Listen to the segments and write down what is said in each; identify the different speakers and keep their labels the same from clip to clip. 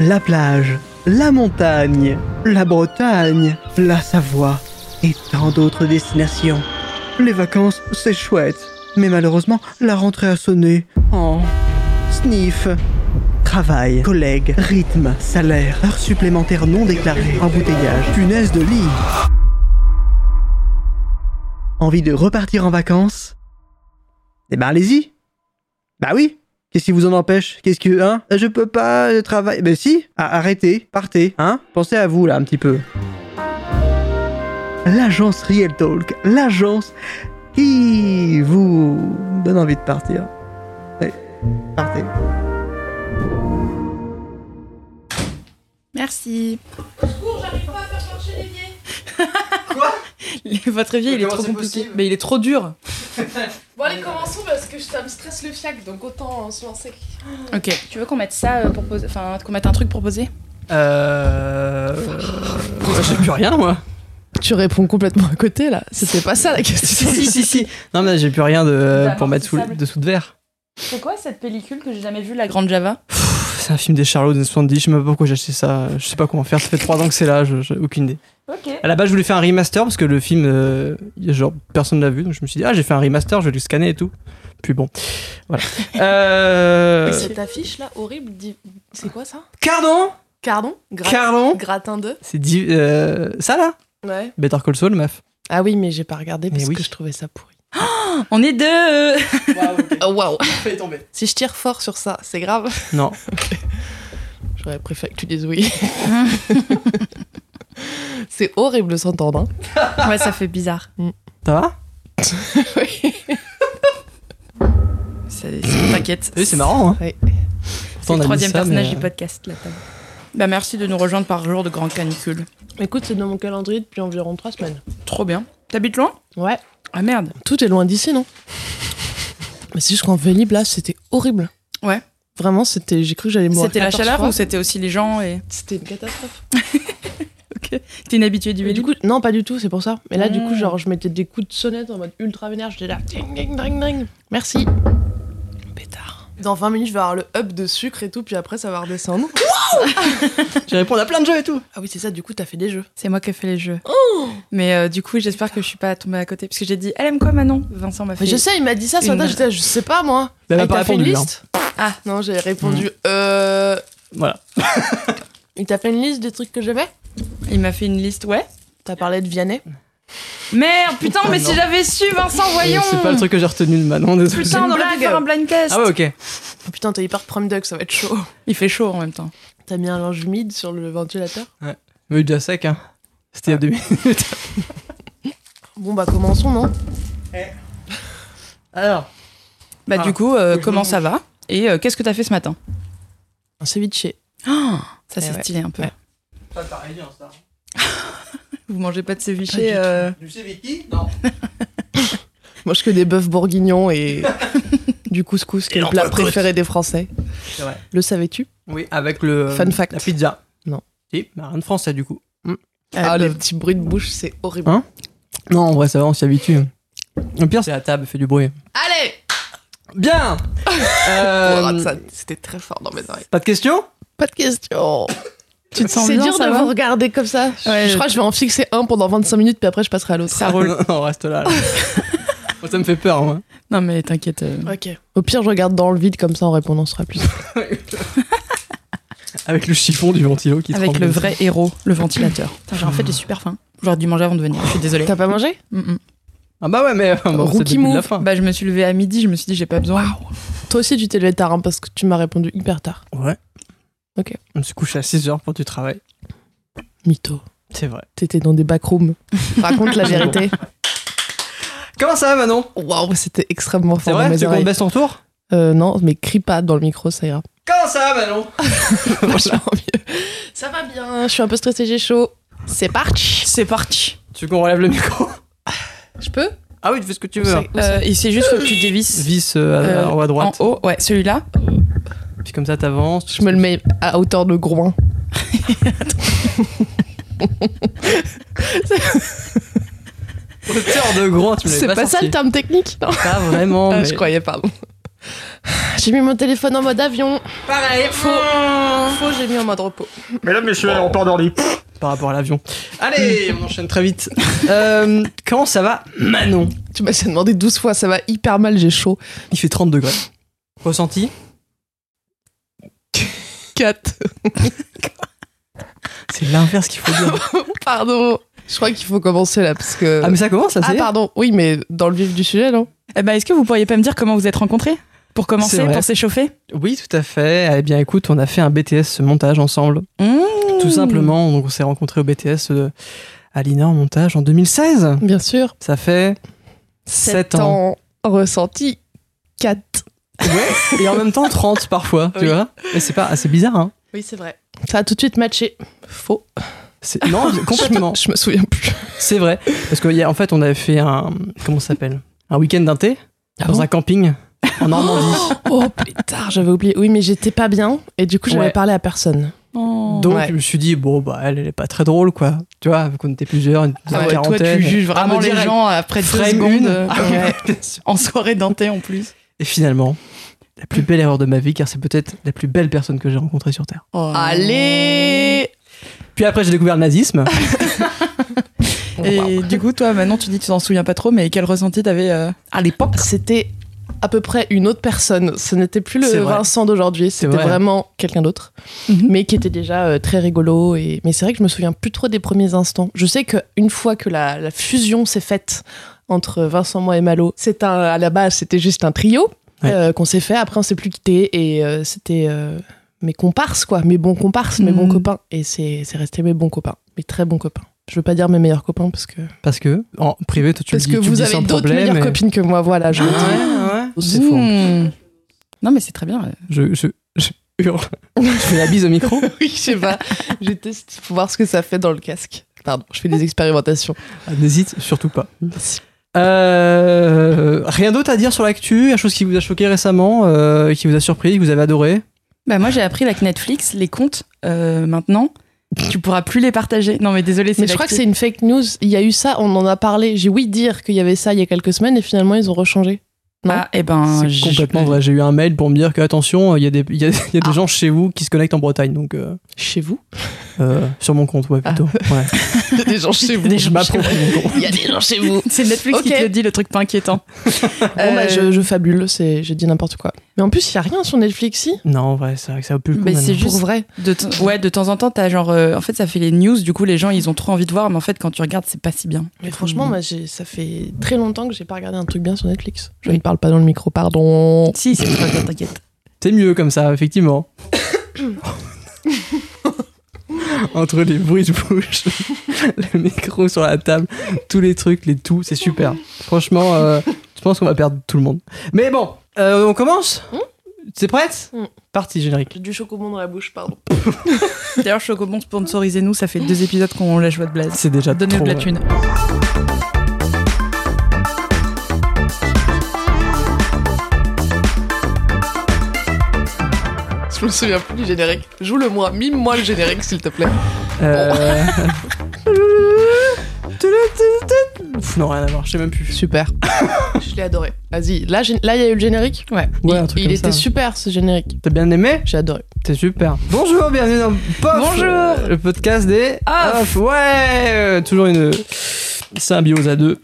Speaker 1: la plage, la montagne, la Bretagne, la Savoie et tant d'autres destinations. Les vacances, c'est chouette, mais malheureusement, la rentrée a sonné. Oh, sniff. Travail, collègues, rythme, salaire, heures supplémentaires non déclarées, embouteillage, punaise de lit. Envie de repartir en vacances Eh ben allez-y Bah oui Qu'est-ce qui vous en empêche Qu'est-ce que... Hein Je peux pas, je travaille... Ben si Ah, Arrêtez, partez, hein Pensez à vous là un petit peu. L'agence Real Talk, l'agence qui vous donne envie de partir. Allez, partez.
Speaker 2: Merci.
Speaker 3: Quoi
Speaker 2: Les- Votre vie, il est
Speaker 3: Comment
Speaker 2: trop
Speaker 3: c'est
Speaker 2: compliqué.
Speaker 3: possible
Speaker 2: Mais il est trop dur.
Speaker 4: Bon allez commençons parce que ça me stresse le fiac donc autant euh, se lancer.
Speaker 2: Ok. Tu veux qu'on mette ça euh, pour poser- Enfin, qu'on mette un truc proposé
Speaker 5: Euh. Je sais plus rien, moi.
Speaker 6: Tu réponds complètement à côté là. C'était pas ça la question.
Speaker 5: si, si, si. Non, mais j'ai plus rien
Speaker 2: Bah,
Speaker 5: de,
Speaker 2: non,
Speaker 5: pour mettre
Speaker 2: c'est
Speaker 5: sous,
Speaker 2: sable.
Speaker 5: dessous de verre.
Speaker 2: C'est quoi cette pellicule que j'ai jamais vue, la Grande Java
Speaker 5: Pff, C'est un film des Charlots de 70. Je sais même pas pourquoi j'ai acheté ça. Je sais pas comment faire. Ça fait 3 ans que c'est là. je- J'ai aucune idée.
Speaker 2: Ok.
Speaker 5: À la base, je voulais faire un remaster parce que le film, euh, y a genre, personne l'a vu. Donc je me suis dit, ah, j'ai fait un remaster, je vais le scanner et tout. Puis bon. Voilà. Euh.
Speaker 4: Cette affiche là horrible, dit- c'est quoi ça
Speaker 5: Cardon
Speaker 4: Cardon Gra-
Speaker 5: Cardon
Speaker 4: Gratin 2
Speaker 5: C'est dit. euh, ça là
Speaker 4: Ouais.
Speaker 5: Better Call Saul, meuf.
Speaker 6: Ah oui, mais j'ai pas regardé
Speaker 5: Mais
Speaker 6: parce
Speaker 5: oui.
Speaker 6: que je trouvais ça pourri.
Speaker 2: On est deux
Speaker 6: Oh, Waouh
Speaker 5: tomber.
Speaker 4: Si je tire fort sur ça, c'est grave.
Speaker 5: Non.
Speaker 6: J'aurais préféré que tu dises oui. C'est horrible de s'entendre. hein.
Speaker 2: Ouais, ça fait bizarre.
Speaker 5: Ça va
Speaker 2: C'est- c'est- T'inquiète.
Speaker 5: Oui, c'est marrant, hein.
Speaker 6: Ouais.
Speaker 2: C'est
Speaker 5: Pourtant, on a
Speaker 2: le
Speaker 5: mis
Speaker 2: troisième
Speaker 5: ça,
Speaker 2: personnage
Speaker 6: euh,
Speaker 5: mais,
Speaker 2: du podcast, la table. Bah, merci de nous rejoindre par jour de grande canicule.
Speaker 6: Écoute, c'est dans mon calendrier depuis environ trois semaines.
Speaker 2: Trop bien. T'habites loin
Speaker 6: Ouais.
Speaker 2: Ah merde.
Speaker 6: Tout est loin d'ici, non Mais c'est juste qu'en Vélib, là, c'était horrible.
Speaker 2: Ouais.
Speaker 6: Vraiment, c'était. J'ai cru que j'allais mourir.
Speaker 2: C'était la
Speaker 6: 14
Speaker 2: chaleur
Speaker 6: fois.
Speaker 2: ou c'était aussi les gens et.
Speaker 6: C'était une catastrophe.
Speaker 2: Ok. T'es une habituée du
Speaker 6: Mais
Speaker 4: Mmh.
Speaker 6: du coup, non, pas du tout, c'est pour ça. Mais là, du coup,
Speaker 2: Mm.
Speaker 6: genre, je mettais des coups de sonnette en mode ultra vénère. J'étais là. Ding, ding, ding, ding. Merci. Pétard.
Speaker 4: Dans 20 minutes je vais avoir le up de sucre et tout puis après ça va redescendre.
Speaker 5: euh, Je vais répondre à plein de jeux et tout.
Speaker 4: Ah oui c'est ça du coup t'as fait des jeux.
Speaker 2: C'est moi qui ai fait les jeux. Mais euh, du coup, j'espère que je suis pas tombée à côté. Parce que j'ai dit, elle aime quoi Manon Vincent m'a fait.
Speaker 6: Mais je sais, il m'a dit ça ce
Speaker 2: Une-
Speaker 6: matin. J'étais là, je sais pas, moi.
Speaker 5: Elle m'a
Speaker 6: Ah,
Speaker 5: pas
Speaker 6: t'as fait une
Speaker 5: répondu, hein.
Speaker 6: liste
Speaker 4: Ah non j'ai répondu euh...
Speaker 5: Voilà.
Speaker 6: Il t'a fait une liste des trucs que j'aimais
Speaker 2: Il m'a fait une liste, ouais.
Speaker 6: T'as parlé de Vianney
Speaker 4: Mmh.
Speaker 2: Merde, putain, mais
Speaker 5: Non.
Speaker 2: si j'avais su, Vincent, voyons
Speaker 5: C'est pas le truc que j'ai retenu de Manon, désolé.
Speaker 2: Putain, on aurait dû
Speaker 4: blague.
Speaker 2: faire un blind test.
Speaker 5: Ah ouais, ok.
Speaker 6: Oh putain, t'es hyper prom duck, ça va être chaud.
Speaker 2: Il fait chaud en même temps.
Speaker 6: T'as mis un linge humide sur le ventilateur
Speaker 5: Mais déjà sec, hein. C'était il y a deux minutes.
Speaker 6: Bon, bah commençons, non
Speaker 5: Alors.
Speaker 2: Bah,
Speaker 5: Ah.
Speaker 2: du coup, euh, comment ça va Et euh, qu'est-ce que t'as fait ce matin
Speaker 6: Un ceviche.
Speaker 2: Ça, c'est
Speaker 6: Eh ouais.
Speaker 2: stylé un peu.
Speaker 6: Ouais.
Speaker 5: Ça, t'as rien, ça.
Speaker 2: Vous mangez pas de ceviche
Speaker 6: Pas du tout.
Speaker 2: euh,
Speaker 5: Tu sais, Vicky Non.
Speaker 6: Moi, je que des bœufs bourguignons et du couscous, qui est le plat préféré des Français.
Speaker 5: C'est vrai.
Speaker 6: Le savais-tu
Speaker 5: Oui, avec le. euh,
Speaker 6: Fun fact.
Speaker 5: La pizza.
Speaker 6: Non.
Speaker 5: Si, bah, rien de français du coup.
Speaker 6: Ah,
Speaker 2: Ah,
Speaker 6: le
Speaker 2: le-
Speaker 6: petit bruit de bouche, c'est horrible.
Speaker 5: Hein Non, en vrai, ça va, on s'y habitue. Le pire, c'est la table, fait du bruit.
Speaker 4: Allez
Speaker 5: Bien Euh,
Speaker 4: Oh, ça, C'était très fort dans mes oreilles.
Speaker 5: Pas de questions
Speaker 6: Pas de question.
Speaker 2: Tu te sens
Speaker 6: C'est
Speaker 2: bien,
Speaker 6: dur
Speaker 2: ça
Speaker 6: de
Speaker 2: va
Speaker 6: vous regarder comme ça. Je-
Speaker 2: Ouais,
Speaker 6: je
Speaker 2: je-
Speaker 6: crois que je vais en fixer un pendant 25 minutes, puis après, je passerai à l'autre.
Speaker 2: Ça roule.
Speaker 5: Non, non, reste là. là. Moi, ça me fait peur, moi.
Speaker 2: Non, mais t'inquiète. euh,
Speaker 6: Ok. Au pire, je regarde dans le vide, comme ça, en répondant, ce sera plus.
Speaker 5: Avec le chiffon du ventilo qui
Speaker 2: Avec
Speaker 5: tremble.
Speaker 2: le vrai héros, le ventilateur. Putain, j'ai- en fait, j'ai super faim. J'aurais dû manger avant de venir. Je suis désolée.
Speaker 6: T'as pas mangé
Speaker 2: Mm, mm.
Speaker 5: Ah bah ouais, mais. euh, bon, c'est le
Speaker 6: Rookie
Speaker 5: début de la
Speaker 6: move.
Speaker 5: fin.
Speaker 2: Bah, je me suis levée à midi. Je me suis dit, j'ai pas besoin.
Speaker 6: Toi aussi, tu t'es levé tard, hein, parce que tu m'as répondu hyper tard.
Speaker 5: Ouais.
Speaker 6: Ok.
Speaker 5: On se couche à 6h pour du travail.
Speaker 6: Mytho.
Speaker 5: C'est vrai.
Speaker 6: T'étais dans des backrooms. Raconte la vérité.
Speaker 5: Comment ça va, Manon
Speaker 6: Waouh, c'était extrêmement
Speaker 5: C'est
Speaker 6: fort. dans
Speaker 5: vrai
Speaker 6: mes
Speaker 5: C'est qu'on
Speaker 6: oreilles.
Speaker 5: baisse ton tour
Speaker 6: Euh, non, mais crie pas dans le micro, ça ira.
Speaker 5: Comment ça va, Manon
Speaker 6: Vachement mieux. Ça va bien, je suis un peu stressée, j'ai chaud. C'est parti.
Speaker 2: C'est parti.
Speaker 5: Tu veux qu'on relève le micro
Speaker 6: Je peux
Speaker 5: Ah oui, tu fais ce que tu veux.
Speaker 2: Euh, et c'est juste que tu dévisses
Speaker 5: Vis euh, à-
Speaker 2: Euh,
Speaker 5: en haut à
Speaker 2: en
Speaker 5: droite.
Speaker 2: haut. Ouais, celui-là.
Speaker 5: Puis comme ça, t'avances.
Speaker 6: Je me le mets à hauteur de groin.
Speaker 5: Hauteur de grand, tu me l'avais
Speaker 6: C'est pas, ça
Speaker 5: sorti.
Speaker 6: le Ah, terme technique non
Speaker 5: Pas vraiment.
Speaker 6: Ah,
Speaker 5: mais-
Speaker 6: Je croyais, pardon. J'ai mis mon téléphone en mode avion.
Speaker 4: Pareil,
Speaker 6: Faux. Faux, j'ai mis en mode repos.
Speaker 5: Mesdames, messieurs, l'aéroport d'Orly. Par rapport à l'avion. Allez, on enchaîne très vite. Euh, comment ça va, Manon
Speaker 6: Tu m'as déjà demandé 12 fois, ça va hyper mal, j'ai chaud.
Speaker 5: Il fait 30 degrés. Ressenti
Speaker 6: 4.
Speaker 5: C'est l'inverse qu'il faut dire.
Speaker 6: Pardon. Je crois qu'il faut commencer là, parce que.
Speaker 5: Ah, mais ça commence, ça,
Speaker 6: Ah,
Speaker 5: c'est
Speaker 6: pardon. Oui, mais dans le vif du sujet, non
Speaker 2: Eh ben, est-ce que vous pourriez pas me dire comment vous êtes rencontrés Pour
Speaker 5: C'est
Speaker 2: commencer,
Speaker 5: vrai.
Speaker 2: pour s'échauffer
Speaker 5: Oui, tout à fait. Eh bien, écoute, on a fait un BTS ce montage ensemble.
Speaker 2: Mmh.
Speaker 5: Tout simplement, donc on s'est rencontrés au BTS de Alina euh, en montage en 2016.
Speaker 6: Bien sûr.
Speaker 5: Ça fait 7
Speaker 6: Sept
Speaker 5: ans.
Speaker 6: ans. Ressenti 4.
Speaker 5: Ouais, et en même temps 30 parfois, tu
Speaker 2: Oui.
Speaker 5: vois. Mais c'est pas assez bizarre, hein.
Speaker 2: Oui, c'est vrai.
Speaker 6: Ça a tout de suite matché. Faux.
Speaker 5: C'est- Non, complètement.
Speaker 6: Je me souviens plus.
Speaker 5: C'est vrai. Parce qu'en fait, on avait fait un. Comment ça s'appelle Un week-end d'un thé dans
Speaker 6: bon
Speaker 5: un camping en Normandie.
Speaker 6: Oh putain, j'avais oublié. Oui, mais j'étais pas bien et du coup j'avais
Speaker 5: Ouais.
Speaker 6: parlé à personne.
Speaker 2: Oh.
Speaker 5: Donc,
Speaker 6: Ouais.
Speaker 5: je me suis dit, bon, bah, elle, elle est pas très drôle, quoi. Tu vois, vu qu'on était plusieurs, une
Speaker 2: Ah ouais,
Speaker 5: quarantaine.
Speaker 2: toi, tu juges
Speaker 5: Ah,
Speaker 2: vraiment
Speaker 5: me
Speaker 2: les
Speaker 5: direct.
Speaker 2: gens après deux
Speaker 5: Frame
Speaker 2: secondes
Speaker 5: une.
Speaker 2: euh,
Speaker 5: Ah ouais, bien sûr.
Speaker 2: en soirée dentée en plus.
Speaker 5: Et finalement, la plus belle erreur de ma vie, car c'est peut-être la plus belle personne que j'ai rencontrée sur Terre.
Speaker 2: Oh.
Speaker 6: Allez
Speaker 5: Puis après, j'ai découvert le nazisme. Oh,
Speaker 2: Et du coup, toi, maintenant, tu dis que tu t'en souviens pas trop, mais quel ressenti t'avais euh, à l'époque
Speaker 6: C'était à peu près une autre personne. Ce n'était plus
Speaker 5: C'est
Speaker 6: le
Speaker 5: vrai.
Speaker 6: Vincent d'aujourd'hui, c'était
Speaker 5: vrai.
Speaker 6: vraiment quelqu'un d'autre,
Speaker 5: Mm-hmm.
Speaker 2: Mhm.
Speaker 6: mais qui était déjà euh, très rigolo. Et... Mais c'est vrai que je me souviens plus trop des premiers instants. Je sais qu'une fois que la, la fusion s'est faite entre Vincent, moi et Malo, c'est un, à la base c'était juste un trio
Speaker 5: Ouais.
Speaker 6: euh, qu'on s'est fait. Après on s'est plus quitté et euh, c'était euh, mes comparses quoi, mes bons comparses, mes bons
Speaker 5: Mm.
Speaker 2: Mhm.
Speaker 6: copains. Et c'est c'est resté mes bons copains, mes très bons copains. Je veux pas dire mes meilleurs copains parce que
Speaker 5: Parce que, en privé, toi, tu
Speaker 6: parce
Speaker 5: le dis,
Speaker 6: que
Speaker 5: tu le
Speaker 6: vous
Speaker 5: dis
Speaker 6: avez
Speaker 5: sans
Speaker 6: d'autres
Speaker 5: problème.
Speaker 6: meilleures
Speaker 5: et- Ah
Speaker 6: copines que moi. Voilà, je le dis.
Speaker 5: Ouais, ouais. C'est
Speaker 2: Mmh.
Speaker 5: faux.
Speaker 2: Non, mais c'est très bien. ouais.
Speaker 5: Je, je, je hurle. Je fais la bise au micro.
Speaker 6: Oui, je sais pas. je teste pour voir ce que ça fait dans le casque. Pardon, je fais des expérimentations.
Speaker 5: Ah, N'hésite surtout pas. Euh, rien d'autre à dire sur l'actu Quelque chose qui vous a choqué récemment, euh, qui vous a surpris, que vous avez adoré
Speaker 2: Bah, moi, j'ai appris là, que Netflix, les comptes, euh, maintenant, tu pourras plus les partager. Non, mais désolé, c'est
Speaker 6: Mais je crois que
Speaker 2: l'actu.
Speaker 6: c'est une fake news. Il y a eu ça, on en a parlé. J'ai oui dire qu'il y avait ça il y a quelques semaines et finalement ils ont rechangé. non.
Speaker 2: Ah, et ben.
Speaker 5: C'est
Speaker 2: je-
Speaker 5: complètement vrai. J'ai eu un mail pour me dire que, attention, il y a des, il y a- il y a des gens chez vous qui se connectent en Bretagne, donc euh,
Speaker 6: Chez vous
Speaker 5: euh, sur mon compte, ouais, plutôt. Ouais.
Speaker 6: Il y a des gens chez vous.
Speaker 5: Je m'approprie mon compte.
Speaker 6: Il y a des gens chez vous.
Speaker 2: C'est Netflix
Speaker 6: Ok.
Speaker 2: qui te le dit, le truc pas inquiétant.
Speaker 6: Bon, bah,
Speaker 2: Euh,
Speaker 6: je, je fabule, c'est, j'ai dit n'importe quoi. Mais en plus, il y a rien sur Netflix, si
Speaker 5: Non, en vrai, c'est vrai que ça a plus le coup.
Speaker 2: Mais
Speaker 5: maintenant.
Speaker 2: c'est
Speaker 6: Pour
Speaker 2: Juste-
Speaker 6: vrai.
Speaker 2: De te- ouais, de temps en temps, t'as genre. euh, en fait, ça fait les news, du coup, les gens, ils ont trop envie de voir, mais en fait, quand tu regardes, c'est pas si bien.
Speaker 6: Mais franchement, moi, j'ai- ça fait très longtemps que j'ai pas regardé un truc bien sur Netflix. Je ne parle pas dans le micro, pardon.
Speaker 2: Si, c'est trop bien, t'inquiète.
Speaker 5: C'est mieux comme ça, effectivement. Entre les bruits de bouche, le micro sur la table, tous les trucs, les tout, c'est super. Franchement, euh, je pense qu'on va perdre tout le monde. Mais bon, euh, on commence
Speaker 2: Hmm
Speaker 5: T'es prête
Speaker 6: Mm.
Speaker 5: Parti, générique.
Speaker 6: J'ai du chocobon dans la bouche, pardon.
Speaker 2: D'ailleurs, Chocobon, sponsorisez-nous, ça fait deux épisodes qu'on lâche votre blaze.
Speaker 5: C'est déjà
Speaker 2: Donnez-nous
Speaker 5: trop,
Speaker 2: de la
Speaker 5: ouais.
Speaker 2: thune.
Speaker 6: Je me souviens plus du générique. Joue-le-moi, mime-moi le générique, s'il te plaît.
Speaker 5: Euh, Pff, Non, rien à voir, je sais même plus.
Speaker 6: Super. je l'ai adoré. Vas-y, là, j'ai- là, il y a eu le générique Ouais.
Speaker 5: Ouais,
Speaker 6: il
Speaker 5: un truc
Speaker 6: il
Speaker 5: comme
Speaker 6: était
Speaker 5: ça.
Speaker 6: super, ce générique.
Speaker 5: T'as bien aimé
Speaker 6: J'ai adoré.
Speaker 5: C'est super. Bonjour, bienvenue dans POF
Speaker 2: Bonjour.
Speaker 5: Le podcast des Off. Ouais euh, Toujours une symbiose à deux.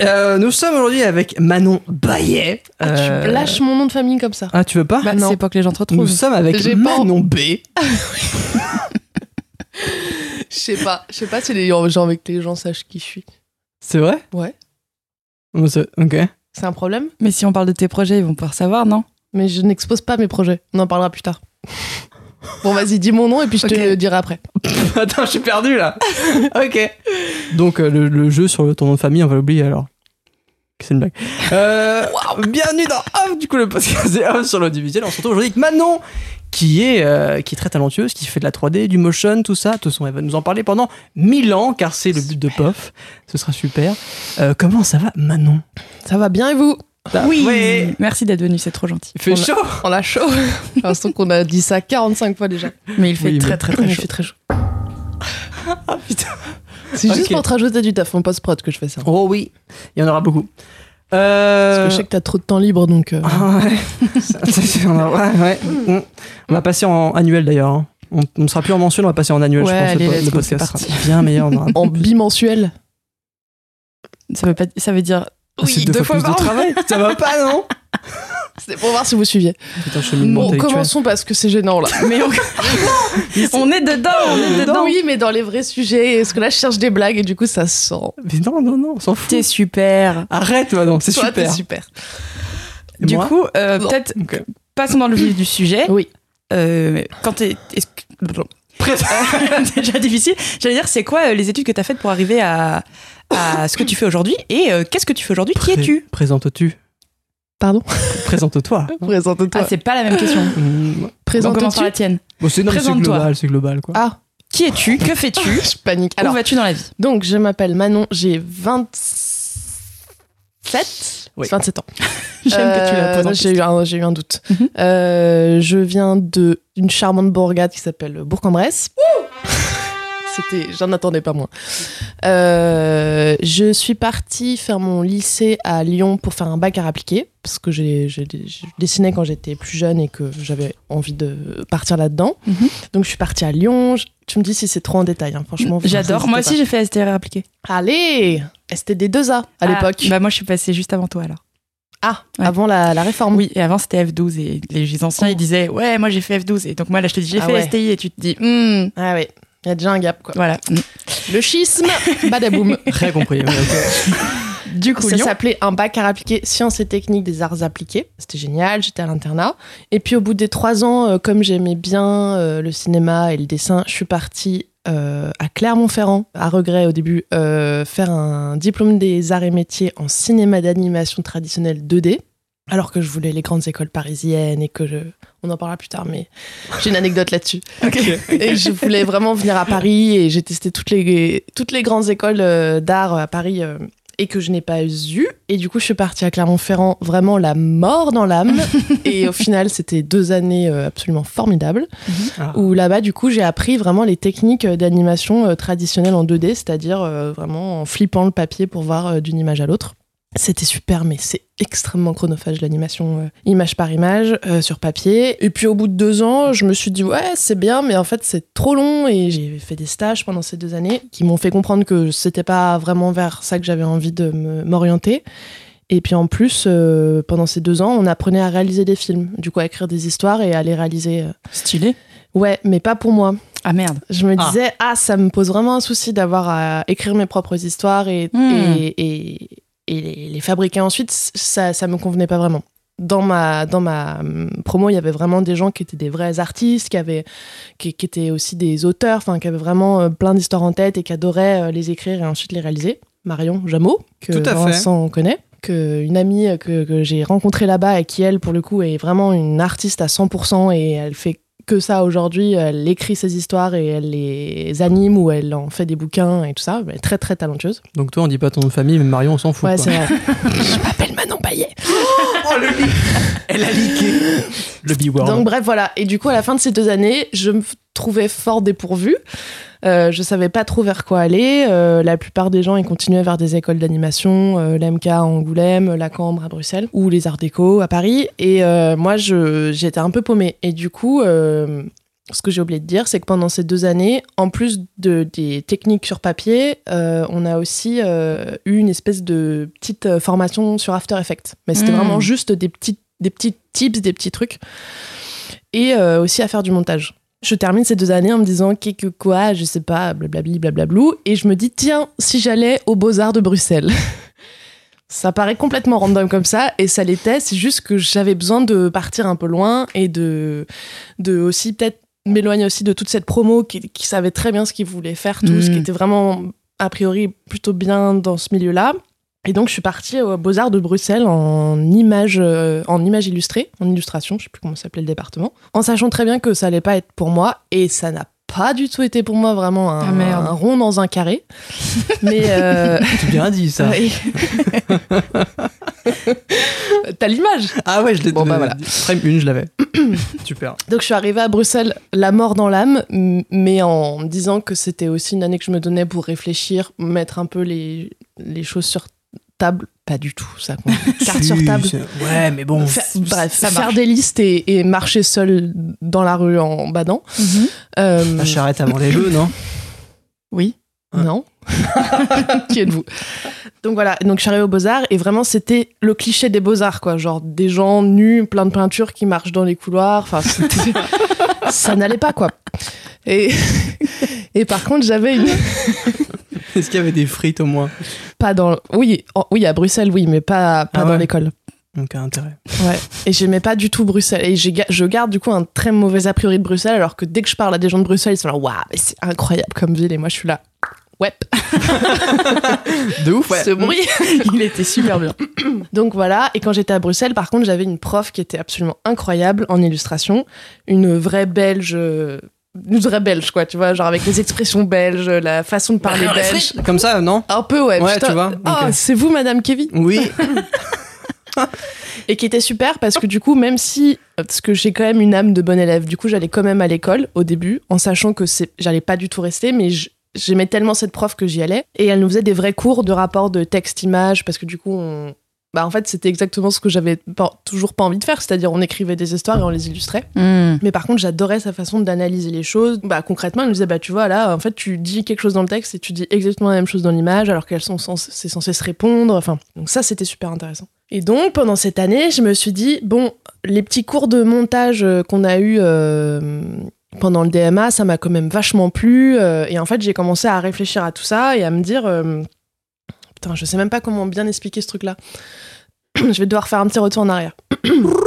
Speaker 5: Euh, nous sommes aujourd'hui avec Manon Bayet.
Speaker 6: Ah,
Speaker 5: Euh,
Speaker 6: Tu lâches mon nom de famille comme ça.
Speaker 5: Ah, tu veux pas
Speaker 2: Bah,
Speaker 6: non.
Speaker 2: c'est pas que les gens te
Speaker 5: Nous
Speaker 2: retrouvent.
Speaker 5: sommes avec
Speaker 6: J'ai pas-
Speaker 5: Manon B.
Speaker 6: Je sais pas. Je sais pas si les gens j'ai envie que les gens sachent qui je suis.
Speaker 5: C'est vrai
Speaker 6: Ouais.
Speaker 5: Oh, c'est- Ok.
Speaker 6: C'est un problème,
Speaker 2: Mais si on parle de tes projets, ils vont pouvoir savoir, non
Speaker 6: mais je n'expose pas mes projets. On en parlera plus tard. Bon, vas-y, dis mon nom et puis je te
Speaker 2: Ok.
Speaker 6: le dirai après.
Speaker 5: Attends, je suis perdu là. ok. Donc, euh, le, le jeu sur le, ton nom de famille, on va l'oublier alors. C'est une blague. Euh, Bienvenue dans Off, du coup, le podcast des Off sur l'audiovisuel. On se retrouve aujourd'hui avec Manon, qui est, euh, qui est très talentueuse, qui fait de la 3D, du motion, tout ça. De toute façon, elle va nous en parler pendant 1000 ans, car c'est le but de POF. Ce sera super. Euh, comment ça va, Manon
Speaker 6: Ça va bien et vous
Speaker 5: Bah, ouais.
Speaker 2: Merci d'être venu, c'est trop gentil.
Speaker 5: Il fait
Speaker 6: On a-
Speaker 5: chaud
Speaker 6: On a chaud. J'ai l'impression qu'on a dit ça 45 fois déjà.
Speaker 2: Mais il fait
Speaker 5: Oui, mais-
Speaker 2: très, très, très
Speaker 6: Il
Speaker 2: chaud.
Speaker 6: fait très chaud.
Speaker 5: Ah, putain.
Speaker 6: C'est juste
Speaker 5: Ok.
Speaker 6: pour te rajouter du taf en post-prod que je fais ça.
Speaker 5: Oh oui, il y en aura beaucoup. Euh,
Speaker 6: Parce que je sais que t'as trop de temps libre, donc. euh,
Speaker 5: Ah ouais. Ça, ça, c'est- on a- ouais, ouais. On- On va passer en annuel d'ailleurs. hein. On ne sera plus en mensuel, on va passer en annuel,
Speaker 6: Ouais,
Speaker 5: je pense.
Speaker 6: allez,
Speaker 5: le, po-
Speaker 6: let's
Speaker 5: le
Speaker 6: go,
Speaker 5: podcast
Speaker 6: c'est
Speaker 5: sera bien meilleur. on aura-
Speaker 6: En bimensuel.
Speaker 2: Ça veut, pas, ça veut dire
Speaker 5: Ah, c'est deux, fois, plus de travail. Ça va pas, non Oh,
Speaker 6: C'était pour voir si vous suiviez.
Speaker 5: Putain, cheminement
Speaker 6: bon,
Speaker 5: intellectuel.
Speaker 6: commençons parce que c'est gênant là. Mais on...
Speaker 2: On est dedans, on est
Speaker 6: non,
Speaker 2: dedans.
Speaker 6: Euh, oui, mais dans les vrais sujets. Est-ce que là, je cherche des blagues et du coup, ça se sent.
Speaker 5: Mais non, non, non, on s'en fout.
Speaker 2: T'es super.
Speaker 5: Arrête, maintenant, c'est
Speaker 6: Toi, t'es
Speaker 5: super.
Speaker 6: super.
Speaker 5: Et
Speaker 2: Du
Speaker 5: moi
Speaker 2: coup, euh,
Speaker 6: Non.
Speaker 2: peut-être
Speaker 5: Ok.
Speaker 2: passons dans le vif du sujet.
Speaker 6: Oui.
Speaker 2: Euh, quand t'es. est-ce que- pardon. Euh, déjà difficile. J'allais dire, c'est quoi euh, les études que t'as faites pour arriver à, à ce que tu fais aujourd'hui et euh, qu'est-ce que tu fais aujourd'hui Qui
Speaker 5: Pré-
Speaker 2: es-tu
Speaker 5: Présente-tu.
Speaker 6: Pardon
Speaker 5: Présente-toi.
Speaker 6: Présente-toi.
Speaker 2: Ah, c'est pas la même question.
Speaker 5: Mmh, ouais.
Speaker 2: On commence
Speaker 6: Présente-tu
Speaker 2: par la tienne.
Speaker 5: Bon, c'est non, mais c'est
Speaker 2: Présente-toi.
Speaker 5: global, c'est global, quoi.
Speaker 6: Ah,
Speaker 2: Qui es-tu Que fais-tu
Speaker 6: je panique.
Speaker 2: Où
Speaker 6: Alors,
Speaker 2: vas-tu dans la vie
Speaker 6: donc, je m'appelle Manon, j'ai 27
Speaker 5: Oui.
Speaker 6: 27 ans.
Speaker 2: J'aime que tu la
Speaker 6: Euh,
Speaker 2: présentes.
Speaker 6: J'ai eu, un- j'ai eu un doute.
Speaker 2: Mhm.
Speaker 6: Euh, je viens de une charmante bourgade qui s'appelle Bourg-en-Bresse. C'était, j'en attendais pas moins. Euh, je suis partie faire mon lycée à Lyon pour faire un bac à appliquer parce que j'ai, j'ai- je dessinais quand j'étais plus jeune et que j'avais envie de partir là-dedans.
Speaker 2: Mhm.
Speaker 6: Donc je suis partie à Lyon. Je- tu me dis si c'est trop en détail, hein. franchement. vous-
Speaker 2: J'adore. Moi
Speaker 6: n'hésitez
Speaker 2: aussi, j'ai fait STR appliqué.
Speaker 6: pas. Allez, des 2 a à
Speaker 2: Ah,
Speaker 6: l'époque.
Speaker 2: Bah, moi, je suis passée juste avant toi alors.
Speaker 6: ah,
Speaker 2: ouais.
Speaker 6: avant la, la réforme.
Speaker 2: Oui, et avant c'était F12 et les anciens ils disaient ouais moi j'ai fait F12 et donc moi là je te dis j'ai
Speaker 6: Ah
Speaker 2: fait
Speaker 6: ouais.
Speaker 2: STI et tu te dis hmm,
Speaker 6: Ah oui, il y a déjà un gap quoi.
Speaker 2: voilà.
Speaker 6: Le schisme, badaboum.
Speaker 5: Très compris. ouais, ok.
Speaker 2: Du coup
Speaker 6: Ça
Speaker 2: Lyon,
Speaker 6: s'appelait un bac à appliquer sciences et techniques des arts appliqués. C'était génial, j'étais à l'internat. Et puis au bout des trois ans, euh, comme j'aimais bien euh, le cinéma et le dessin, je suis partie euh, à Clermont-Ferrand, à regret au début, euh, faire un diplôme des arts et métiers en cinéma d'animation traditionnelle 2D. Alors que je voulais les grandes écoles parisiennes et que je... On en parlera plus tard, mais j'ai une anecdote là-dessus. Et je voulais vraiment venir à Paris et j'ai testé toutes les, toutes les grandes écoles euh, d'art à Paris euh, et que je n'ai pas eu. Et du coup, je suis partie à Clermont-Ferrand, vraiment la mort dans l'âme. et au final, c'était deux années euh, absolument formidables
Speaker 5: Ah.
Speaker 6: où là-bas, du coup, j'ai appris vraiment les techniques euh, d'animation euh, traditionnelles en 2D, c'est-à-dire euh, vraiment en flippant le papier pour voir euh, d'une image à l'autre. C'était super, mais c'est extrêmement chronophage l'animation euh, image par image euh, sur papier. Et puis au bout de deux ans, je me suis dit ouais c'est bien, mais en fait c'est trop long et j'ai fait des stages pendant ces deux années qui m'ont fait comprendre que c'était pas vraiment vers ça que j'avais envie de me- m'orienter. Et puis en plus, euh, pendant ces deux ans, on apprenait à réaliser des films, du coup à écrire des histoires et à les réaliser. euh.
Speaker 2: stylé.
Speaker 6: Ouais, mais pas pour moi.
Speaker 2: Ah merde.
Speaker 6: Je me
Speaker 5: Ah.
Speaker 6: disais, ah, ça me pose vraiment un souci d'avoir à écrire mes propres histoires et,
Speaker 2: Hmm.
Speaker 6: et, et- et les, les fabriquer ensuite, ça, ça me convenait pas vraiment. Dans ma, dans ma hum, promo, il y avait vraiment des gens qui étaient des vrais artistes, qui, avaient, qui, qui étaient aussi des auteurs, enfin, qui avaient vraiment euh, plein d'histoires en tête et qui adoraient euh, les écrire et ensuite les réaliser. Marion Jameau, que
Speaker 5: Tout à fait.
Speaker 6: Vincent connaît, que une amie euh, que, que j'ai rencontrée là-bas et qui, elle, pour le coup, est vraiment une artiste à 100% et elle fait que ça aujourd'hui. Elle écrit ses histoires et elle les anime ou elle en fait des bouquins et tout ça. Elle est très très talentueuse.
Speaker 5: Donc, toi, on dit pas ton nom de famille, mais Marion, on s'en fout.
Speaker 6: ouais,
Speaker 5: quoi.
Speaker 6: c'est vrai. Je m'appelle Manon Paillet.
Speaker 5: Elle a leaké le B-word.
Speaker 6: Donc bref, voilà. Et du coup, à la fin de ces deux années, je me trouvais fort dépourvue. Euh, je savais pas trop vers quoi aller. Euh, la plupart des gens, ils continuaient vers des écoles d'animation, euh, l'MK à Angoulême, la Cambre à Bruxelles, ou les Arts Déco à Paris. Et euh, moi, je- j'étais un peu paumée. Et du coup, euh, ce que j'ai oublié de dire, c'est que pendant ces deux années, en plus de, des techniques sur papier, euh, on a aussi euh, eu une espèce de petite euh, formation sur After Effects. Mais c'était
Speaker 2: Mm.
Speaker 6: vraiment juste des petits, des petits tips, des petits trucs. Et euh, aussi à faire du montage. Je termine ces deux années en me disant qu'est que quoi, je sais pas, blablabli, blablablou. Et je me dis, tiens, si j'allais aux Beaux-Arts de Bruxelles. Ça paraît complètement random comme ça, et ça l'était, c'est juste que j'avais besoin de partir un peu loin et de, de aussi peut-être m'éloigne aussi de toute cette promo qui, qui savait très bien ce qu'ils voulaient faire tous,
Speaker 2: Mm.
Speaker 6: qui était vraiment, a priori, plutôt bien dans ce milieu-là. Et donc, je suis partie aux Beaux-Arts de Bruxelles en images euh, en images illustrées, en illustration, je sais plus comment s'appelait le département, en sachant très bien que ça allait pas être pour moi, et ça n'a pas du tout été pour moi vraiment un,
Speaker 2: Ah, merde.
Speaker 6: un rond dans un carré. Mais euh,
Speaker 5: C'est bien dit, ça.
Speaker 6: oui. t'as l'image.
Speaker 5: Ah ouais, je l'ai
Speaker 6: Bon, bah,
Speaker 5: le-
Speaker 6: voilà.
Speaker 5: Frame 1, je l'avais. Super.
Speaker 6: Donc je suis arrivée à Bruxelles, la mort dans l'âme, m- mais en me disant que c'était aussi une année que je me donnais pour réfléchir, mettre un peu les, les choses sur table, pas du tout, ça. compte. Carte sur table.
Speaker 5: Ouais, mais bon.
Speaker 6: Faire- bref,
Speaker 2: ça
Speaker 6: faire
Speaker 2: marche.
Speaker 6: des listes et, et marcher seul dans la rue en badant.
Speaker 2: Mhm.
Speaker 6: Euh,
Speaker 5: La charrette avant les jeux, non
Speaker 6: Oui. Non. Qui êtes-vous Donc voilà, donc je suis arrivée aux Beaux-Arts et vraiment c'était le cliché des Beaux-Arts quoi, genre des gens nus, plein de peinture qui marchent dans les couloirs, enfin c'était- ça n'allait pas quoi. Et, et par contre j'avais une...
Speaker 5: Est-ce qu'il y avait des frites au moins
Speaker 6: Pas dans... Oui, en- oui à Bruxelles oui, mais pas, pas
Speaker 5: Ah
Speaker 6: dans
Speaker 5: ouais.
Speaker 6: l'école.
Speaker 5: Donc, à intérêt.
Speaker 6: Ouais. Et j'aimais pas du tout Bruxelles. Et j'ai ga- je garde du coup un très mauvais a priori de Bruxelles, alors que dès que je parle à des gens de Bruxelles, ils sont là, waouh, mais c'est incroyable comme ville. Et moi, je suis là, ouais,
Speaker 5: De ouf, ouais.
Speaker 6: ce bruit.
Speaker 2: Il était super bien.
Speaker 6: Donc voilà. Et quand j'étais à Bruxelles, par contre, j'avais une prof qui était absolument incroyable en illustration, une vraie belge. Une vraie belge, quoi, tu vois, genre avec les expressions belges, la façon de parler belge.
Speaker 5: Comme ça, non
Speaker 6: Un peu, ouais,
Speaker 5: Ouais,
Speaker 6: putain.
Speaker 5: tu vois, euh.
Speaker 6: Ah,
Speaker 5: ok.
Speaker 6: c'est vous, Madame Kevin
Speaker 5: Oui.
Speaker 6: et qui était super parce que du coup même si parce que j'ai quand même une âme de bonne élève du coup j'allais quand même à l'école au début en sachant que c'est j'allais pas du tout rester mais je- J'aimais tellement cette prof que j'y allais. Et elle nous faisait des vrais cours de rapport de texte-image, parce que du coup, on... bah, en fait, c'était exactement ce que j'avais pas- toujours pas envie de faire, c'est-à-dire on écrivait des histoires et on les illustrait.
Speaker 2: Hmm.
Speaker 6: Mais par contre, j'adorais sa façon d'analyser les choses. Bah, concrètement, elle nous disait, bah, tu vois, là, en fait, tu dis quelque chose dans le texte et tu dis exactement la même chose dans l'image, alors qu'elles sont cens- c'est censé se répondre. Enfin, donc ça, c'était super intéressant. Et donc, pendant cette année, je me suis dit, bon, les petits cours de montage euh, qu'on a eu euh, pendant le DMA, ça m'a quand même vachement plu. euh, et en fait, j'ai commencé à réfléchir à tout ça et à me dire, euh, putain, je sais même pas comment bien expliquer ce truc-là. je vais devoir faire un petit retour en arrière. Vous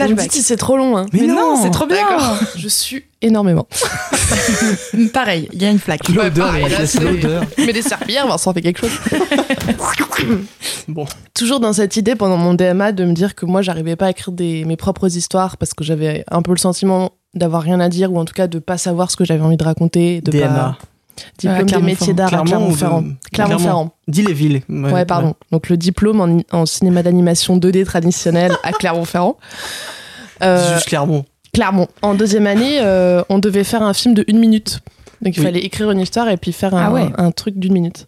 Speaker 6: me dites si c'est trop long, hein.
Speaker 5: Mais, non, c'est trop.
Speaker 2: bien.
Speaker 6: Je suis énormément.
Speaker 2: Pareil, il y a une flaque.
Speaker 5: L'odeur,
Speaker 6: Ouais,
Speaker 5: les-
Speaker 6: là, c'est-
Speaker 5: bah, l'odeur.
Speaker 6: Mais des serpillères, Vincent fait quelque chose.
Speaker 5: Bon.
Speaker 6: Toujours dans cette idée pendant mon DMA de me dire que moi j'arrivais pas à écrire des, mes propres histoires parce que j'avais un peu le sentiment d'avoir rien à dire ou en tout cas de pas savoir ce que j'avais envie de raconter, de pas
Speaker 5: DMA.
Speaker 2: Euh,
Speaker 6: diplôme des
Speaker 2: Clermont-Ferrand.
Speaker 6: métiers d'art à Clermont-Ferrand. Clermont-Ferrand.
Speaker 5: Dis les villes.
Speaker 6: Ouais, pardon. Donc le diplôme en, en cinéma d'animation 2D traditionnel à Clermont-Ferrand.
Speaker 5: Dis
Speaker 6: Euh,
Speaker 5: Juste Clermont.
Speaker 6: Clermont. En deuxième année, euh, on devait faire un film de une minute. Donc il
Speaker 5: Oui.
Speaker 6: fallait écrire une histoire et puis faire un,
Speaker 2: Ah ouais.
Speaker 6: un truc d'une minute.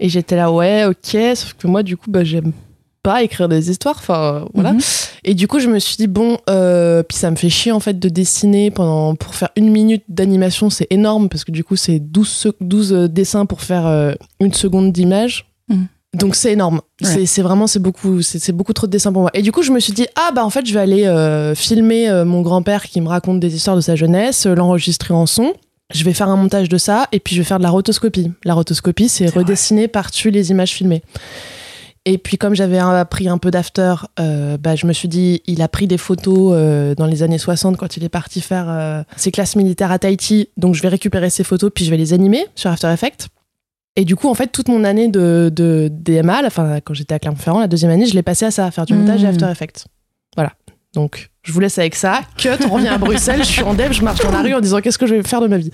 Speaker 6: Et j'étais là, ouais, ok, sauf que moi, du coup, bah, j'aime pas écrire des histoires. Enfin, euh, voilà.
Speaker 2: Voilà.
Speaker 6: Et du coup, je me suis dit, bon, euh, puis ça me fait chier en fait de dessiner pendant, pour faire une minute d'animation, c'est énorme parce que du coup, c'est 12, sec- 12 euh, dessins pour faire euh, une seconde d'image.
Speaker 2: Mhm.
Speaker 6: Donc c'est énorme.
Speaker 2: Ouais.
Speaker 6: C'est- C'est vraiment, c'est beaucoup, c'est c'est beaucoup trop de dessins pour moi. Et du coup, je me suis dit, ah bah en fait, je vais aller euh, filmer euh, mon grand-père qui me raconte des histoires de sa jeunesse, euh, l'enregistrer en son. Je vais faire un montage de ça et puis je vais faire de la rotoscopie. La rotoscopie, c'est
Speaker 2: vrai.
Speaker 6: redessiner par-dessus les images filmées. Et puis comme j'avais un- appris un peu d'after, euh, bah, je me suis dit, il a pris des photos euh, dans les années 60 quand il est parti faire euh, ses classes militaires à Tahiti. Donc je vais récupérer ces photos puis je vais les animer sur After Effects. Et du coup, en fait, toute mon année de, de DMA, la- enfin, quand j'étais à Clermont-Ferrand, la deuxième année, je l'ai passée à ça, à faire du montage et
Speaker 2: Mhm.
Speaker 6: After Effects. Voilà. Donc, je vous laisse avec ça. Cut, on revient à Bruxelles, je suis en dev, je marche dans la rue en disant qu'est-ce que je vais faire de ma vie.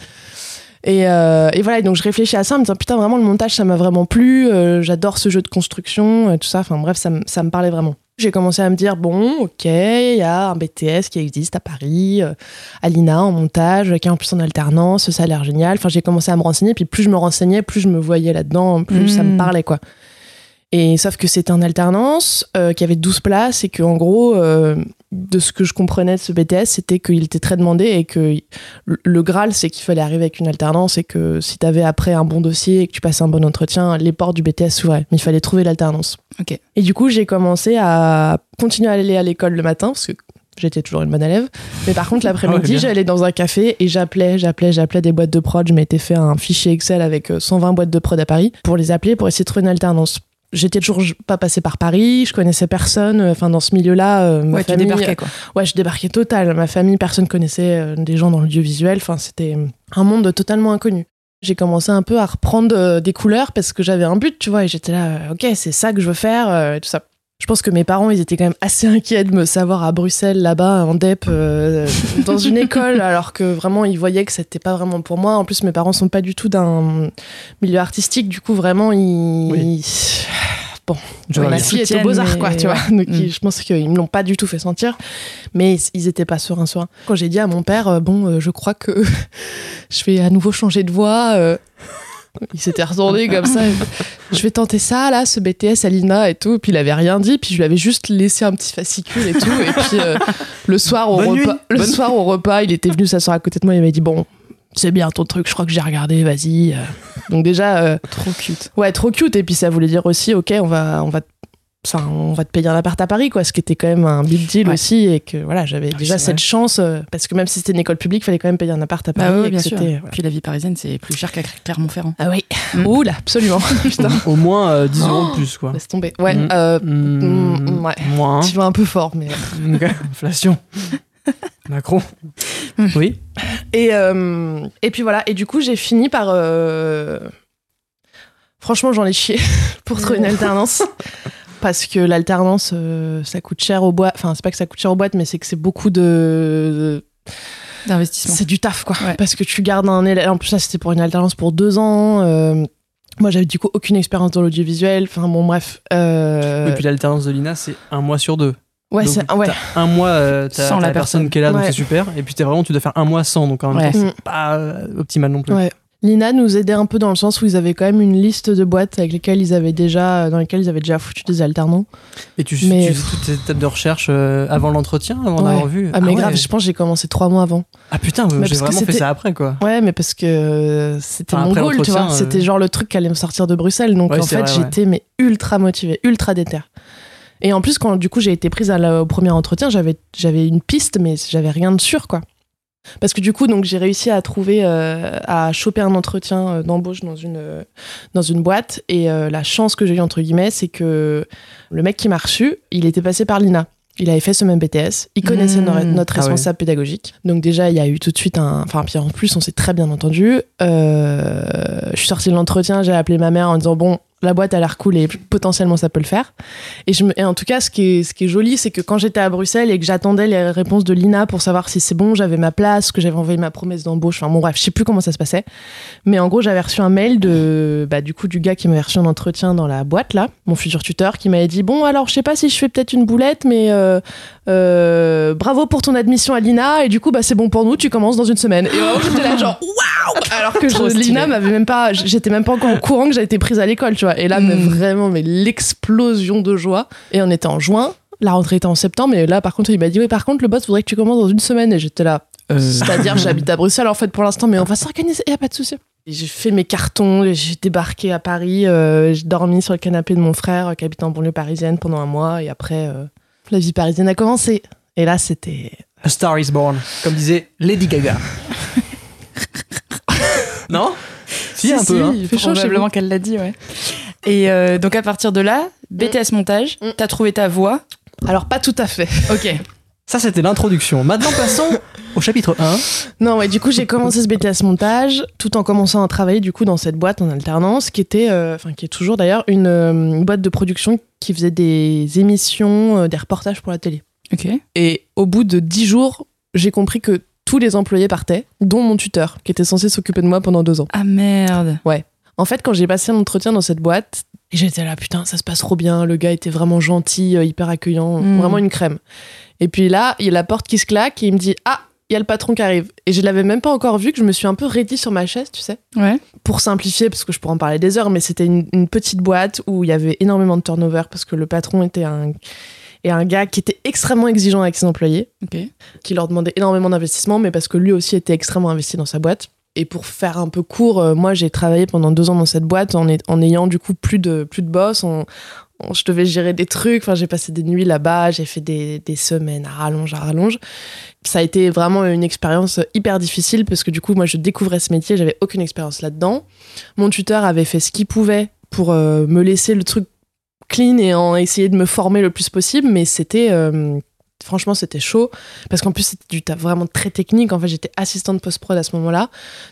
Speaker 6: Et, euh, et voilà, et donc je réfléchis à ça en me disant putain, vraiment, le montage, ça m'a vraiment plu, euh, j'adore ce jeu de construction, euh, tout ça. Enfin, bref, ça, me- ça me parlait vraiment. J'ai commencé à me dire bon, ok, il y a un BTS qui existe à Paris, euh, Alina en montage, qui est en plus en alternance, ça a l'air génial. Enfin, j'ai commencé à me renseigner, puis plus je me renseignais, plus je me voyais là-dedans, plus ça me
Speaker 2: Mm.
Speaker 6: parlait, quoi. Et sauf que c'était en alternance, euh, qu'il y avait 12 places, et que en gros, euh, de ce que je comprenais de ce BTS, c'était qu'il était très demandé et que le- le Graal, c'est qu'il fallait arriver avec une alternance et que si t'avais après un bon dossier et que tu passais un bon entretien, les portes du BTS s'ouvraient. Mais il fallait trouver l'alternance.
Speaker 2: Ok.
Speaker 6: Et du coup, j'ai commencé à continuer à aller à l'école le matin parce que j'étais toujours une bonne élève. Mais par contre,
Speaker 5: Ah ouais,
Speaker 6: l'après-midi,
Speaker 5: bien.
Speaker 6: j'allais dans un café et j'appelais, j'appelais, j'appelais des boîtes de prod. Je m'étais fait un fichier Excel avec euh, 120 boîtes de prod à Paris pour les appeler pour essayer de trouver une alternance. J'étais toujours pas passée par Paris, je connaissais personne. Enfin, dans ce milieu-là, euh, ma
Speaker 2: Ouais, tu
Speaker 6: famille-
Speaker 2: débarquais quoi.
Speaker 6: Ouais, je débarquais total. Ma famille, personne connaissait euh, des gens dans l'audiovisuel. Enfin, c'était un monde totalement inconnu. J'ai commencé un peu à reprendre euh, des couleurs parce que j'avais un but, tu vois, et j'étais là, euh, ok, c'est ça que je veux faire, euh, et tout ça. Je pense que mes parents, ils étaient quand même assez inquiets de me savoir à Bruxelles, là-bas, en DEP, euh, dans une école, alors que vraiment, ils voyaient que c'était pas vraiment pour moi. En plus, mes parents sont pas du tout d'un milieu artistique, du coup, vraiment, ils.
Speaker 5: Oui.
Speaker 6: Bon,
Speaker 5: Je
Speaker 6: ma
Speaker 5: vois bien.
Speaker 6: fille est aux
Speaker 2: soutiennent,
Speaker 6: Beaux-Arts,
Speaker 2: mais-
Speaker 6: quoi, tu vois. Donc,
Speaker 2: Mm.
Speaker 6: ils- je pense qu'ils me l'ont pas du tout fait sentir, mais ils étaient pas sereins, sereins. Quand j'ai dit à mon père, euh, bon, euh, je crois que je vais à nouveau changer de voix, euh, il s'était retourné comme ça. je vais tenter ça, là, ce BTS à l'INA et tout. Et puis il avait rien dit, puis je lui avais juste laissé un petit fascicule et tout. Et puis euh, le, soir au
Speaker 5: Bonne nuit.
Speaker 6: repas, le
Speaker 5: Bonne-
Speaker 6: soir au repas, il était venu s'asseoir à côté de moi, il m'a dit Bon, c'est bien ton truc, je crois que j'ai regardé, vas-y. euh. Donc déjà, euh,
Speaker 2: Trop cute.
Speaker 6: ouais, trop cute. Et puis ça voulait dire aussi Ok, on va. On va enfin, on va te payer un appart à Paris, quoi, ce qui était quand même un big deal
Speaker 2: Ouais. Ah
Speaker 6: aussi, et que voilà, j'avais
Speaker 5: oui,
Speaker 6: déjà
Speaker 5: c'est
Speaker 6: cette
Speaker 5: vrai.
Speaker 6: chance, euh, parce que même si c'était une école publique, fallait quand même payer un appart à Paris,
Speaker 2: Bah ouais,
Speaker 6: et
Speaker 2: bien
Speaker 6: que
Speaker 2: sûr.
Speaker 6: c'était- voilà.
Speaker 2: Puis la vie parisienne, c'est plus cher qu'à Clermont-Ferrand.
Speaker 6: Ah oui,
Speaker 2: Mm.
Speaker 6: oula, absolument, putain,
Speaker 5: Au moins euh, 10 euros de plus, quoi.
Speaker 6: laisse tomber. Ouais,
Speaker 5: Mm.
Speaker 6: euh,
Speaker 5: Mm,
Speaker 6: ouais.
Speaker 5: Moins.
Speaker 6: Tu vas un peu fort, mais.
Speaker 5: Ok. Inflation. Macron. Oui.
Speaker 6: Et, euh, et puis voilà. Et du coup, j'ai fini par. euh, Franchement, j'en ai chié pour trouver une alternance. Parce que l'alternance, euh, ça coûte cher aux boîtes. Enfin, c'est pas que ça coûte cher aux boîtes, mais c'est que c'est beaucoup de.
Speaker 2: D'investissement.
Speaker 6: C'est du taf, quoi.
Speaker 2: Ouais.
Speaker 6: Parce que tu gardes un élève. En plus, là, c'était pour une alternance pour deux ans. euh, Moi, j'avais du coup aucune expérience dans l'audiovisuel. Enfin, bon, bref. euh,
Speaker 5: Et puis l'alternance de l'INA, c'est un mois sur deux.
Speaker 6: ouais,
Speaker 5: Donc,
Speaker 6: c'est. Ouais.
Speaker 5: t'as un mois, euh, t'as
Speaker 2: Sans
Speaker 5: t'as
Speaker 2: la
Speaker 5: la, personne, qui est là, donc
Speaker 6: Ouais.
Speaker 5: c'est super. Et puis t'es vraiment, tu dois faire un mois sans, donc en même
Speaker 2: Ouais.
Speaker 5: temps,
Speaker 6: Mm.
Speaker 5: c'est pas euh, optimal non plus.
Speaker 6: Ouais. L'INA nous aidait un peu dans le sens où ils avaient quand même une liste de boîtes avec lesquelles ils avaient déjà, dans lesquelles ils avaient déjà foutu des alternants.
Speaker 5: Et tu,
Speaker 6: Mais-
Speaker 5: tu fais toutes tes étapes de recherche euh, avant l'entretien, avant
Speaker 6: Ouais.
Speaker 5: d'avoir vu.
Speaker 6: Ah mais
Speaker 5: ouais.
Speaker 6: grave, je pense que j'ai commencé trois mois avant.
Speaker 5: Ah putain,
Speaker 6: Mais
Speaker 5: j'ai
Speaker 6: parce que
Speaker 5: vraiment fait
Speaker 6: c'était-
Speaker 5: ça après, quoi.
Speaker 6: Ouais, mais parce que euh, c'était
Speaker 5: Enfin,
Speaker 6: mon
Speaker 5: après
Speaker 6: goal, tu vois.
Speaker 5: l'entretien, euh,
Speaker 6: C'était genre le truc qui allait me sortir de Bruxelles. Donc
Speaker 5: Ouais,
Speaker 6: en
Speaker 5: c'est
Speaker 6: fait,
Speaker 5: vrai, ouais.
Speaker 6: j'étais mais ultra motivée, ultra déter. Et en plus, quand du coup j'ai été prise à la- au premier entretien, j'avais j'avais une piste, mais j'avais rien de sûr, quoi. Parce que du coup, donc j'ai réussi à trouver, euh, à choper un entretien euh, d'embauche dans une euh, dans une boîte. Et euh, la chance que j'ai eue entre guillemets, c'est que le mec qui m'a reçu, il était passé par l'INA. Il avait fait ce même BTS. Il connaissait
Speaker 2: Mmh.
Speaker 6: notre, notre
Speaker 5: Ah ouais.
Speaker 6: responsable pédagogique. Donc déjà, il y a eu tout de suite un. Enfin, puis en plus, on s'est très bien entendu. Euh, Je suis sortie de l'entretien, j'ai appelé ma mère en disant bon. La boîte a l'air cool et potentiellement ça peut le faire. Et, je me- et en tout cas, ce qui est, ce qui est joli, c'est que quand j'étais à Bruxelles et que j'attendais les réponses de l'INA pour savoir si c'est bon, j'avais ma place, que j'avais envoyé ma promesse d'embauche. Enfin bon, bref, je sais plus comment ça se passait. Mais en gros, j'avais reçu un mail de, bah, du coup, du gars qui m'avait reçu en entretien dans la boîte, là, mon futur tuteur, qui m'avait dit Bon, alors, je sais pas si je fais peut-être une boulette, mais euh, euh, bravo pour ton admission à l'INA, et du coup, bah, c'est bon pour nous, tu commences dans une semaine. Et vraiment, j'étais là, genre, waouh Alors que
Speaker 2: Trop
Speaker 6: je-
Speaker 2: stylé.
Speaker 6: l'INA m'avait même pas, j'étais même pas encore au courant que j'avais été prise à l'école, tu vois. Et là, mais
Speaker 2: Mm.
Speaker 6: vraiment, mais l'explosion de joie. Et on était en juin. La rentrée était en septembre, et là, par contre, il m'a dit Oui, par contre, le boss voudrait que tu commences dans une semaine. Et j'étais là, c'est-à-dire, j'habite à Bruxelles en fait pour l'instant, mais on va s'organiser, il a pas de souci. Et J'ai fait mes cartons, et j'ai débarqué à Paris, euh, j'ai dormi sur le canapé de mon frère euh, qui habite en banlieue parisienne pendant un mois, et après, euh, la vie parisienne a commencé. Et là, c'était.
Speaker 5: A Star is Born, comme disait Lady Gaga. non Si, un peu. hein.
Speaker 6: il fait chaud chez
Speaker 2: probablement qu'elle l'a dit, ouais. Et euh, donc à partir de là, BTS montage,
Speaker 6: Mm.
Speaker 2: t'as trouvé ta voix.
Speaker 6: Alors, pas tout à fait.
Speaker 2: Ok.
Speaker 5: Ça, c'était l'introduction. Maintenant, passons au chapitre 1.
Speaker 6: Non, ouais, du coup, j'ai commencé ce BTS montage tout en commençant à travailler du coup dans cette boîte en alternance qui était, euh, enfin, qui est toujours d'ailleurs une, euh, une boîte de production qui faisait des émissions, euh, des reportages pour la télé.
Speaker 2: Ok.
Speaker 6: Et au bout de dix jours, j'ai compris que tous les employés partaient, dont mon tuteur, qui était censé s'occuper de moi pendant deux ans.
Speaker 2: Ah merde.
Speaker 6: En fait, quand j'ai passé un entretien dans cette boîte, j'étais là, putain, ça se passe trop bien, le gars était vraiment gentil, euh, hyper accueillant,
Speaker 2: Mm.
Speaker 6: vraiment une crème. Et puis là, il y a la porte qui se claque et il me dit, ah, il y a le patron qui arrive. Et je l'avais même pas encore vu, que je me suis un peu raidie sur ma chaise, tu sais
Speaker 2: Ouais.
Speaker 6: pour simplifier, parce que je pourrais en parler des heures, mais c'était une, une petite boîte où il y avait énormément de turnover parce que le patron était un, et un gars qui était extrêmement exigeant avec ses employés,
Speaker 2: Ok.
Speaker 6: qui leur demandait énormément d'investissement, mais parce que lui aussi était extrêmement investi dans sa boîte. Et pour faire un peu court, euh, moi j'ai travaillé pendant deux ans dans cette boîte en, est- en ayant du coup plus de, plus de boss. en- en- je devais gérer des trucs, enfin, j'ai passé des nuits là-bas, j'ai fait des, des semaines à rallonge, à rallonge. Ça a été vraiment une expérience hyper difficile parce que du coup, moi je découvrais ce métier, j'avais aucune expérience là-dedans mon tuteur avait fait ce qu'il pouvait pour euh, me laisser le truc clean et en essayer de me former le plus possible, mais c'était euh, franchement c'était chaud parce qu'en plus c'était du taf vraiment très technique. En fait, j'étais assistante post-prod à ce moment-là,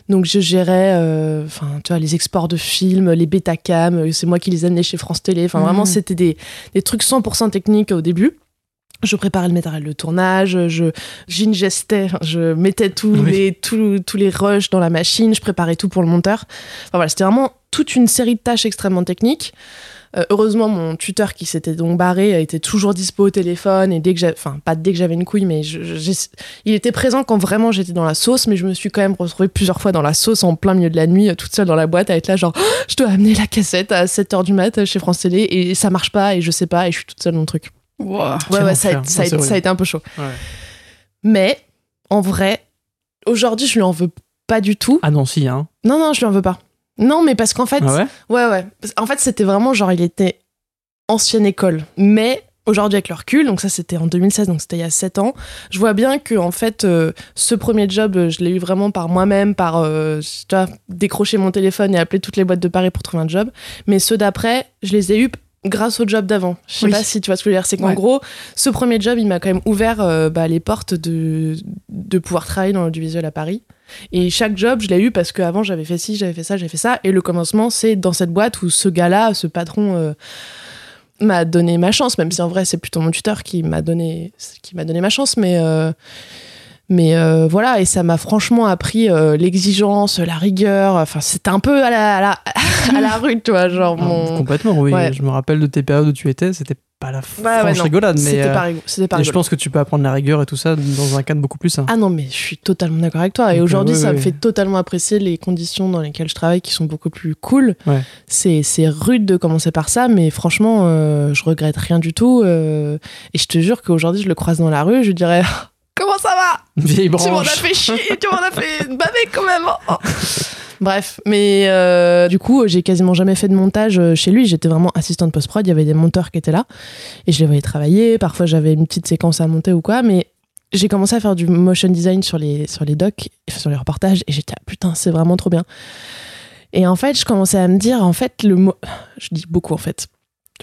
Speaker 6: donc je gérais, euh, enfin tu vois, les exports de films, les bêta cam, c'est moi qui les amenais chez France Télé. Enfin
Speaker 2: Mhm.
Speaker 6: vraiment c'était des des trucs 100% techniques au début. Je préparais le matériel de tournage, je j'ingestais, enfin, je mettais tous
Speaker 5: Oui.
Speaker 6: les tous, tous les rushs dans la machine, je préparais tout pour le monteur. Enfin voilà, c'était vraiment toute une série de tâches extrêmement techniques. Euh, heureusement, mon tuteur qui s'était donc barré était toujours dispo au téléphone et dès que j'avais, enfin pas dès que j'avais une couille, mais je- je- j'ai- il était présent quand vraiment j'étais dans la sauce, mais je me suis quand même retrouvée plusieurs fois dans la sauce en plein milieu de la nuit, euh, toute seule dans la boîte à être là genre Oh, je dois amener la cassette à 7h du mat euh, chez France Télé et ça marche pas et je sais pas et je suis toute seule dans le truc. Ouais,
Speaker 5: Quel
Speaker 6: ouais, ça a,
Speaker 5: enfer.
Speaker 6: ça a-
Speaker 5: Ouais, c'est
Speaker 6: ça a
Speaker 5: horrible.
Speaker 6: été un peu chaud.
Speaker 5: Ouais.
Speaker 6: Mais en vrai, aujourd'hui, je lui en veux pas du tout.
Speaker 5: Ah non, si, hein.
Speaker 6: Non, non, je lui en veux pas. Non, mais parce qu'en fait,
Speaker 5: Ah ouais
Speaker 6: ouais, ouais. En fait, c'était vraiment genre, il était ancienne école. Mais aujourd'hui, avec le recul, donc ça, c'était en 2016, donc c'était il y a 7 ans, je vois bien que, en fait, euh, ce premier job, euh, je l'ai eu vraiment par moi-même, par, euh, tu vois, décrocher mon téléphone et appeler toutes les boîtes de Paris pour trouver un job. Mais ceux d'après, je les ai eus grâce au job d'avant. Je sais
Speaker 2: Oui.
Speaker 6: pas si tu vois ce que je veux dire. C'est qu'en
Speaker 2: Ouais.
Speaker 6: gros, ce premier job, il m'a quand même ouvert euh, bah, les portes de, de pouvoir travailler dans l'audiovisuel à Paris. Et chaque job, je l'ai eu parce qu'avant, j'avais fait ci, j'avais fait ça, j'avais fait ça. Et le commencement, c'est dans cette boîte où ce gars-là, ce patron, euh, m'a donné ma chance, même si en vrai, c'est plutôt mon tuteur qui m'a donné, qui m'a donné ma chance. Mais, euh, mais euh, voilà, et ça m'a franchement appris euh, l'exigence, la rigueur. Enfin, c'était un peu à la, à la, à la rue, tu vois. Genre,
Speaker 5: Ah,
Speaker 6: mon.
Speaker 5: Complètement, oui.
Speaker 6: Ouais.
Speaker 5: Je me rappelle de tes périodes où tu étais, c'était pas la
Speaker 6: Ouais, ouais,
Speaker 5: franche
Speaker 6: non.
Speaker 5: rigolade, mais
Speaker 6: C'était
Speaker 5: euh,
Speaker 6: pas rigolo- c'était pas
Speaker 5: et je
Speaker 6: rigolo.
Speaker 5: pense que tu peux apprendre la rigueur et tout ça dans un cadre beaucoup plus sain.
Speaker 6: Ah non, mais je suis totalement d'accord avec toi. Et
Speaker 5: Donc, euh,
Speaker 6: aujourd'hui,
Speaker 5: ouais,
Speaker 6: ça me
Speaker 5: ouais.
Speaker 6: fait totalement apprécier les conditions dans lesquelles je travaille qui sont beaucoup plus cool.
Speaker 5: Ouais.
Speaker 6: C'est c'est rude de commencer par ça, mais franchement, euh, je regrette rien du tout. euh, et je te jure qu'aujourd'hui, je le croise dans la rue, je dirais Comment ça va
Speaker 5: Vieille
Speaker 6: Tu m'en as
Speaker 5: branche.
Speaker 6: fait chier, tu m'en as fait baver quand même. Oh. Bref, mais euh, du coup, j'ai quasiment jamais fait de montage euh, chez lui. J'étais vraiment assistante post-prod. Il y avait des monteurs qui étaient là et je les voyais travailler. Parfois, j'avais une petite séquence à monter ou quoi, mais j'ai commencé à faire du motion design sur les, sur les docs, enfin, sur les reportages et j'étais ah, putain, c'est vraiment trop bien. Et en fait, je commençais à me dire, en fait, le mot. Je dis beaucoup en fait.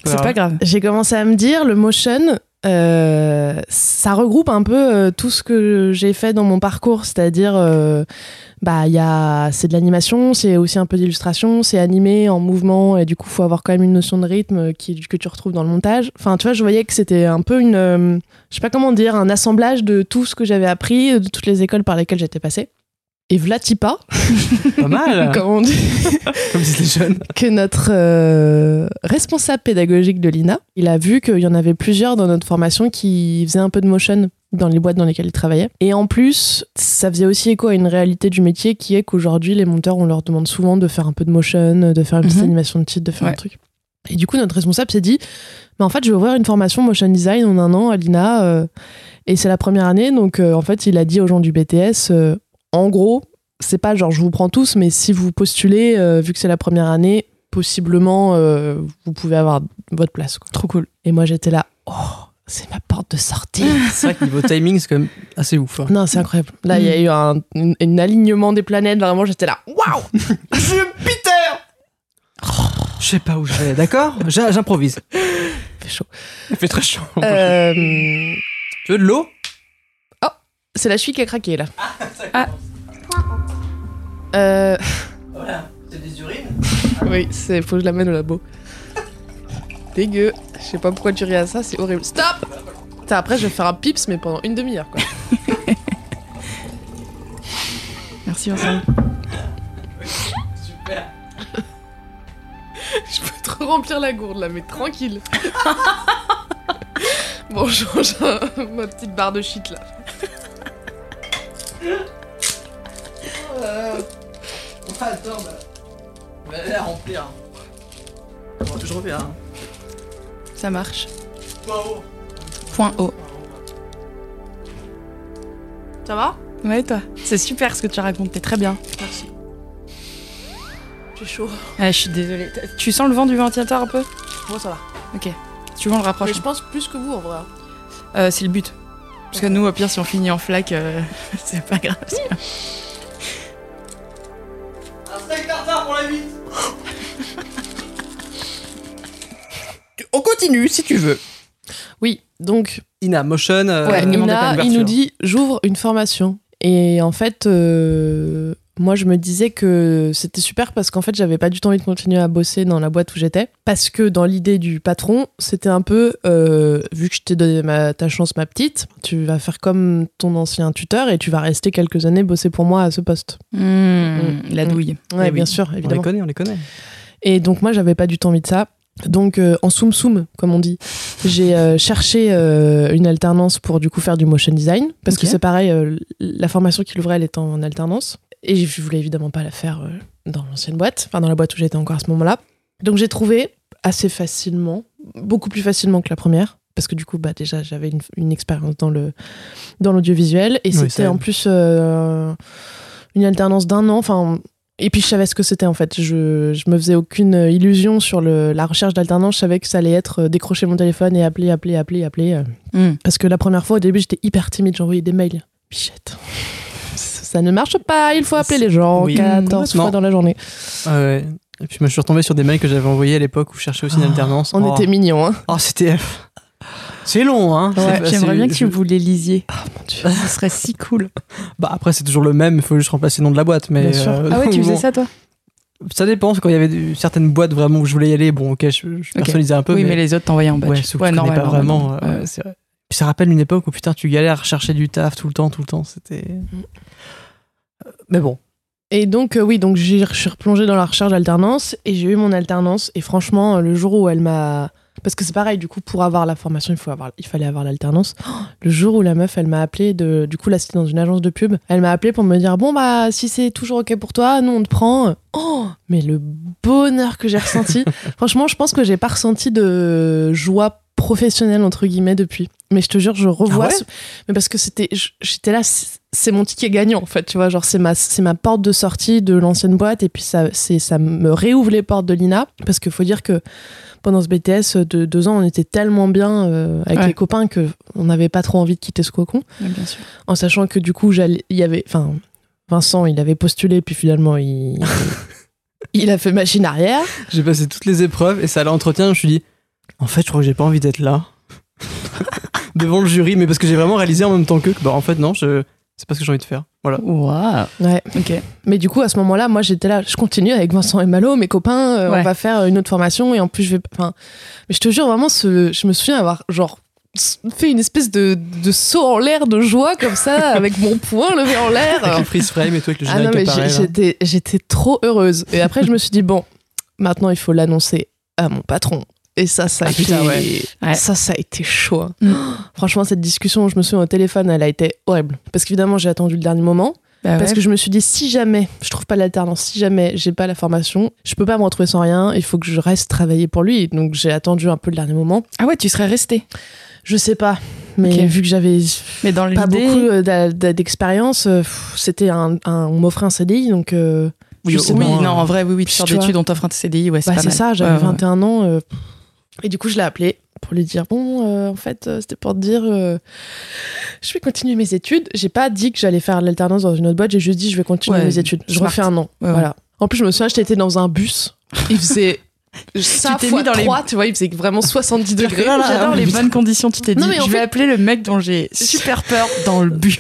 Speaker 2: C'est pas grave.
Speaker 6: J'ai commencé à me dire, le motion, euh, ça regroupe un peu euh, tout ce que j'ai fait dans mon parcours, c'est-à-dire, euh, bah, il y a, c'est de l'animation, c'est aussi un peu d'illustration, c'est animé en mouvement, et du coup, faut avoir quand même une notion de rythme euh, qui, que tu retrouves dans le montage. Enfin, tu vois, je voyais que c'était un peu une, euh, je sais pas comment dire, un assemblage de tout ce que j'avais appris, de toutes les écoles par lesquelles j'étais passée. Et Vlatipa,
Speaker 5: Pas mal,
Speaker 6: comme on dit
Speaker 5: comme disent les jeunes.
Speaker 6: que notre euh, responsable pédagogique de l'INA, il a vu qu'il y en avait plusieurs dans notre formation qui faisaient un peu de motion dans les boîtes dans lesquelles ils travaillaient. Et en plus, ça faisait aussi écho à une réalité du métier qui est qu'aujourd'hui, les monteurs, on leur demande souvent de faire un peu de motion, de faire une petite
Speaker 2: Mhm.
Speaker 6: animation de titre, de faire un
Speaker 2: Ouais.
Speaker 6: truc. Et du coup, notre responsable s'est dit, mais en fait, je vais ouvrir une formation motion design en un an à l'INA. euh, et c'est la première année, donc euh, en fait, il a dit aux gens du BTS, euh, en gros, c'est pas genre je vous prends tous, mais si vous postulez, euh, vu que c'est la première année, possiblement euh, vous pouvez avoir votre place. Trop cool. Et moi j'étais là, oh, c'est ma porte de sortie.
Speaker 5: C'est vrai que niveau timing, c'est quand même assez ouf. hein.
Speaker 6: non, c'est incroyable. Là, il y a eu un, un- un alignement des planètes, vraiment j'étais là, oh, waouh Jupiter
Speaker 5: Je sais pas où je vais, d'accord J'a- J'improvise.
Speaker 6: Il fait chaud.
Speaker 5: Il fait très chaud.
Speaker 6: Euh,
Speaker 5: Tu veux de l'eau
Speaker 6: c'est la cheville qui a craqué là.
Speaker 2: Ah.
Speaker 6: Euh,
Speaker 5: C'est des urines
Speaker 6: oui, c'est faut que je l'amène au labo. Dégueu. Je sais pas pourquoi tu ris à ça, c'est horrible. Stop Putain, Après, je vais faire un pips, mais pendant une demi-heure, quoi.
Speaker 2: Merci Vincent.
Speaker 6: Je peux te remplir la gourde, là, mais tranquille. bon, je range un- ma petite barre de shit, là.
Speaker 5: Attends, bah. On va la remplir. je reviens.
Speaker 2: Ça marche. Point haut.
Speaker 6: Ça va
Speaker 2: Ouais, toi. C'est super ce que tu racontes. T'es très bien.
Speaker 6: Merci. J'ai chaud.
Speaker 2: Ah, je suis désolée. T'as- Tu sens le vent du ventilateur un peu
Speaker 6: Bon, ça va.
Speaker 2: Tu veux on le
Speaker 6: Mais
Speaker 2: rapproche
Speaker 6: je pense plus que vous, en vrai. hein.
Speaker 2: Euh, C'est le but. Parce que nous, au pire, si on finit en flaque, euh, c'est pas grave.
Speaker 5: Un steak tartare pour la vie On continue si tu veux.
Speaker 6: Oui, donc,
Speaker 5: Ina, motion. euh,
Speaker 6: Ouais,
Speaker 5: demande pas une
Speaker 6: Nina, il
Speaker 5: ouverture.
Speaker 6: nous dit j'ouvre une formation. Et en fait, euh, moi, je me disais que c'était super parce qu'en fait, j'avais pas du tout envie de continuer à bosser dans la boîte où j'étais. Parce que dans l'idée du patron, c'était un peu euh, vu que je t'ai donné ma, ta chance, ma petite, tu vas faire comme ton ancien tuteur et tu vas rester quelques années bosser pour moi à ce poste.
Speaker 2: Mmh, la douille. Eh
Speaker 6: Ouais,
Speaker 2: oui.
Speaker 6: bien sûr,
Speaker 5: On les
Speaker 6: évidemment.
Speaker 5: connaît, on les connaît.
Speaker 6: Et donc, moi, j'avais pas du tout envie de ça. Donc euh, en soum soum, comme on dit, j'ai euh, cherché euh, une alternance pour du coup faire du motion design parce que
Speaker 2: Ok.
Speaker 6: c'est pareil, euh, la formation qu'il ouvrait elle était en alternance et je voulais évidemment pas la faire euh, dans l'ancienne boîte, enfin dans la boîte où j'étais encore à ce moment-là. Donc j'ai trouvé assez facilement, beaucoup plus facilement que la première parce que du coup bah déjà j'avais une, une expérience dans le dans l'audiovisuel et
Speaker 5: Oui, ça
Speaker 6: c'était
Speaker 5: aide.
Speaker 6: en plus euh, une alternance d'un an, enfin et puis je savais ce que c'était en fait. Je, je me faisais aucune euh, illusion sur le, la recherche d'alternance. Je savais que ça allait être euh, décrocher mon téléphone et appeler, appeler, appeler, appeler. euh.
Speaker 2: Hmm.
Speaker 6: Parce que la première fois, au début, j'étais hyper timide. J'envoyais des mails. Bichette. Ça ne marche pas. Il faut appeler les gens
Speaker 5: Oui.
Speaker 6: 14
Speaker 5: Non.
Speaker 6: fois dans la journée.
Speaker 5: Ah ouais. Et puis moi, je suis retombé sur des mails que j'avais envoyés à l'époque où je cherchais aussi une
Speaker 6: Ah,
Speaker 5: alternance.
Speaker 6: On
Speaker 5: Oh.
Speaker 6: était mignons. Hein.
Speaker 5: Oh, c'était. C'est long, hein.
Speaker 6: Ouais,
Speaker 5: C'est pas-
Speaker 2: J'aimerais
Speaker 5: c'est-
Speaker 2: bien que
Speaker 5: je-
Speaker 2: vous les lisiez.
Speaker 6: Mon Dieu.
Speaker 2: Ce serait si cool.
Speaker 5: Bah après, c'est toujours le même. Il faut juste remplacer le nom de la boîte. Mais euh,
Speaker 6: Bien sûr.
Speaker 2: Ah ouais, tu
Speaker 5: bon,
Speaker 2: faisais ça toi
Speaker 5: Ça dépend. parce que Quand il y avait des- certaines boîtes vraiment où je voulais y aller, bon, ok, je, je
Speaker 2: Ok.
Speaker 5: personnalisais un peu.
Speaker 2: Oui, mais, les autres t'envoyaient en badge.
Speaker 5: ouais, sauf que je connais
Speaker 2: normal,
Speaker 5: pas
Speaker 2: normal,
Speaker 5: vraiment.
Speaker 2: normal.
Speaker 5: euh,
Speaker 2: Ouais.
Speaker 5: ouais, c'est vrai. Puis ça rappelle une époque où putain, tu galères à chercher du taf tout le temps, tout le temps. C'était. Euh, Mais bon.
Speaker 6: Et donc, euh, oui, donc j'ai- je suis replongée dans la recherche d'alternance et j'ai eu mon alternance. Et franchement, euh, le jour où elle m'a. Parce que c'est pareil, du coup, pour avoir la formation, il, faut avoir... il fallait avoir l'alternance. Oh, Le jour où la meuf, elle m'a appelé, de... du coup, là, c'était dans une agence de pub, elle m'a appelé pour me dire Bon, bah, si c'est toujours OK pour toi, nous, on te prend. Oh, mais le bonheur que j'ai ressenti. franchement, je pense que j'ai pas ressenti de joie professionnelle, entre guillemets, depuis. Mais je te jure, je revois.
Speaker 5: Ah ouais
Speaker 6: ce- Mais parce que c'était, j- j'étais là, c'est c'est mon ticket gagnant en fait, tu vois, genre c'est ma, c'est ma porte de sortie de l'ancienne boîte et puis ça, c'est, ça me réouvre les portes de l'INA parce qu'il faut dire que pendant ce BTS de deux ans, on était tellement bien euh, avec
Speaker 2: Ouais.
Speaker 6: les copains que on n'avait pas trop envie de quitter ce cocon,
Speaker 2: Ouais, bien sûr.
Speaker 6: en sachant que du coup, j'allais, il y avait, enfin, Vincent, il avait postulé puis finalement il, il a fait machine arrière.
Speaker 5: J'ai passé toutes les épreuves et ça à l'entretien, je me suis dit, en fait, je crois que j'ai pas envie d'être là. Devant le jury, mais parce que j'ai vraiment réalisé en même temps qu'eux que, bah en fait, non, je... c'est pas ce que j'ai envie de faire. Voilà.
Speaker 2: Waouh.
Speaker 6: Ouais.
Speaker 2: Ok. Bah
Speaker 6: Mais du coup, à ce moment-là, moi, j'étais là. Je continue avec Vincent et Malo, mes copains. euh,
Speaker 2: Ouais.
Speaker 6: On va faire une autre formation et en plus, je vais. Enfin, mais je te jure vraiment, ce, je me souviens avoir genre s- fait une espèce de, de saut en l'air de joie comme ça, avec mon poing levé en l'air.
Speaker 5: Avec le freeze frame et tout, avec le
Speaker 6: Ah non,
Speaker 5: générique
Speaker 6: mais
Speaker 5: qui apparaît,
Speaker 6: j'ai-
Speaker 2: hein.
Speaker 5: là.
Speaker 6: j'étais, j'étais trop heureuse. Et après, je me suis dit bon, maintenant, il faut l'annoncer à mon patron. Et ça, ça a
Speaker 2: Ah,
Speaker 6: été,
Speaker 2: putain, ouais. Ouais.
Speaker 6: ça, ça a été chaud. hein.
Speaker 2: Mm.
Speaker 6: Franchement, cette discussion, je me souviens au téléphone, elle a été horrible. Parce qu'évidemment, j'ai attendu le dernier moment.
Speaker 2: Bah
Speaker 6: Parce
Speaker 2: ouais.
Speaker 6: que je me suis dit, si jamais je trouve pas l'alternance, si jamais j'ai pas la formation, je peux pas me retrouver sans rien, il faut que je reste travailler pour lui. Donc j'ai attendu un peu le dernier moment.
Speaker 2: Ah ouais, tu serais resté.
Speaker 6: Je sais pas, mais
Speaker 2: Ok.
Speaker 6: vu que j'avais
Speaker 2: Mais dans
Speaker 6: pas
Speaker 2: l'idée.
Speaker 6: beaucoup euh, d'a- d'a- d'expérience, euh, pff, c'était un, un- On m'offrait un CDI, donc. euh,
Speaker 2: Oui,
Speaker 6: je sais
Speaker 2: oui,
Speaker 5: pas.
Speaker 2: non, en vrai, oui, oui, tu
Speaker 6: Puis
Speaker 2: sors
Speaker 6: tu vois.
Speaker 2: d'études, on t'offre un CDI, ouais, c'est
Speaker 6: bah,
Speaker 2: pas
Speaker 6: c'est
Speaker 2: mal.
Speaker 6: ça, j'avais
Speaker 2: Ouais, ouais.
Speaker 6: 21 ans. euh, et du coup, je l'ai appelé pour lui dire Bon, euh, en fait, euh, c'était pour te dire, euh, je vais continuer mes études. J'ai pas dit que j'allais faire l'alternance dans une autre boîte, j'ai juste dit, je vais continuer
Speaker 2: Ouais,
Speaker 6: mes études. Je
Speaker 2: smart.
Speaker 6: refais un an.
Speaker 2: Ouais, ouais.
Speaker 6: voilà. En plus, je me souviens, j'étais dans un bus. Il faisait. Ça
Speaker 2: t'es
Speaker 6: fois
Speaker 2: mis dans les-
Speaker 6: 3, tu vois, il faisait vraiment 70 degrés.
Speaker 2: Là, là, J'adore
Speaker 6: J'adore
Speaker 2: les
Speaker 6: les
Speaker 2: bonnes conditions, tu t'es dit.
Speaker 6: Non, mais en
Speaker 2: je vais
Speaker 6: fait-
Speaker 2: appeler le mec dont j'ai super peur dans le bus.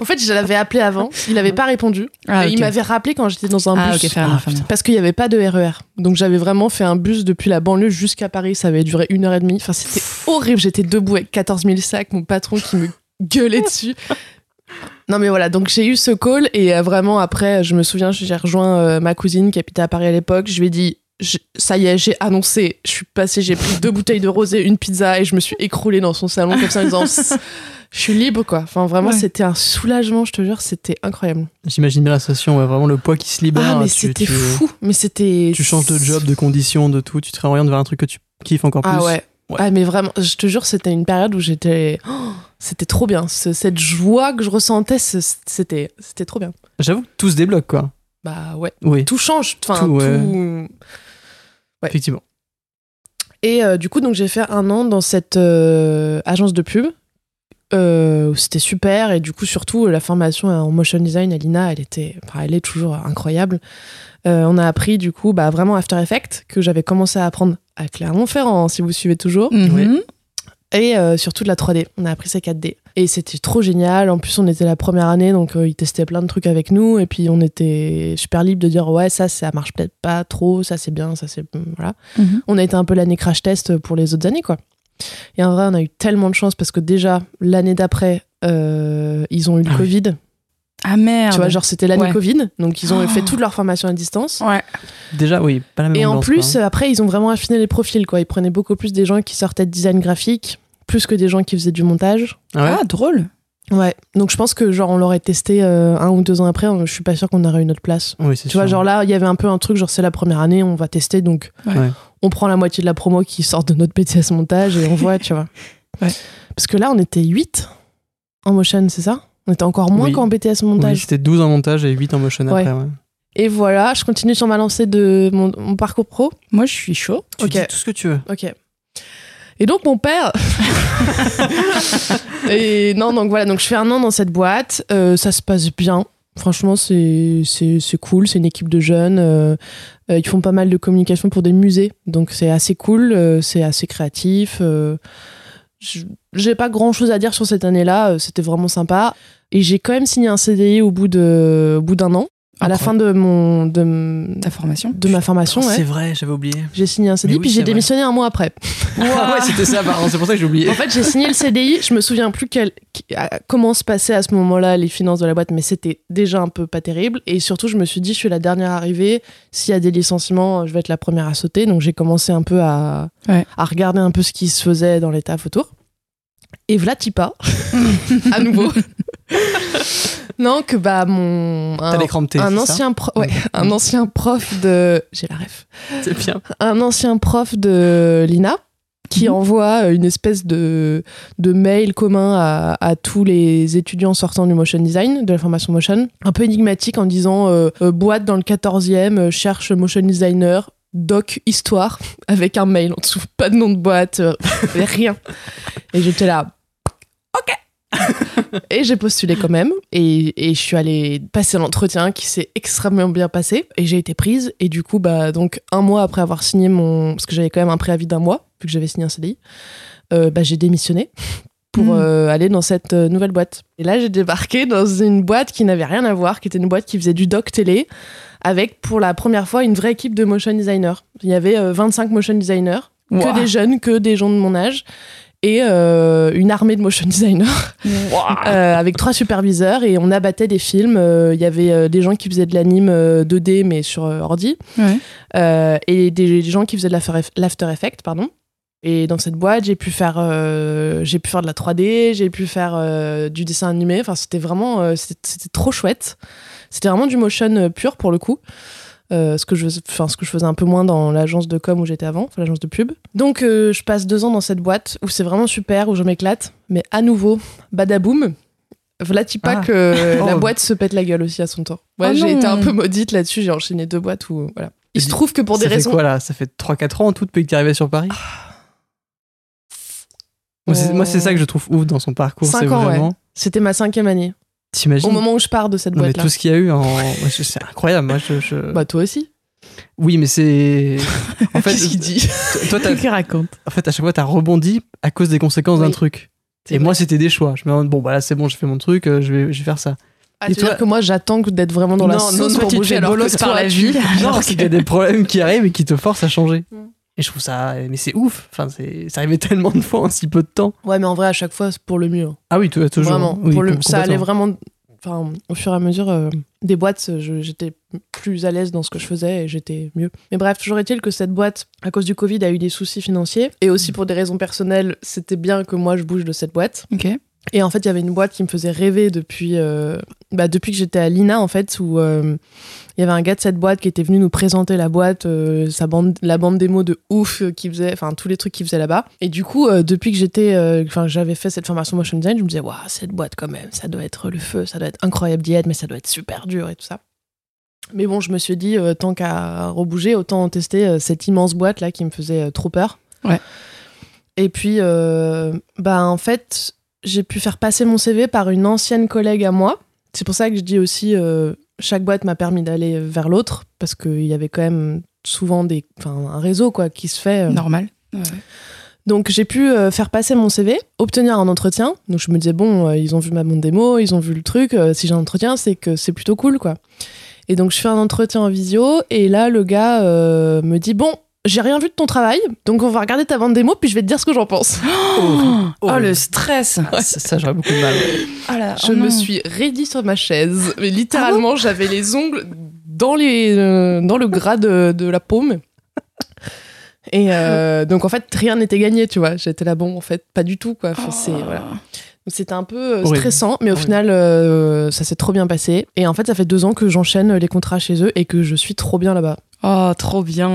Speaker 6: En fait, je l'avais appelé avant, il avait pas répondu.
Speaker 2: Ah,
Speaker 6: Et
Speaker 2: ok.
Speaker 6: Il m'avait rappelé quand j'étais dans un
Speaker 2: Ah,
Speaker 6: bus.
Speaker 2: ok, fair enough, fair enough.
Speaker 6: Parce qu'il n'y avait pas de RER. Donc j'avais vraiment fait un bus depuis la banlieue jusqu'à Paris. Ça avait duré une heure et demie. Enfin, c'était horrible. J'étais debout avec 14 000 sacs, mon patron qui me gueulait dessus. Non mais voilà, donc j'ai eu ce call et euh, vraiment après, je me souviens, j'ai rejoint euh, ma cousine qui habitait à Paris à l'époque. Je lui ai dit, je- ça y est, j'ai annoncé, je suis passée, j'ai pris deux bouteilles de rosé, une pizza et je me suis écroulée dans son salon comme ça en disant, je suis libre quoi. Enfin vraiment,
Speaker 2: Ouais.
Speaker 6: c'était un soulagement, je te jure, c'était incroyable.
Speaker 5: J'imagine bien l'association, ouais, vraiment le poids qui se libère.
Speaker 6: Ah, mais
Speaker 5: Bah, tu-
Speaker 6: c'était
Speaker 5: tu-
Speaker 6: fou. Mais c'était.
Speaker 5: Tu changes de job, de conditions, de tout, tu te réorientes vers un truc que tu kiffes encore
Speaker 6: Ah
Speaker 5: plus.
Speaker 6: ouais.
Speaker 5: Ouais.
Speaker 6: Ah, mais vraiment, je te jure, c'était une période où j'étais. Oh, c'était trop bien. Ce- cette joie que je ressentais, ce- c'était, c'était trop bien.
Speaker 5: J'avoue que tout se débloque, quoi.
Speaker 6: Bah ouais.
Speaker 5: Oui,
Speaker 6: Tout change. Enfin,
Speaker 5: Tout, ouais.
Speaker 6: tout- ouais.
Speaker 5: effectivement.
Speaker 6: Et euh, du coup, donc j'ai fait un an dans cette euh, agence de pub. Euh, c'était super et du coup surtout la formation en motion design à l'INA elle était enfin, elle est toujours incroyable Euh, on a appris du coup bah, vraiment After Effects que j'avais commencé à apprendre à Clermont-Ferrand si vous suivez toujours
Speaker 2: Mhm.
Speaker 6: et euh, surtout de la 3D. On a appris ces 4D. Et c'était trop génial. En plus, on était la première année, donc euh, ils testaient plein de trucs avec nous. Et puis, on était super libre de dire ouais, ça, ça marche peut-être pas trop, ça c'est bien, ça c'est. hum, Voilà.
Speaker 2: Mhm.
Speaker 6: On a été un peu l'année crash test pour les autres années, quoi. Et en vrai, on a eu tellement de chance parce que déjà, l'année d'après, euh, ils ont eu le
Speaker 5: Ah oui.
Speaker 6: Covid.
Speaker 2: Ah merde.
Speaker 6: Tu vois, genre c'était l'année
Speaker 2: Ouais.
Speaker 6: Covid, donc ils ont
Speaker 2: Oh.
Speaker 6: fait toute leur formation à distance.
Speaker 2: Ouais.
Speaker 5: Déjà, oui, pas la même
Speaker 6: Et en
Speaker 5: ambiance,
Speaker 6: plus,
Speaker 5: quoi.
Speaker 6: euh, après, ils ont vraiment affiné les profils, quoi. Ils prenaient beaucoup plus des gens qui sortaient de design graphique, plus que des gens qui faisaient du montage.
Speaker 5: Ah ouais
Speaker 2: Ah, drôle.
Speaker 6: Ouais. Donc je pense que, genre, on l'aurait testé euh, un ou deux ans après, on- je suis pas sûre qu'on aurait une autre place.
Speaker 5: Oui, c'est
Speaker 6: Tu vois,
Speaker 5: sûr.
Speaker 6: genre là, il y avait un peu un truc, genre c'est la première année, on va tester, donc
Speaker 2: Ouais.
Speaker 5: Ouais.
Speaker 6: on prend la moitié de la promo qui sort de notre BTS montage et on voit, tu vois.
Speaker 2: Ouais.
Speaker 6: Parce que là, on était 8 en motion, c'est ça On était encore moins
Speaker 5: Oui.
Speaker 6: qu'en BTS
Speaker 5: Oui,
Speaker 6: montage.
Speaker 5: c'était 12 en montage et 8 en motion
Speaker 6: Ouais.
Speaker 5: après. ouais.
Speaker 6: Et voilà, je continue sur ma lancée de mon, mon parcours pro.
Speaker 2: Moi, je suis chaud.
Speaker 5: Tu
Speaker 6: Ok.
Speaker 5: dis tout ce que tu veux.
Speaker 6: Ok. Et donc mon père. et non, donc voilà, donc je fais un an dans cette boîte, euh, ça se passe bien. Franchement, c'est c'est c'est cool, c'est une équipe de jeunes. euh, euh, ils font pas mal de communication pour des musées, donc c'est assez cool, euh, c'est assez créatif. euh, je- j'ai pas grand chose à dire sur cette année-là, euh, c'était vraiment sympa. Et j'ai quand même signé un CDI au bout de au bout d'un an, à la fin
Speaker 2: Incroyable.
Speaker 6: de mon de, m-
Speaker 2: Ta formation.
Speaker 6: de ma formation.
Speaker 5: Oh,
Speaker 6: ouais.
Speaker 5: C'est vrai, j'avais oublié.
Speaker 6: J'ai signé un CDI,
Speaker 5: oui,
Speaker 6: puis
Speaker 5: c'est
Speaker 6: j'ai
Speaker 5: vrai.
Speaker 6: démissionné un mois après.
Speaker 5: Ah ouais, c'était ça, pardon, c'est pour ça que j'ai oublié.
Speaker 6: En fait, j'ai signé le CDI. Je me souviens plus quel, qui- à- comment se passaient à ce moment-là les finances de la boîte, mais c'était déjà un peu pas terrible. Et surtout, je me suis dit, je suis la dernière arrivée. S'il y a des licenciements, je vais être la première à sauter. Donc, j'ai commencé un peu à,
Speaker 2: Ouais.
Speaker 6: à regarder un peu ce qui se faisait dans les tafs autour. Et voilà, pas à nouveau. non, que bah, mon.
Speaker 5: T'as
Speaker 6: Un,
Speaker 5: les crampes T,
Speaker 6: un
Speaker 5: c'est ça Mm.
Speaker 6: ancien, pro- ouais, un ancien prof de. J'ai la ref
Speaker 5: C'est bien.
Speaker 6: un ancien prof de l'INA qui
Speaker 2: Mhm.
Speaker 6: envoie euh, une espèce de, de mail commun à, à tous les étudiants sortant du motion design, de la formation motion, un peu énigmatique en disant euh, euh, boîte dans le 14e, euh, cherche motion designer, doc histoire, avec un mail en dessous, pas de nom de boîte, euh, rien. Et j'étais là, et j'ai postulé quand même. Et, et je suis allée passer l'entretien qui s'est extrêmement bien passé. Et j'ai été prise. Et du coup, bah, donc, un mois après avoir signé mon. Parce que j'avais quand même un préavis d'un mois, vu que j'avais signé un CDI, euh, bah, j'ai démissionné pour
Speaker 2: Mm.
Speaker 6: euh, aller dans cette euh, nouvelle boîte. Et là, j'ai débarqué dans une boîte qui n'avait rien à voir, qui était une boîte qui faisait du doc télé, avec pour la première fois une vraie équipe de motion designers. Il y avait euh, 25 motion designers
Speaker 2: Wow.
Speaker 6: que des jeunes, que des gens de mon âge, et euh, une armée de motion designers euh, avec trois superviseurs et on abattait des films. Euh, Il y avait euh, des gens qui faisaient de l'anime euh, 2D mais sur euh, ordi
Speaker 2: Ouais.
Speaker 6: Euh, et des, des gens qui faisaient de l'after eff- l'After Effects, pardon. Et dans cette boîte, j'ai pu faire, euh, j'ai pu faire de la 3D, j'ai pu faire euh, du dessin animé. Enfin, c'était vraiment, euh, c'était c'était trop chouette. C'était vraiment du motion euh, pur pour le coup. Euh, ce, que je, enfin, ce que je faisais un peu moins dans l'agence de com où j'étais avant, enfin, l'agence de pub. Donc euh, je passe deux ans dans cette boîte où c'est vraiment super, où je m'éclate, mais à nouveau, badaboum. Voilà pas
Speaker 5: Ah.
Speaker 6: que la
Speaker 5: Oh.
Speaker 6: boîte se pète la gueule aussi à son temps. Ouais,
Speaker 2: Oh
Speaker 6: j'ai
Speaker 2: non.
Speaker 6: été un peu maudite là-dessus, j'ai enchaîné deux boîtes où. Voilà. Il
Speaker 5: Et
Speaker 6: se
Speaker 5: du-
Speaker 6: trouve que pour des
Speaker 5: ça fait
Speaker 6: raisons. Ah
Speaker 5: quoi là Ça fait 3-4 ans en tout depuis que t'es arrivé sur Paris Moi, c'est-
Speaker 6: Oh.
Speaker 5: Moi, c'est ça que je trouve ouf dans son parcours.
Speaker 6: Cinq
Speaker 5: C'est
Speaker 6: ans, ouais.
Speaker 5: vraiment.
Speaker 6: C'était ma cinquième année.
Speaker 5: T'imagines
Speaker 6: Au moment où je pars de cette
Speaker 5: Non, mais
Speaker 6: boîte-là.
Speaker 5: tout ce qu'il y a eu, en... moi, je- c'est incroyable. Moi, je, je-
Speaker 6: Bah toi aussi.
Speaker 5: Oui, mais c'est. En fait,
Speaker 6: Qu'est-ce qu'il dit
Speaker 5: t- toi, t'as-
Speaker 2: Qu'est-ce qu'il raconte
Speaker 5: en fait, à chaque fois, t'as rebondi à cause des conséquences d'un
Speaker 6: Oui.
Speaker 5: truc.
Speaker 6: C'est
Speaker 5: Et
Speaker 6: vrai.
Speaker 5: moi, c'était des choix. Je me dis, bon, bah là, c'est bon, j'ai fait mon truc, euh, je, vais, je vais faire ça.
Speaker 6: Ah,
Speaker 5: Et
Speaker 6: tu veux
Speaker 5: toi-
Speaker 6: dire que moi j'attends que d'être vraiment dans la
Speaker 5: Non, non,
Speaker 6: sauce
Speaker 5: toi,
Speaker 6: pour
Speaker 5: tu te
Speaker 6: bouger
Speaker 5: fais
Speaker 6: alors
Speaker 5: bolosse
Speaker 6: que
Speaker 5: par
Speaker 6: toi,
Speaker 5: la
Speaker 6: tu-
Speaker 2: vie.
Speaker 5: Non, c'est
Speaker 2: Alors que-
Speaker 5: qu'il y a des problèmes qui arrivent et qui te forcent à changer.
Speaker 6: Mm.
Speaker 5: Et je trouve ça. Mais c'est ouf. Enfin, c'est... ça arrivait tellement de fois en si peu de temps.
Speaker 6: Ouais, mais en vrai, à chaque fois, c'est pour le mieux.
Speaker 5: Ah oui, toi, toujours.
Speaker 6: Vraiment.
Speaker 5: Oui,
Speaker 6: pour le-
Speaker 5: com-
Speaker 6: ça allait
Speaker 5: complètement.
Speaker 6: vraiment. Enfin, au fur et à mesure euh, des boîtes, euh, je- j'étais plus à l'aise dans ce que je faisais et j'étais mieux. Mais bref, toujours est-il que cette boîte, à cause du Covid, a eu des soucis financiers. Et aussi
Speaker 5: Mm.
Speaker 6: pour des raisons personnelles, c'était bien que moi je bouge de cette boîte.
Speaker 2: Ok.
Speaker 6: Et en fait, il y avait une boîte qui me faisait rêver depuis, euh, bah, depuis que j'étais à l'INA, en fait, où euh, il y avait un gars de cette boîte qui était venu nous présenter la boîte, euh, sa bande, la bande démo de ouf euh, qu'il faisait, enfin, tous les trucs qu'il faisait là-bas. Et du coup, euh, depuis que j'étais, euh, enfin, j'avais fait cette formation motion design, je me disais, waouh, cette boîte quand même, ça doit être le feu, ça doit être incroyable d'y être, mais ça doit être super dur et tout ça. Mais bon, je me suis dit, euh, tant qu'à rebouger, autant tester euh, cette immense boîte là qui me faisait euh, trop peur.
Speaker 2: Ouais.
Speaker 6: Et puis, euh, bah en fait, j'ai pu faire passer mon CV par une ancienne collègue à moi. C'est pour ça que je dis aussi, euh, chaque boîte m'a permis d'aller vers l'autre parce qu'il y avait quand même souvent des, enfin, un réseau quoi qui se fait. euh,
Speaker 2: Normal. Ouais.
Speaker 6: donc j'ai pu euh, faire passer mon CV, obtenir un entretien. Donc je me disais bon, euh, ils ont vu ma bande démo, ils ont vu le truc. euh, si j'ai un entretien, c'est que c'est plutôt cool quoi. Et donc je fais un entretien en visio et là le gars euh, me dit bon, j'ai rien vu de ton travail, donc on va regarder ta bande démo, puis je vais te dire ce que j'en pense.
Speaker 2: Oh,
Speaker 5: Oh,
Speaker 2: le stress.
Speaker 5: Ça, ça, j'aurais beaucoup de mal.
Speaker 2: Oh là,
Speaker 6: je
Speaker 2: oh
Speaker 6: me
Speaker 2: non. Ah
Speaker 6: suis raidie sur ma chaise, mais littéralement, j'avais les ongles dans, les, euh, dans le gras de, de la paume. Et euh, donc en fait rien n'était gagné, tu vois. J'étais là bon en fait pas du tout quoi. Enfin, c'est-
Speaker 2: Oh.
Speaker 6: voilà. Donc, C'était un peu euh,
Speaker 5: Horrible.
Speaker 6: stressant, mais au
Speaker 5: Horrible.
Speaker 6: final, euh, ça s'est trop bien passé. Et en fait, ça fait deux ans que j'enchaîne les contrats chez eux et que je suis trop bien là-bas.
Speaker 2: Oh, trop bien.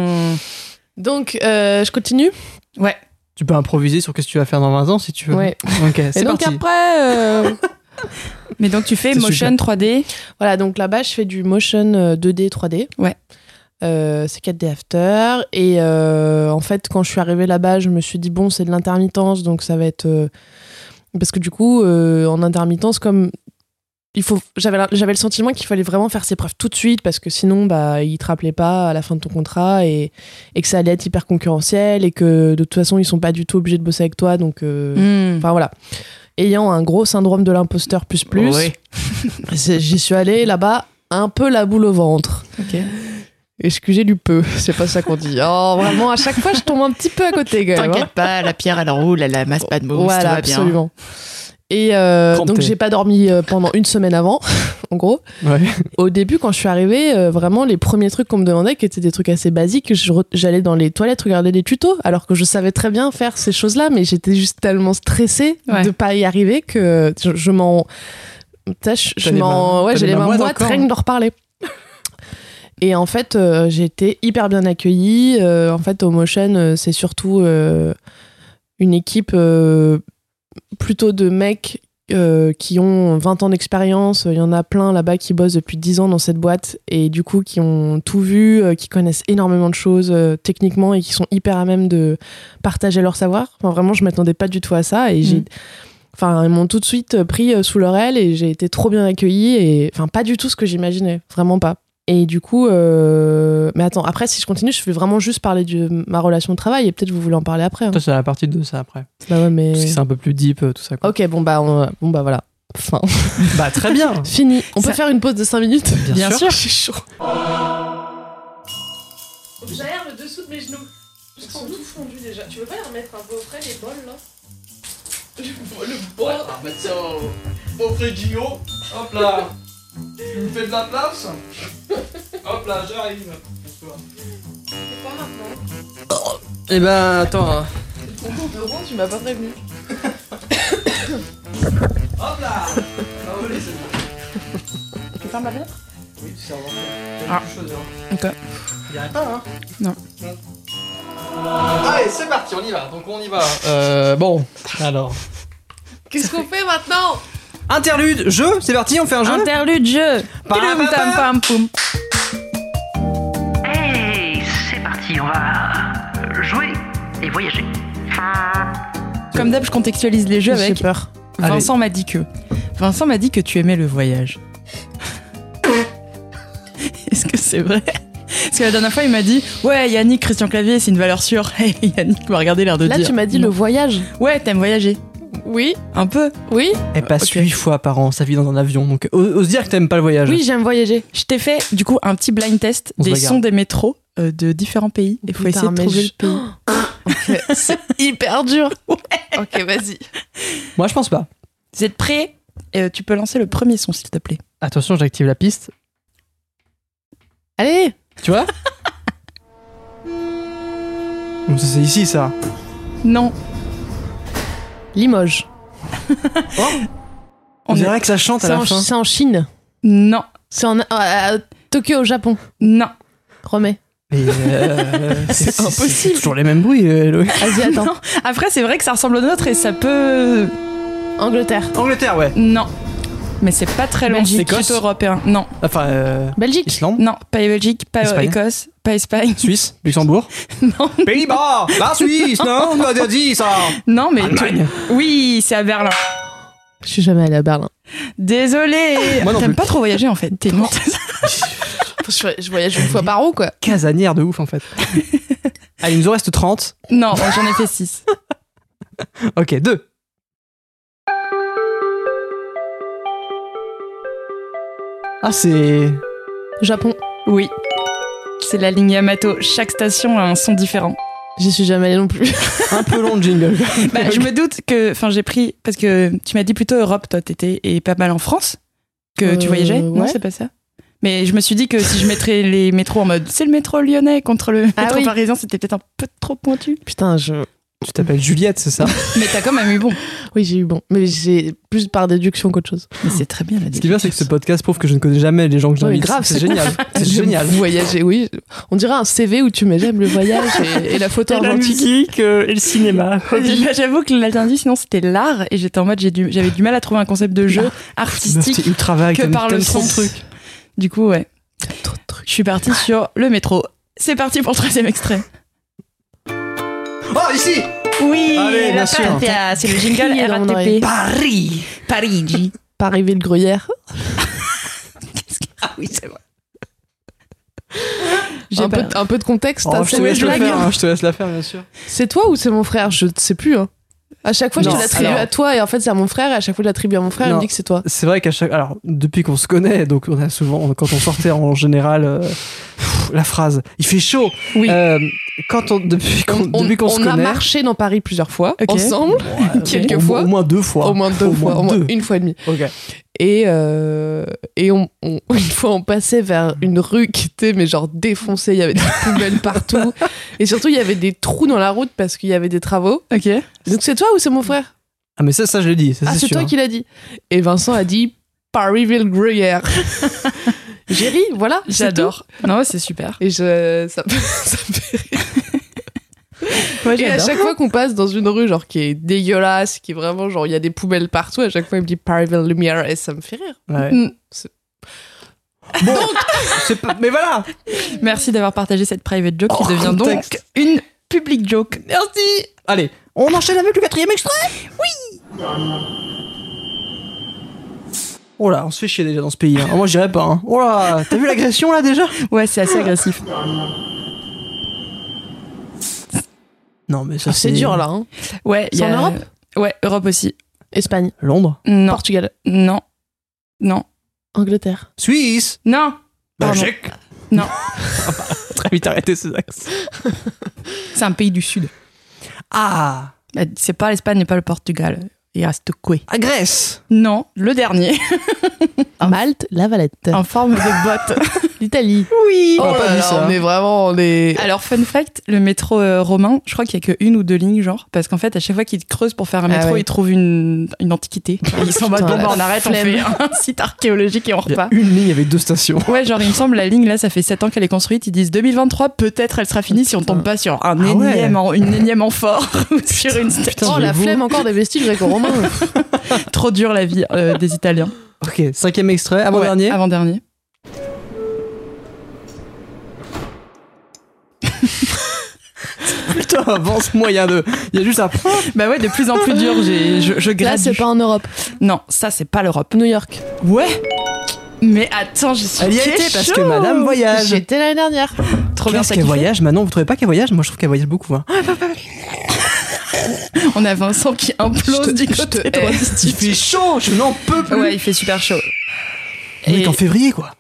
Speaker 6: Donc, euh, je continue.
Speaker 2: Ouais.
Speaker 5: Tu peux improviser sur qu'est-ce que tu vas faire dans 20 ans si tu veux.
Speaker 6: Ouais.
Speaker 5: Ok,
Speaker 6: Et
Speaker 5: c'est
Speaker 6: donc
Speaker 5: parti.
Speaker 6: après, euh,
Speaker 2: Mais donc tu fais
Speaker 5: C'est
Speaker 2: motion 3D.
Speaker 6: voilà, donc là-bas, je fais du motion euh, 2D, 3D.
Speaker 2: Ouais.
Speaker 6: Euh, c'est 4D after. Et euh, en fait, quand je suis arrivée là-bas, je me suis dit, bon, c'est de l'intermittence, donc ça va être. euh, Parce que du coup, euh, en intermittence, comme. Il faut, j'avais, la- j'avais le sentiment qu'il fallait vraiment faire ses preuves tout de suite parce que sinon, bah, ils te rappelaient pas à la fin de ton contrat et, et que ça allait être hyper concurrentiel et que de toute façon, ils sont pas du tout obligés de bosser avec toi. Donc, euh,
Speaker 2: Hmm.
Speaker 6: Enfin voilà. Ayant un gros syndrome de l'imposteur plus plus,
Speaker 5: Ouais.
Speaker 6: c'est- j'y suis allée là-bas un peu la boule au ventre.
Speaker 2: Ok.
Speaker 6: Excusez du peu, c'est pas ça qu'on dit. Oh vraiment, à chaque fois je tombe un petit peu à côté. quand même, hein.
Speaker 3: T'inquiète pas, la pierre elle roule, elle amasse pas de mousse, tout
Speaker 6: Voilà,
Speaker 3: va bien.
Speaker 6: absolument. Et euh,
Speaker 5: Crampé.
Speaker 6: donc j'ai pas dormi euh, pendant une semaine avant, en gros.
Speaker 5: Ouais.
Speaker 6: Au début, quand je suis arrivée, euh, vraiment les premiers trucs qu'on me demandait, qui étaient des trucs assez basiques, je re- j'allais dans les toilettes regarder des tutos, alors que je savais très bien faire ces choses-là, mais j'étais juste tellement stressée
Speaker 2: Ouais.
Speaker 6: de pas y arriver que je, je m'en, tu sais, je, je
Speaker 5: T'as les
Speaker 6: m'en,
Speaker 5: mains-
Speaker 6: ouais,
Speaker 5: t'as
Speaker 6: j'ai
Speaker 5: les
Speaker 6: les
Speaker 5: mains
Speaker 6: mains
Speaker 5: moites
Speaker 6: moites,
Speaker 5: encore.
Speaker 6: rien que d'en reparler. Et en fait, euh, j'ai été hyper bien accueillie. Euh, en fait, au Motion, euh, c'est surtout euh, une équipe euh, plutôt de mecs euh, qui ont 20 ans d'expérience. Il y en a plein là-bas qui bossent depuis 10 ans dans cette boîte et du coup qui ont tout vu, euh, qui connaissent énormément de choses euh, techniquement et qui sont hyper à même de partager leur savoir. Enfin, vraiment, je m'attendais pas du tout à ça et j'ai.
Speaker 2: Mhm.
Speaker 5: Mm.
Speaker 6: Enfin, ils m'ont tout de suite euh, pris euh, sous leur aile et j'ai été trop bien accueillie et enfin pas du tout ce que j'imaginais, vraiment pas. Et du coup, euh, mais attends, après si je continue, je vais vraiment juste parler de ma relation de travail et peut-être vous voulez en parler après. hein.
Speaker 5: Toi, c'est la partie 2, ça après.
Speaker 6: Bah ouais, mais
Speaker 5: Parce que c'est un peu plus deep, euh, tout ça. Quoi.
Speaker 6: Ok, bon bah, on- bon bah voilà. Fin.
Speaker 5: Bah, très bien.
Speaker 6: Fini. On
Speaker 2: Ça-
Speaker 6: peut faire une pause de 5 minutes
Speaker 5: Bien, sûr.
Speaker 6: C'est chaud.
Speaker 4: J'aère le dessous de mes genoux. Ils sont tout fondus déjà. Tu veux pas y remettre un beau frais les bols là Le bol
Speaker 5: Bah, euh,
Speaker 7: Auprès de Gio, hop là Tu me fais de la place Hop là, j'arrive
Speaker 4: C'est quoi maintenant
Speaker 5: Et ben, attends. hein.
Speaker 4: C'est le concours de rond, tu m'as pas prévenu.
Speaker 7: Hop là Ah oui, c'est bon.
Speaker 2: Tu fermes la fenêtre
Speaker 7: Oui, tu sais avant
Speaker 2: Ah.
Speaker 7: quoi. Quelque chose, hein.
Speaker 2: Ok.
Speaker 7: Il y a pas, hein
Speaker 2: Non.
Speaker 7: Bon. Allez, c'est parti, on y va. Donc on y va.
Speaker 5: Euh, bon, alors.
Speaker 4: Qu'est-ce qu'on fait maintenant
Speaker 5: Interlude, jeu, c'est parti, on fait un jeu.
Speaker 2: Interlude jeu.
Speaker 5: Pam, pam,
Speaker 2: Pidoum, tam, pam, poum.
Speaker 8: Hey, c'est parti, on va jouer et voyager.
Speaker 2: Comme d'hab, je contextualise les jeux
Speaker 6: J'ai
Speaker 2: avec
Speaker 6: peur.
Speaker 5: Allez.
Speaker 2: Vincent m'a dit que. Vincent m'a dit que tu aimais le voyage. Est-ce que c'est vrai Parce que la dernière fois, il m'a dit Ouais, Yannick, Christian Clavier, c'est une valeur sûre. Et Yannick m'a regardé l'air de
Speaker 6: Là,
Speaker 2: dire.
Speaker 6: tu m'as dit le voyage.
Speaker 2: Ouais, t'aimes voyager
Speaker 6: Oui,
Speaker 2: Un peu.
Speaker 6: oui,
Speaker 5: Elle passe
Speaker 2: Ok.
Speaker 5: 8 fois par an sa vie dans un avion, donc ose, ose dire que t'aimes pas le voyage.
Speaker 6: oui, j'aime voyager.
Speaker 2: Je t'ai fait, du coup, un petit blind test
Speaker 5: On se
Speaker 2: des
Speaker 5: bagarre.
Speaker 2: sons des métros euh, de différents pays. Il faut
Speaker 6: Putain,
Speaker 2: essayer de
Speaker 6: mais
Speaker 2: trouver
Speaker 6: je-
Speaker 2: le pays.
Speaker 6: C'est hyper dur. Ok, vas-y.
Speaker 5: Moi, je pense pas.
Speaker 2: Vous êtes prêts Euh, Tu peux lancer le premier son, s'il te plaît.
Speaker 5: Attention, j'active la piste.
Speaker 6: Allez,
Speaker 5: Tu vois Donc ça, C'est ici, ça.
Speaker 2: Non.
Speaker 6: Limoges.
Speaker 5: On,
Speaker 2: On est-
Speaker 5: dirait que ça chante à
Speaker 6: C'est
Speaker 5: la
Speaker 6: en,
Speaker 5: fin.
Speaker 6: c'est en Chine.
Speaker 2: Non.
Speaker 6: C'est en euh, à- à Tokyo, au Japon.
Speaker 2: Non.
Speaker 6: Remets.
Speaker 5: Mais, euh, c'est c'est-
Speaker 2: impossible.
Speaker 5: c'est toujours les mêmes bruits. euh, Loïc.
Speaker 6: Vas-y, attends.
Speaker 2: Non. Après, c'est vrai que ça ressemble au nôtre et ça peut.
Speaker 6: Angleterre.
Speaker 5: Angleterre, ouais.
Speaker 2: Non. Mais c'est pas très loin.
Speaker 5: Belgique.
Speaker 2: C'est plutôt européen. Non.
Speaker 5: Enfin, euh,
Speaker 6: Belgique.
Speaker 5: Islande,
Speaker 2: Non, pas Belgique, pas
Speaker 5: Espagne.
Speaker 2: Écosse, pas Espagne.
Speaker 5: Suisse, Luxembourg.
Speaker 2: Non,
Speaker 7: Pays-Bas La Suisse Non, on m'a déjà dit ça
Speaker 2: non mais tu- oui, c'est à Berlin.
Speaker 6: Je suis jamais allée à Berlin.
Speaker 2: Désolée.
Speaker 5: Moi non
Speaker 2: T'aimes
Speaker 5: plus.
Speaker 2: pas trop voyager en fait. T'es une-
Speaker 6: Je, je voyage une fois par an, quoi.
Speaker 5: Casanière de ouf, en fait. Allez, il nous en reste 30.
Speaker 2: non, j'en ai fait 6.
Speaker 5: Ok, 2. Ah, c'est.
Speaker 6: Japon.
Speaker 2: Oui. C'est la ligne Yamato. Chaque station a un son différent.
Speaker 6: J'y suis jamais allée non plus.
Speaker 5: Un peu long le jingle.
Speaker 2: Bah, je me doute que, enfin, j'ai pris parce que tu m'as dit plutôt Europe, toi, t'étais et pas mal en France que tu
Speaker 6: Euh,
Speaker 2: voyageais. Non,
Speaker 6: ouais.
Speaker 2: c'est pas ça. Mais je me suis dit que si je mettrais les métros en mode c'est le métro lyonnais contre le
Speaker 6: Ah
Speaker 2: métro
Speaker 6: oui.
Speaker 2: parisien, c'était peut-être un peu trop pointu.
Speaker 6: Putain, je.
Speaker 5: Tu t'appelles Juliette, c'est ça
Speaker 2: Mais t'as quand même eu bon.
Speaker 6: Oui, j'ai eu bon. Mais j'ai plus par déduction qu'autre chose.
Speaker 2: Mais c'est très bien la
Speaker 5: Ce qui est bien, c'est que ce podcast prouve que je ne connais jamais les gens que
Speaker 6: Ouais,
Speaker 5: j'invite.
Speaker 6: grave,
Speaker 5: c'est
Speaker 6: c'est
Speaker 5: génial. C'est
Speaker 6: J'aime
Speaker 5: génial.
Speaker 6: Voyager, oui. On dirait un CV où tu mets j'aime le voyage et, et la photo argentique.
Speaker 2: musique et le cinéma. Bah, J'avoue que l'alternative, sinon c'était l'art et j'étais en mode j'ai du- j'avais du mal à trouver un concept de jeu
Speaker 5: Meuf,
Speaker 2: artistique
Speaker 5: t'es ultra vague.
Speaker 2: que
Speaker 5: t'aimes-
Speaker 2: par le
Speaker 5: t'aimes trop de
Speaker 2: sens.
Speaker 5: trucs.
Speaker 2: Du coup, ouais. Je suis partie sur le métro. C'est parti pour le troisième extrait.
Speaker 7: Oh, ici
Speaker 2: Oui,
Speaker 5: Allez, bien sûr.
Speaker 2: patate, euh, c'est le jingle
Speaker 6: Qui est dans mon
Speaker 2: RATP.
Speaker 6: oreille
Speaker 2: Paris, Parigi.
Speaker 6: Paris-Ville Gruyère.
Speaker 2: Ah oui, c'est vrai.
Speaker 6: J'ai un, peu, un peu de contexte.
Speaker 5: Oh,
Speaker 6: hein,
Speaker 5: je te
Speaker 6: c'est
Speaker 5: laisse
Speaker 6: mes
Speaker 5: le
Speaker 6: blagues.
Speaker 5: faire. hein, Je te laisse la faire, bien sûr.
Speaker 6: C'est toi ou c'est mon frère Je ne sais plus. hein. À chaque fois,
Speaker 5: Non,
Speaker 6: je te l'attribue
Speaker 5: alors-
Speaker 6: à toi et en fait, c'est à mon frère. Et à chaque fois, je l'attribue à mon frère. Il
Speaker 5: Non.
Speaker 6: me dit que c'est toi.
Speaker 5: C'est vrai qu'à chaque. Alors, depuis qu'on se connaît, donc on a souvent. Quand on sortait en général. euh, pff, La phrase, il fait chaud.
Speaker 2: Oui.
Speaker 5: Euh, quand on depuis qu'on
Speaker 6: on,
Speaker 5: depuis qu'on se
Speaker 6: on a
Speaker 5: connaît,
Speaker 6: marché dans Paris plusieurs fois,
Speaker 2: Ok.
Speaker 6: ensemble, quelques
Speaker 5: au,
Speaker 6: fois.
Speaker 5: au moins deux fois,
Speaker 6: Au moins deux fois, au moins
Speaker 5: deux.
Speaker 6: une fois et demie.
Speaker 5: Ok.
Speaker 6: Et, euh, et on, on- une fois, on passait vers une rue qui était, mais genre défoncée, il y avait des poubelles partout. Et surtout, il y avait des trous dans la route parce qu'il y avait des travaux.
Speaker 2: Ok.
Speaker 6: Donc c'est toi ou c'est mon frère
Speaker 5: Ah mais ça, ça je l'ai dit, ça
Speaker 6: Ah,
Speaker 5: c'est
Speaker 6: c'est
Speaker 5: sûr. hein.
Speaker 6: toi qui l'as dit. Et Vincent a dit Parisville Gruyère. J'ai ri, voilà. c'est
Speaker 2: J'adore. Non, c'est super.
Speaker 6: tout. Et je, ça, me- ça me fait rire.
Speaker 2: Moi,
Speaker 6: Et à chaque fois qu'on passe dans une rue, genre qui est dégueulasse, qui est vraiment genre il y a des poubelles partout, à chaque fois il me dit Parisville Lumière et ça me fait rire.
Speaker 5: Ouais.
Speaker 2: Mm.
Speaker 6: C'est-
Speaker 5: Bon, c'est pas- mais voilà.
Speaker 2: Merci d'avoir partagé cette private joke qui
Speaker 6: Oh,
Speaker 5: Hors
Speaker 2: devient donc
Speaker 5: contexte.
Speaker 2: une public joke. Merci.
Speaker 5: Allez, on enchaîne avec le quatrième extrait Oui Oh là, on se fait chier déjà dans ce pays. hein. Moi, j'irai pas. Hein. Oh là, t'as vu l'agression là déjà
Speaker 2: Ouais, c'est assez agressif.
Speaker 5: Non, mais ça
Speaker 6: C'est dur là. hein.
Speaker 2: Ouais. il y
Speaker 6: C'est en
Speaker 2: a-
Speaker 6: Europe
Speaker 2: Ouais, Europe aussi.
Speaker 6: Espagne,
Speaker 5: Londres,
Speaker 2: Non.
Speaker 6: Portugal,
Speaker 2: Non. Non.
Speaker 6: Angleterre.
Speaker 5: Suisse,
Speaker 2: Non. Pardon.
Speaker 5: Belgique.
Speaker 2: Non.
Speaker 5: Ah bah, Très vite arrêté ces axes.
Speaker 2: C'est un pays du sud.
Speaker 5: Ah,
Speaker 2: Bah, C'est pas l'Espagne et pas le Portugal. Il reste quoi
Speaker 5: à Ah, Grèce.
Speaker 2: Non, le dernier.
Speaker 6: Malte, la Valette.
Speaker 2: en forme de botte.
Speaker 6: L'Italie.
Speaker 2: Oui.
Speaker 6: Oh
Speaker 5: On a pas
Speaker 6: là
Speaker 5: dit
Speaker 6: là,
Speaker 5: ça.
Speaker 6: on est vraiment, on est.
Speaker 2: Alors, fun fact, le métro euh, romain, je crois qu'il n'y a qu'une ou deux lignes, genre, parce qu'en fait, à chaque fois qu'ils creusent pour faire un
Speaker 6: Ah
Speaker 2: métro,
Speaker 6: ouais.
Speaker 2: ils trouvent une, une antiquité.
Speaker 5: Ah,
Speaker 2: Ils sont en mode,
Speaker 6: Putain,
Speaker 2: bon, bah,
Speaker 6: la
Speaker 2: on arrête, on fait un site archéologique et on
Speaker 5: Il y a
Speaker 2: repart.
Speaker 5: une ligne avec deux stations.
Speaker 2: Ouais, genre, il me semble, la ligne là, ça fait 7 ans qu'elle est construite. Ils disent 2023, peut-être elle sera finie si on tombe pas sur un
Speaker 5: Ah ouais.
Speaker 2: énième, en- une énième amphore ou sur une station.
Speaker 6: oh la flemme encore des vestiges gréco-romains.
Speaker 2: Trop dure la vie euh, des Italiens.
Speaker 5: Ok, cinquième extrait,
Speaker 2: Ouais,
Speaker 5: avant-dernier.
Speaker 2: Avant-dernier.
Speaker 5: Putain, avance moyen de. Il y a juste un.
Speaker 2: Bah ouais, de plus en plus dur, j'ai- je, je
Speaker 6: là,
Speaker 2: gradue.
Speaker 6: c'est pas en Europe.
Speaker 2: Non, ça, c'est pas l'Europe.
Speaker 6: New York.
Speaker 2: Ouais Mais attends, je suis
Speaker 5: Elle y a
Speaker 2: Quel
Speaker 5: été parce que
Speaker 2: show
Speaker 5: madame voyage.
Speaker 6: J'étais l'année dernière.
Speaker 2: Trop bien,
Speaker 5: Qu'est-ce
Speaker 2: ça
Speaker 5: qu'elle
Speaker 2: kiffe.
Speaker 5: voyage Manon, vous trouvez pas qu'elle voyage Moi, je trouve qu'elle voyage beaucoup. Hein.
Speaker 2: On a Vincent qui implose du côté droit du
Speaker 5: Il
Speaker 2: studio.
Speaker 5: fait chaud, je n'en peux plus.
Speaker 2: Ouais, il fait super chaud.
Speaker 5: On est
Speaker 2: Et-
Speaker 5: en février, quoi.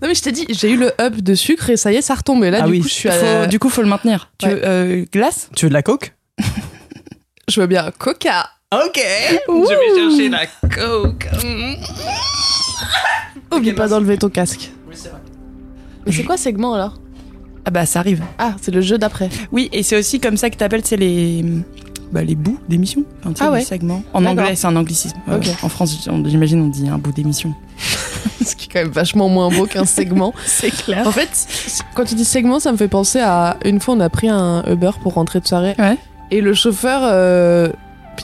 Speaker 6: Non mais je t'ai dit, j'ai eu le up de sucre et ça y est, ça retombe. Et là,
Speaker 5: Ah
Speaker 6: du
Speaker 5: oui.
Speaker 6: coup, je suis à
Speaker 2: Faut-
Speaker 6: la-
Speaker 2: du coup, faut le maintenir. Tu
Speaker 6: Ouais.
Speaker 2: veux, euh, glace
Speaker 5: Tu veux de la coke
Speaker 6: Je veux bien un Coca.
Speaker 5: Ok.
Speaker 7: Je vais chercher la coke.
Speaker 6: Oublie pas d'enlever ton casque.
Speaker 7: Oui, c'est vrai.
Speaker 6: Mais c'est quoi segment alors
Speaker 2: Ah bah, ça arrive.
Speaker 6: Ah, c'est le jeu d'après.
Speaker 2: Oui, et c'est aussi comme ça que t'appelles, c'est les... Bah, les bouts d'émission. Enfin, tu sais,
Speaker 6: Ah
Speaker 2: les
Speaker 6: ouais.
Speaker 2: segments. En
Speaker 6: D'accord.
Speaker 2: anglais, c'est un anglicisme. Euh,
Speaker 6: Ok.
Speaker 2: en France, on- j'imagine, on dit un bout d'émission.
Speaker 6: Ce qui est quand même vachement moins beau qu'un segment.
Speaker 2: C'est clair.
Speaker 6: En fait, c- quand tu dis segment, ça me fait penser à une fois on a pris un Uber pour rentrer de soirée.
Speaker 2: Ouais.
Speaker 6: Et le chauffeur, euh,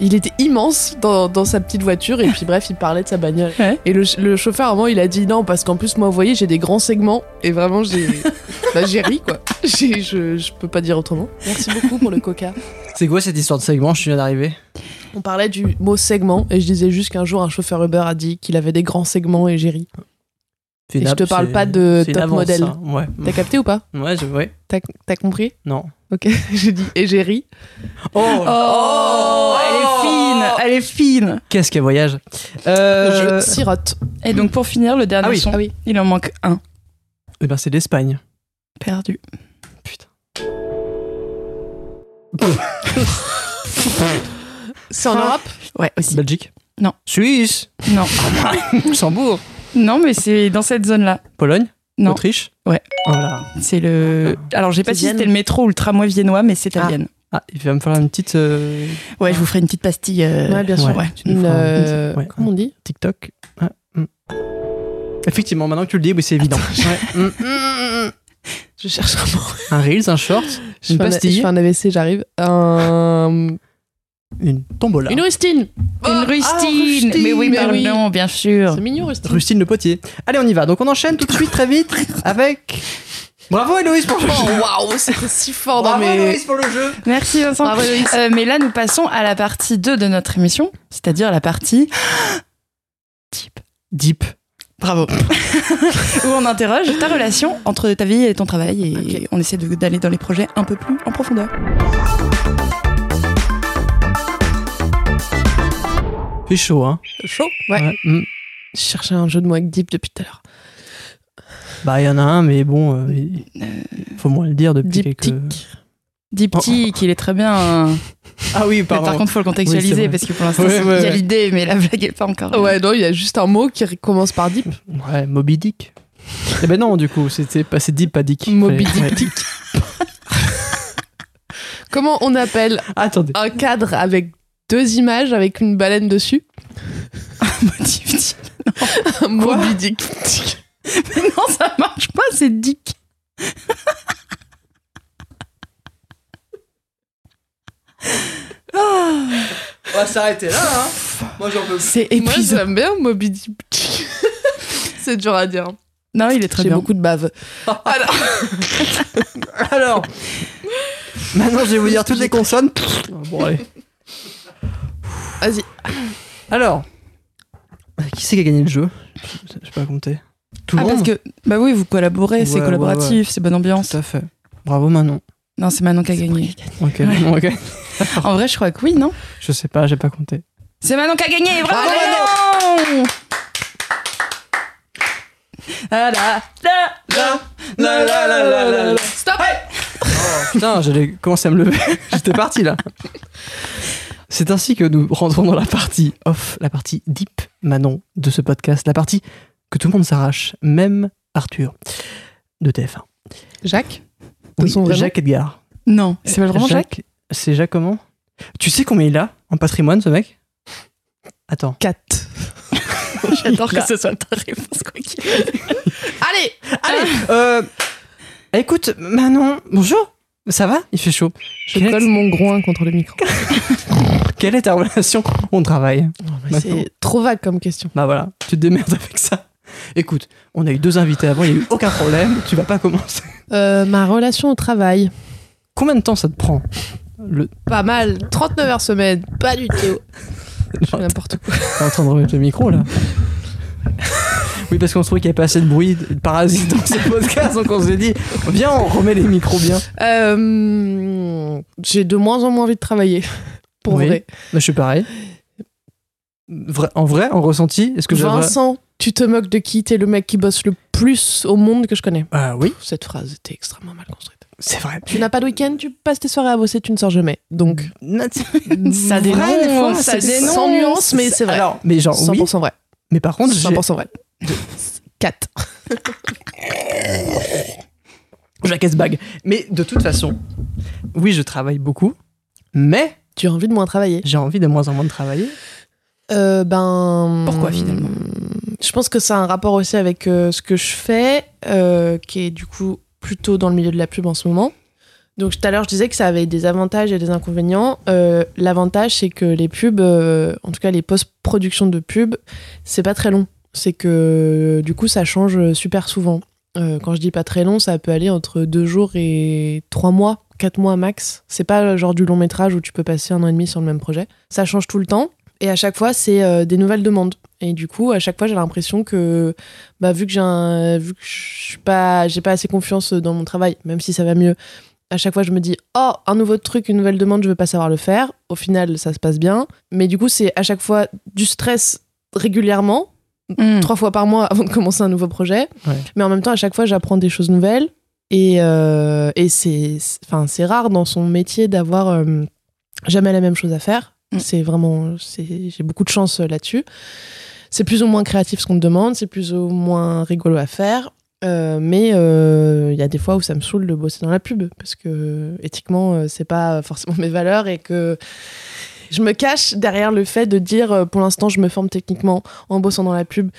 Speaker 6: il était immense dans, dans sa petite voiture et puis bref, il parlait de sa bagnole.
Speaker 2: Ouais.
Speaker 6: Et le, ch- le chauffeur, à un moment, il a dit non parce qu'en plus, moi, vous voyez, j'ai des grands segments et vraiment, j'ai bah, j'ai ri quoi. J'ai- Je, je peux pas dire autrement. Merci beaucoup pour le coca.
Speaker 5: C'est quoi cette histoire de segment Je viens d'arriver.
Speaker 6: On parlait du mot segment et je disais juste qu'un jour, un chauffeur Uber a dit qu'il avait des grands segments et j'ai ri.
Speaker 5: C'est une
Speaker 6: Et je
Speaker 5: app-
Speaker 6: te parle
Speaker 5: c'est-
Speaker 6: pas de
Speaker 5: c'est une
Speaker 6: top
Speaker 5: avance,
Speaker 6: modèle.
Speaker 5: ça. Ouais.
Speaker 6: T'as capté ou pas
Speaker 5: Ouais, je ouais.
Speaker 6: T'as t'as compris
Speaker 5: Non.
Speaker 6: Ok, j'ai dit et j'ai ri.
Speaker 5: Oh,
Speaker 2: Oh, elle est fine, elle est fine.
Speaker 5: Qu'est-ce qu'elle voyage euh,
Speaker 6: Je sirote.
Speaker 2: Et donc pour finir, le dernier
Speaker 5: Ah oui.
Speaker 2: son,
Speaker 6: Ah oui.
Speaker 2: il en manque un.
Speaker 5: eh ben, c'est l'Espagne.
Speaker 2: Perdu.
Speaker 5: Putain.
Speaker 6: C'est en Europe
Speaker 2: Ouais, aussi.
Speaker 5: Belgique
Speaker 2: Non.
Speaker 5: Suisse
Speaker 2: Non.
Speaker 5: Luxembourg
Speaker 2: Non, mais c'est dans cette zone-là.
Speaker 5: Pologne
Speaker 2: Non.
Speaker 5: Autriche Oh
Speaker 2: Ouais.
Speaker 5: Voilà.
Speaker 2: C'est le. Alors, j'ai pas
Speaker 6: Ah. C'est
Speaker 2: si c'était
Speaker 6: Vienne.
Speaker 2: le métro ou le tramway viennois, mais c'est à
Speaker 6: Ah.
Speaker 2: Vienne.
Speaker 5: Ah, il va me falloir une petite euh,
Speaker 2: Ouais, je vous ferai une petite pastille. euh,
Speaker 6: Ouais, bien sûr.
Speaker 2: ouais.
Speaker 5: tu nous
Speaker 6: Une,
Speaker 5: feras un-
Speaker 6: euh,
Speaker 5: ouais.
Speaker 6: Comment on dit
Speaker 5: TikTok. Ah, mm. Effectivement, maintenant que tu le dis, oui, c'est évident. Ouais, mm.
Speaker 6: Je cherche un mot.
Speaker 5: Un Reels, un short,
Speaker 6: Je
Speaker 5: une
Speaker 6: fais un- Je
Speaker 5: pastille,
Speaker 6: fais un AVC, j'arrive. Un-
Speaker 5: une tombola.
Speaker 6: Une rustine Oh, ah,
Speaker 2: Une rustine.
Speaker 6: rustine,
Speaker 2: Mais oui,
Speaker 6: mais
Speaker 2: pardon, bien sûr.
Speaker 6: C'est mignon, rustine.
Speaker 5: Rustine le potier. Allez, on y va. Donc on enchaîne tout de suite, très vite, avec. Bravo Héloïse pour le
Speaker 6: Oh,
Speaker 5: jeu
Speaker 6: Waouh, c'était si fort dans
Speaker 5: Bravo
Speaker 6: mes.
Speaker 5: Héloïse pour le jeu
Speaker 2: Merci Vincent.
Speaker 6: Bravo, Loïs.
Speaker 2: Euh, mais là, nous passons à la partie 2 de notre émission, c'est-à-dire la partie
Speaker 5: Deep.
Speaker 2: Bravo. où on interroge ta relation entre ta vie et ton travail et on essaie de- d'aller dans les projets un peu plus en profondeur.
Speaker 5: C'est chaud, hein
Speaker 6: Chaud Ouais.
Speaker 5: mm.
Speaker 6: Je cherchais un jeu de mots avec Deep depuis tout à l'heure.
Speaker 5: Bah, il y en a un, mais bon, euh, il- faut moins le dire depuis quelques.
Speaker 6: Diptyque.
Speaker 2: Diptyque, il est très bien.
Speaker 5: Ah oui,
Speaker 2: Mais par contre, faut
Speaker 5: Oui,
Speaker 2: le
Speaker 5: c'est
Speaker 2: contextualiser
Speaker 5: vrai.
Speaker 2: parce que pour l'instant,
Speaker 5: Ouais,
Speaker 2: c'est- il
Speaker 5: ouais,
Speaker 2: y a
Speaker 5: ouais.
Speaker 2: l'idée, mais la blague est pas encore. là.
Speaker 6: Ouais, non, il y a juste un mot qui commence par Deep.
Speaker 5: Ouais, Moby Dick. eh ben non, du coup, c'était passé Deep, pas Dick.
Speaker 6: Moby
Speaker 5: Fallait- ouais.
Speaker 6: Diptyque. Comment on appelle
Speaker 5: Attendez.
Speaker 6: un cadre avec deux images avec une baleine dessus
Speaker 2: Diptyque.
Speaker 6: Un Moby Dick.
Speaker 2: Mais non, ça marche pas, c'est dick.
Speaker 5: On va s'arrêter là, hein Moi, j'en peux
Speaker 2: C'est
Speaker 6: Moi,
Speaker 2: épuisant.
Speaker 6: j'aime bien Moby Dick. C'est dur à dire.
Speaker 2: Non, il est très
Speaker 6: J'ai
Speaker 2: bien.
Speaker 6: beaucoup de bave.
Speaker 5: Alors, maintenant, je vais vous dire toutes les consonnes. bon, allez.
Speaker 6: Vas-y.
Speaker 5: Alors, qui c'est qui a gagné le jeu Je je sais pas compter. Tout le
Speaker 2: Ah, parce
Speaker 5: monde
Speaker 2: que, bah oui, vous collaborez, c'est
Speaker 5: Ouais, ouais,
Speaker 2: collaboratif, c'est bonne ambiance.
Speaker 5: Tout à fait. Bravo Manon.
Speaker 2: Non, c'est Manon qui a gagné.
Speaker 5: Ok,
Speaker 2: Ouais.
Speaker 5: bon, ok.
Speaker 2: En vrai, je crois que oui, non
Speaker 5: Je sais pas, j'ai pas compté.
Speaker 2: C'est Manon qui a gagné, bravo Manon Ah là, là, là. la, la, la, la, la, la.
Speaker 6: Stop
Speaker 5: Putain, j'allais commencer à me lever. J'étais parti là. C'est ainsi que nous rentrons dans la partie off, la partie deep, Manon, de ce podcast, la partie que tout le monde s'arrache, même Arthur de TF1.
Speaker 6: Jacques De son vrai nom
Speaker 5: Jacques Edgar.
Speaker 2: Non,
Speaker 6: Euh,
Speaker 2: c'est pas vraiment Jacques
Speaker 5: C'est Jacques comment Tu sais combien il a en patrimoine ce mec Attends.
Speaker 6: 4.
Speaker 2: J'adore
Speaker 5: que
Speaker 2: ce soit ta réponse, quoi qu'il
Speaker 6: Allez
Speaker 2: Ah
Speaker 5: Allez, euh, écoute, Manon, bonjour. Ça va Il fait chaud.
Speaker 6: Je
Speaker 5: Quel-
Speaker 6: colle mon groin contre le micro.
Speaker 5: Quelle est ta relation au travail
Speaker 2: Oh, bah,
Speaker 6: C'est trop vague comme question.
Speaker 5: Bah voilà, tu te démerdes avec ça. Écoute, on a eu deux invités avant, il n'y a eu aucun problème, tu vas pas commencer.
Speaker 6: Euh, ma relation au travail.
Speaker 5: Combien de temps ça te prend le...
Speaker 6: Pas mal. 39 heures semaine. Pas du tout. Je fais N'importe quoi.
Speaker 5: T'es en train de remettre le micro là Oui, parce qu'on se trouvait qu'il n'y avait pas assez de bruit de parasites dans ce podcast, donc on s'est dit, viens, on remet les micros bien. Bah,
Speaker 6: Euh, J'ai de moins en moins envie de travailler. Pour
Speaker 5: Oui.
Speaker 6: vrai.
Speaker 5: Bah, je suis pareil. Vrai- en vrai, en ressenti, est-ce que j'aurais-
Speaker 6: Vincent, tu te moques de qui T'es le mec qui bosse le plus au monde que je connais.
Speaker 5: Ah oui,
Speaker 6: Cette phrase était extrêmement mal construite.
Speaker 5: c'est vrai.
Speaker 6: Tu n'as pas de week-end, tu passes tes soirées à bosser, tu ne sors jamais. Donc,
Speaker 2: Ça
Speaker 5: Vrai,
Speaker 2: dénonce,
Speaker 5: des fois,
Speaker 2: ça
Speaker 5: c'est-
Speaker 2: dénonce.
Speaker 6: sans nuance, mais c'est vrai.
Speaker 5: Alors, mais genre, oui,
Speaker 6: 100% vrai.
Speaker 5: mais par contre, j'ai-
Speaker 6: 100% vrai. 4.
Speaker 5: Jacques bague. Mais de toute façon, oui, je travaille beaucoup, mais
Speaker 6: Tu as envie de moins travailler
Speaker 5: j'ai envie de moins en moins de travailler.
Speaker 6: Euh, ben.
Speaker 2: Pourquoi, finalement
Speaker 6: Je pense que ça a un rapport aussi avec euh, ce que je fais, euh, qui est du coup plutôt dans le milieu de la pub en ce moment. Donc tout à l'heure, je disais que ça avait des avantages et des inconvénients. Euh, L'avantage, c'est que les pubs, euh, en tout cas les post-productions de pubs, c'est pas très long. C'est que du coup, ça change super souvent. Euh, quand je dis pas très long, ça peut aller entre deux jours et trois mois, quatre mois max. C'est pas le genre du long métrage où tu peux passer un an et demi sur le même projet. Ça change tout le temps. Et à chaque fois, c'est euh, des nouvelles demandes. Et du coup, à chaque fois, j'ai l'impression que, bah, vu que j'ai un, vu que je suis pas, j'ai pas assez confiance dans mon travail, même si ça va mieux, À chaque fois, je me dis, oh, un nouveau truc, une nouvelle demande, je veux pas savoir le faire. Au final, ça se passe bien. Mais du coup, c'est à chaque fois du stress régulièrement,
Speaker 2: Mm.
Speaker 6: trois fois par mois avant de commencer un nouveau projet.
Speaker 5: Ouais.
Speaker 6: Mais en même temps, à chaque fois, j'apprends des choses nouvelles. Et, euh, et c'est c'est- enfin, c'est rare dans son métier d'avoir euh, jamais la même chose à faire.
Speaker 2: Mm.
Speaker 6: C'est vraiment. c'est- J'ai beaucoup de chance euh, là-dessus. C'est plus ou moins créatif ce qu'on te demande, c'est plus ou moins rigolo à faire. Euh, mais euh, il y a des fois où ça me saoule de bosser dans la pub parce que euh, éthiquement euh, c'est pas forcément mes valeurs et que je me cache derrière le fait de dire euh, pour l'instant je me forme techniquement en bossant dans la pub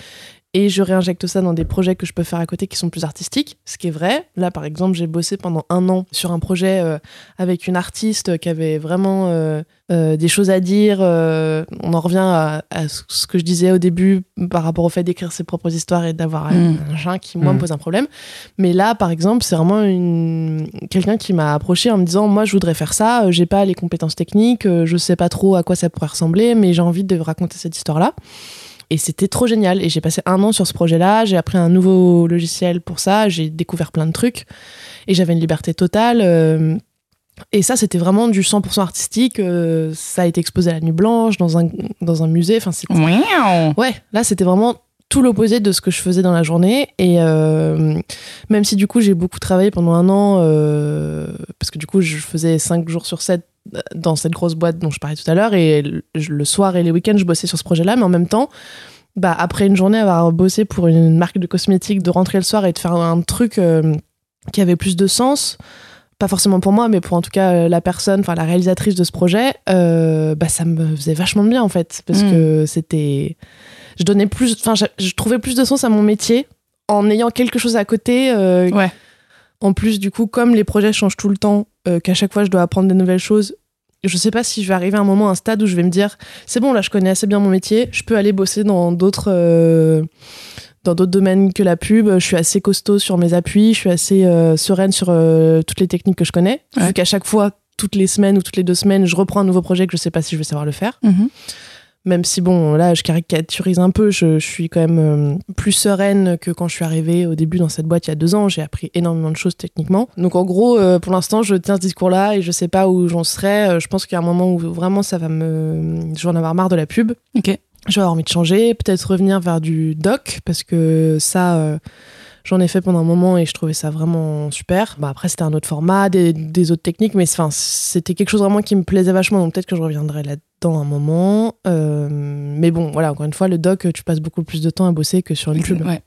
Speaker 6: et je réinjecte ça dans des projets que je peux faire à côté qui sont plus artistiques, ce qui est vrai. Là, par exemple, j'ai bossé pendant un an sur un projet euh, avec une artiste qui avait vraiment euh, euh, des choses à dire. euh, on en revient à, à ce que je disais au début par rapport au fait d'écrire ses propres histoires et d'avoir euh, un-
Speaker 2: Mm.
Speaker 6: un machin qui, moi,
Speaker 5: Mm.
Speaker 6: me pose un problème. Mais là, par exemple, c'est vraiment une... quelqu'un qui m'a approché en me disant Moi, je voudrais faire ça, euh, j'ai pas les compétences techniques, euh, je sais pas trop à quoi ça pourrait ressembler, mais j'ai envie de raconter cette histoire-là. Et c'était trop génial. Et j'ai passé un an sur ce projet-là. J'ai appris un nouveau logiciel pour ça. J'ai découvert plein de trucs. Et j'avais une liberté totale. euh, et ça, c'était vraiment du 100% artistique. euh, ça a été exposé à la Nuit Blanche, dans un, dans un musée. Enfin, c'est-
Speaker 2: Miaou.
Speaker 6: Ouais, là, c'était vraiment tout l'opposé de ce que je faisais dans la journée. Et euh, même si, du coup, j'ai beaucoup travaillé pendant un an, euh, parce que, du coup, je faisais 5 jours sur 7 dans cette grosse boîte dont je parlais tout à l'heure. Et le- le soir et les week-ends, je bossais sur ce projet-là. Mais en même temps, bah, après une journée, avoir bossé pour une marque de cosmétiques, de rentrer le soir et de faire un truc euh, qui avait plus de sens, pas forcément pour moi, mais pour en tout cas euh, la personne, enfin la réalisatrice de ce projet, euh, bah, ça me faisait vachement de bien en fait, parce
Speaker 2: Mm.
Speaker 6: que c'était, je donnais plus, enfin je, je trouvais plus de sens à mon métier en ayant quelque chose à côté. euh,
Speaker 2: Ouais.
Speaker 6: En plus, du coup, comme les projets changent tout le temps, euh, qu'à chaque fois je dois apprendre des nouvelles choses. Je sais pas si je vais arriver à un moment, à un stade où je vais me dire c'est bon, là, je connais assez bien mon métier. Je peux aller bosser dans d'autres euh, dans d'autres domaines que la pub. Je suis assez costaud sur mes appuis. Je suis assez euh, sereine sur euh, toutes les techniques que je connais.
Speaker 2: Ouais.
Speaker 6: Vu qu'à chaque fois, toutes les semaines ou toutes les deux semaines, je reprends un nouveau projet que je sais pas si je vais savoir le faire.
Speaker 2: Mhm.
Speaker 6: Même si, bon, là, je caricaturise un peu. Je, je suis quand même euh, plus sereine que quand je suis arrivée au début dans cette boîte il y a deux ans. J'ai appris énormément de choses techniquement. Donc, en gros, euh, pour l'instant, je tiens ce discours-là et je sais pas où j'en serai. Euh, Je pense qu'il y a un moment où vraiment ça va me. Je vais en avoir marre de la pub.
Speaker 2: Ok.
Speaker 6: Je vais avoir envie de changer. Peut-être revenir vers du doc parce que ça. euh, J'en ai fait pendant un moment et je trouvais ça vraiment super. Bah après, c'était un autre format, des, des autres techniques, mais enfin, c'était quelque chose vraiment qui me plaisait vachement. Donc peut-être que je reviendrai là-dedans un moment. Euh, mais bon, voilà, encore une fois, le doc, tu passes beaucoup plus de temps à bosser que sur YouTube.
Speaker 2: Ouais.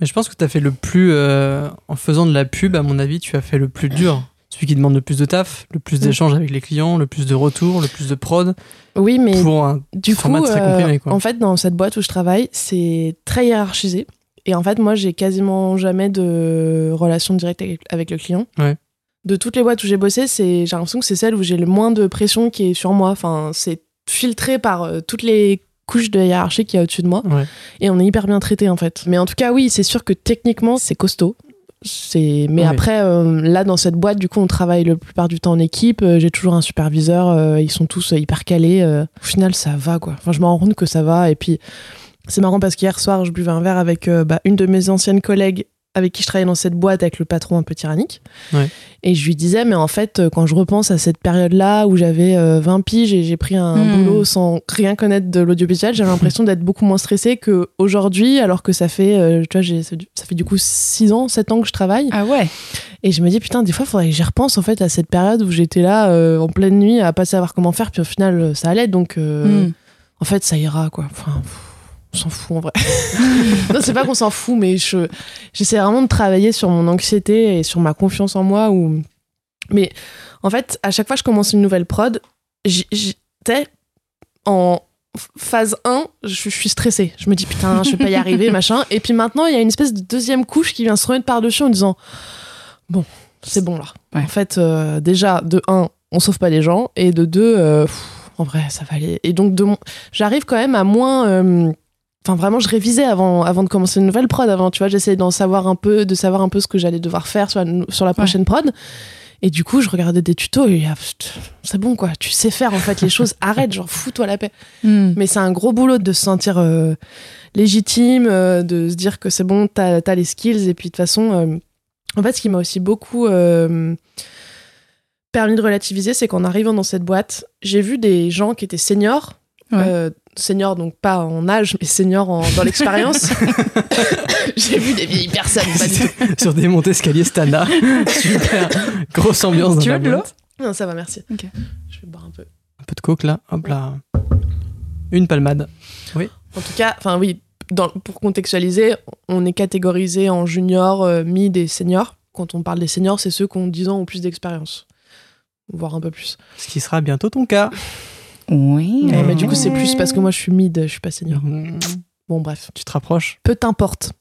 Speaker 5: Mais je pense que tu as fait le plus. euh, en faisant de la pub, à mon avis, tu as fait le plus dur. Celui qui demande le plus de taf, le plus d'échanges avec les clients, le plus de retours, le plus de prod.
Speaker 6: Oui, mais
Speaker 5: pour un.
Speaker 6: du coup,
Speaker 5: format très comprimé,
Speaker 6: euh,
Speaker 5: quoi.
Speaker 6: en fait, dans cette boîte où je travaille, c'est très hiérarchisé. Et en fait, moi, j'ai quasiment jamais de relation directe avec- avec le client.
Speaker 5: Ouais.
Speaker 6: De toutes les boîtes où j'ai bossé, c'est, j'ai l'impression que c'est celle où j'ai le moins de pression qui est sur moi. Enfin, c'est filtré par euh, toutes les couches de hiérarchie qu'il y a au-dessus de moi.
Speaker 5: Ouais.
Speaker 6: Et on est hyper bien traité, en fait. Mais en tout cas, oui, c'est sûr que techniquement, c'est costaud. C'est... Mais
Speaker 5: Ouais.
Speaker 6: après, euh, là, dans cette boîte, du coup, on travaille la plupart du temps en équipe. Euh, J'ai toujours un superviseur. euh, ils sont tous euh, hyper calés. euh. Au final, ça va, quoi. Enfin, je me rends compte que ça va. Et puis, c'est marrant parce qu'hier soir, je buvais un verre avec euh, bah, une de mes anciennes collègues avec qui je travaillais dans cette boîte, avec le patron un peu tyrannique.
Speaker 5: Ouais.
Speaker 6: Et je lui disais, mais en fait, euh, quand je repense à cette période-là où j'avais euh, 20 piges et j'ai pris un
Speaker 2: Hmm.
Speaker 6: boulot sans rien connaître de l'audiovisuel, j'avais l'impression d'être beaucoup moins stressée qu'aujourd'hui, alors que ça fait, euh, tu vois, j'ai- ça fait du coup 6 ans, 7 ans que je travaille.
Speaker 2: Ah ouais.
Speaker 6: Et je me dis, putain, des fois, faudrait que j'y repense en fait à cette période où j'étais là euh, en pleine nuit à pas savoir comment faire, puis au final, euh, ça allait. Donc, euh,
Speaker 2: Mm.
Speaker 6: en fait, ça ira, quoi. Enfin, pff, on s'en fout en vrai. non, c'est pas qu'on s'en fout, mais je, j'essaie vraiment de travailler sur mon anxiété et sur ma confiance en moi. Ou... Mais en fait, à chaque fois que je commence une nouvelle prod, j'y- j'étais en f- phase 1, je, je suis stressée. Je me dis putain, je vais pas y arriver, machin. Et puis maintenant, il y a une espèce de deuxième couche qui vient se remettre par-dessus en disant bon, c'est bon là.
Speaker 2: Ouais.
Speaker 6: En fait, euh, déjà, de 1, on sauve pas les gens, et de 2, en vrai, ça va aller. Et donc, de mon- j'arrive quand même à moins. euh, Enfin, vraiment, je révisais avant, avant de commencer une nouvelle prod. Avant, tu vois, j'essayais d'en savoir un peu, de savoir un peu ce que j'allais devoir faire sur la, sur la prochaine prod. Et du coup, je regardais des tutos et ah, pfft, c'est bon quoi, tu sais faire en fait les choses, arrête, genre fous-toi la paix.
Speaker 2: Mm.
Speaker 6: Mais c'est un gros boulot de se sentir euh, légitime, euh, de se dire que c'est bon, t'as as les skills. Et puis de toute façon, euh, en fait, ce qui m'a aussi beaucoup euh, permis de relativiser, c'est qu'en arrivant dans cette boîte, j'ai vu des gens qui étaient seniors.
Speaker 2: Ouais.
Speaker 6: euh, seniors, donc pas en âge, mais seniors en- dans l'expérience. j'ai vu des vieilles personnes, pas du tout.
Speaker 5: Sur des montées escaliers Stana. Super. Grosse ambiance.
Speaker 2: Tu
Speaker 5: dans la
Speaker 2: veux de l'eau
Speaker 5: boîte.
Speaker 6: Non, ça va, merci.
Speaker 2: Ok.
Speaker 6: Je vais boire un peu.
Speaker 5: Un peu de coke là. Hop là. Une palmade.
Speaker 6: En tout cas, enfin oui, dans- pour contextualiser, on est catégorisé en junior, euh, mid et senior. Quand on parle des seniors, c'est ceux qui ont 10 ans ou plus d'expérience, voire un peu plus.
Speaker 5: Ce qui sera bientôt ton cas.
Speaker 2: Oui.
Speaker 6: Non, mais du coup, c'est plus parce que moi, je suis mid, je suis pas senior. Bon, bref,
Speaker 5: Tu te rapproches.
Speaker 6: peu t'importe.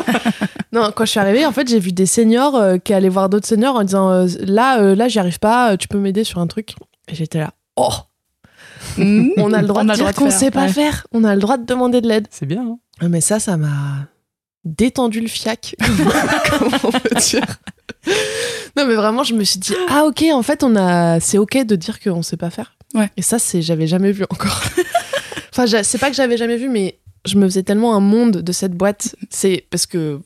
Speaker 6: non, quand je suis arrivée, en fait, j'ai vu des seniors euh, qui allaient voir d'autres seniors en disant euh, là, euh, là, j'y arrive pas, euh, tu peux m'aider sur un truc. Et j'étais là, oh, Hmm. on a le droit de dire qu'on sait pas faire, on a le droit de demander de l'aide.
Speaker 5: C'est bien. hein.
Speaker 6: Ah, Mais ça, ça m'a détendu le fiac. Comment on peut dire Non, mais vraiment, je me suis dit ah ok, en fait, on a, c'est ok de dire qu'on sait pas faire.
Speaker 2: Ouais.
Speaker 6: Et ça, c'est j'avais jamais vu encore. enfin, j'a- c'est pas que j'avais jamais vu, mais je me faisais tellement un monde de cette boîte. C'est parce que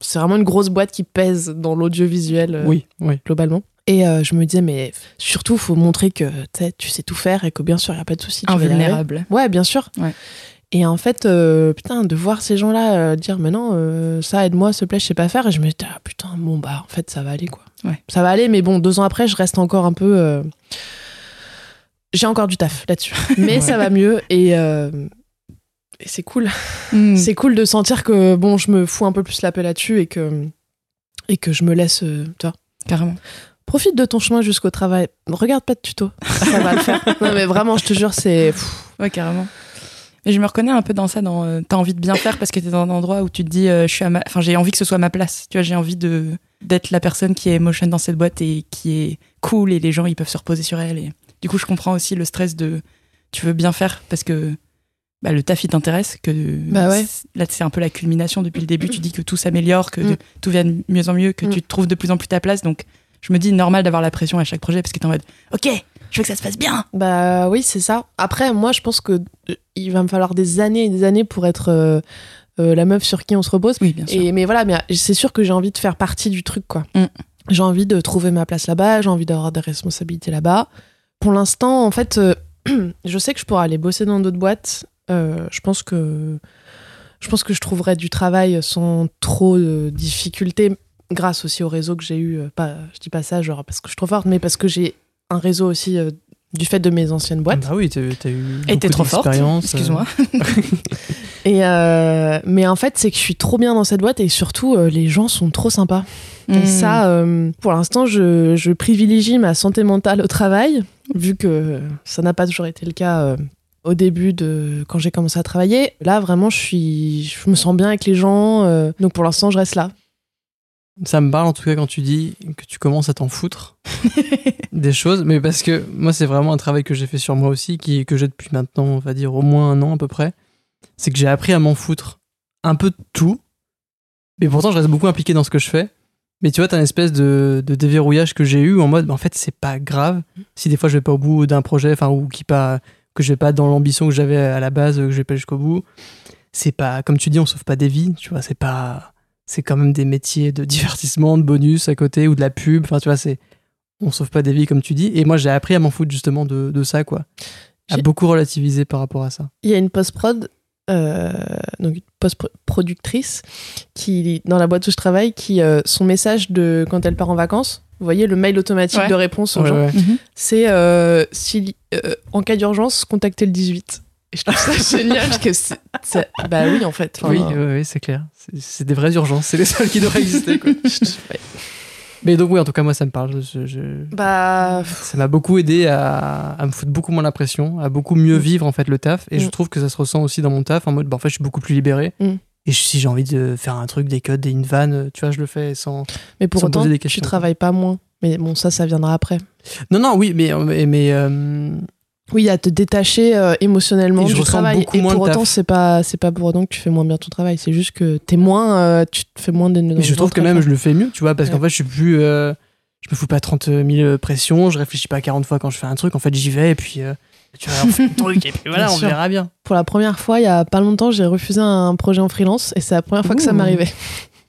Speaker 6: c'est vraiment une grosse boîte qui pèse dans l'audiovisuel. euh,
Speaker 5: Oui, oui.
Speaker 6: globalement. Et euh, je me disais, mais surtout, faut montrer que tu sais, tu sais tout faire et que bien sûr, il n'y a pas de souci. tu vas y arriver.
Speaker 2: Invulnérable.
Speaker 6: Ouais, bien sûr.
Speaker 2: Ouais.
Speaker 6: Et en fait, euh, putain, de voir ces gens-là euh, dire, mais non, euh, ça aide-moi, s'il te plaît, je sais pas faire. Et je me disais, ah, putain, bon, bah, en fait, ça va aller, quoi.
Speaker 2: Ouais.
Speaker 6: Ça va aller, mais bon, deux ans après, je reste encore un peu. euh, J'ai encore du taf là-dessus. Mais
Speaker 5: Ouais.
Speaker 6: ça va mieux et, euh, et c'est cool.
Speaker 2: Mm.
Speaker 6: C'est cool de sentir que, bon, je me fous un peu plus la paix là-dessus et que, et que je me laisse, euh, tu vois,
Speaker 2: Carrément.
Speaker 6: Profite de ton chemin jusqu'au travail. Regarde pas de tuto. Ça va le faire. Non, mais vraiment, je te jure, c'est. pff,
Speaker 2: Ouais, carrément. Mais je me reconnais un peu dans ça. Dans, euh, t'as envie de bien faire parce que t'es dans un endroit où tu te dis, euh, je suis à ma- enfin, j'ai envie que ce soit ma place. Tu vois, j'ai envie de d'être la personne qui est motion dans cette boîte et qui est cool et les gens ils peuvent se reposer sur elle. Et du coup, je comprends aussi le stress de tu veux bien faire parce que bah, le taf il t'intéresse. Que
Speaker 6: Bah ouais.
Speaker 2: c'est- là, c'est un peu la culmination depuis le début. Tu dis que tout s'améliore, que
Speaker 6: Mm.
Speaker 2: tout vient de mieux en mieux, que
Speaker 6: Mm.
Speaker 2: tu trouves de plus en plus ta place. Donc, je me dis normal d'avoir la pression à chaque projet parce que t'es en mode, ok, je veux que ça se passe bien.
Speaker 6: Bah oui, c'est ça. Après, moi, je pense que euh, il va me falloir des années et des années pour être euh, euh, la meuf sur qui on se repose.
Speaker 2: Oui, bien sûr.
Speaker 6: Et, mais voilà, mais euh, c'est sûr que j'ai envie de faire partie du truc, quoi.
Speaker 2: Mm.
Speaker 6: J'ai envie de trouver ma place là-bas, j'ai envie d'avoir des responsabilités là-bas. Pour l'instant, en fait, euh, je sais que je pourrais aller bosser dans d'autres boîtes. Euh, je pense que je pense que je trouverai du travail sans trop de difficultés, grâce aussi au réseau que j'ai eu. euh, Pas, je dis pas ça genre parce que je suis trop forte, mais parce que j'ai un réseau aussi euh, du fait de mes anciennes boîtes.
Speaker 5: Ah oui, t'as t'as eu.
Speaker 2: Et
Speaker 5: beaucoup
Speaker 2: t'es trop forte.
Speaker 5: d'expérience, euh,
Speaker 2: Excuse-moi.
Speaker 6: Et euh, mais en fait, c'est que je suis trop bien dans cette boîte et surtout euh, les gens sont trop sympas. Et
Speaker 2: Mm.
Speaker 6: ça, euh, pour l'instant, je, je privilégie ma santé mentale au travail, vu que ça n'a pas toujours été le cas euh, au début de quand j'ai commencé à travailler. Là, vraiment, je suis, je me sens bien avec les gens. euh, donc pour l'instant, je reste là.
Speaker 5: Ça me parle en tout cas quand tu dis que tu commences à t'en foutre des choses, mais parce que moi c'est vraiment un travail que j'ai fait sur moi aussi, qui, que j'ai depuis maintenant, on va dire au moins un an à peu près, c'est que j'ai appris à m'en foutre un peu de tout, mais pourtant je reste beaucoup impliqué dans ce que je fais. Mais tu vois, t'as une espèce de, de déverrouillage que j'ai eu en mode, bah, en fait c'est pas grave si des fois je vais pas au bout d'un projet, enfin ou qui pas que je vais pas dans l'ambition que j'avais à la base, que je vais pas jusqu'au bout. C'est pas, comme tu dis, on sauve pas des vies, tu vois, c'est pas c'est quand même des métiers de divertissement, de bonus à côté ou de la pub. Enfin, tu vois, c'est on sauve pas des vies comme tu dis. Et moi, j'ai appris à m'en foutre justement de, de ça, quoi. À
Speaker 6: J'ai-
Speaker 5: beaucoup relativiser par rapport à ça.
Speaker 6: Il y a une post-prod, euh, donc une post-productrice, qui, dans la boîte où je travaille, qui, euh, son message de quand elle part en vacances, vous voyez le mail automatique
Speaker 2: Ouais.
Speaker 6: de réponse aux gens,
Speaker 2: Mhm.
Speaker 6: c'est euh, si, euh, en cas d'urgence, contactez le 18. Et je trouve ça génial parce que c'est. c'est- Bah oui, en fait. Enfin,
Speaker 5: oui, euh, oui, oui, c'est clair. C'est- C'est des vraies urgences. C'est les seules qui devraient exister, quoi. Mais donc, oui, en tout cas, moi, ça me parle. Je- je-
Speaker 6: Bah. pff,
Speaker 5: Ça m'a beaucoup aidé à, à me foutre beaucoup moins la pression, à beaucoup mieux vivre, en fait, le taf. Et je
Speaker 6: Mm.
Speaker 5: trouve que ça se ressent aussi dans mon taf, en mode, bah, en fait, je suis beaucoup plus libéré.
Speaker 6: Mm.
Speaker 5: Et si j'ai envie de faire un truc, des codes, des- une vanne, tu vois, je le fais sans,
Speaker 6: Mais pour
Speaker 5: Sans
Speaker 6: autant,
Speaker 5: poser des
Speaker 6: tu
Speaker 5: questions.
Speaker 6: travailles pas moins. Mais bon, ça, ça viendra après.
Speaker 5: Non, non, oui, mais, mais, mais, euh,
Speaker 6: Oui, à te détacher euh, émotionnellement
Speaker 5: Et je
Speaker 6: du
Speaker 5: ressens
Speaker 6: travail.
Speaker 5: beaucoup
Speaker 6: Et
Speaker 5: moins
Speaker 6: pour
Speaker 5: de taf.
Speaker 6: autant, c'est pas, c'est pas pour autant que tu fais moins bien ton travail. C'est juste que t'es moins, euh, tu te fais moins de.
Speaker 5: mais je trouve que même je le fais mieux, tu vois, parce qu'en
Speaker 6: Ouais.
Speaker 5: fait, je suis plus. euh, je me fous pas 30 000 pressions, je réfléchis pas 40 fois quand je fais un truc, en fait, j'y vais et puis. euh, tu vois, on fait le truc et puis voilà,
Speaker 6: Bien
Speaker 5: on
Speaker 6: sûr.
Speaker 5: verra bien.
Speaker 6: Pour la première fois, il y a pas longtemps, j'ai refusé un projet en freelance et c'est la première fois que ça
Speaker 5: Ouh.
Speaker 6: m'arrivait.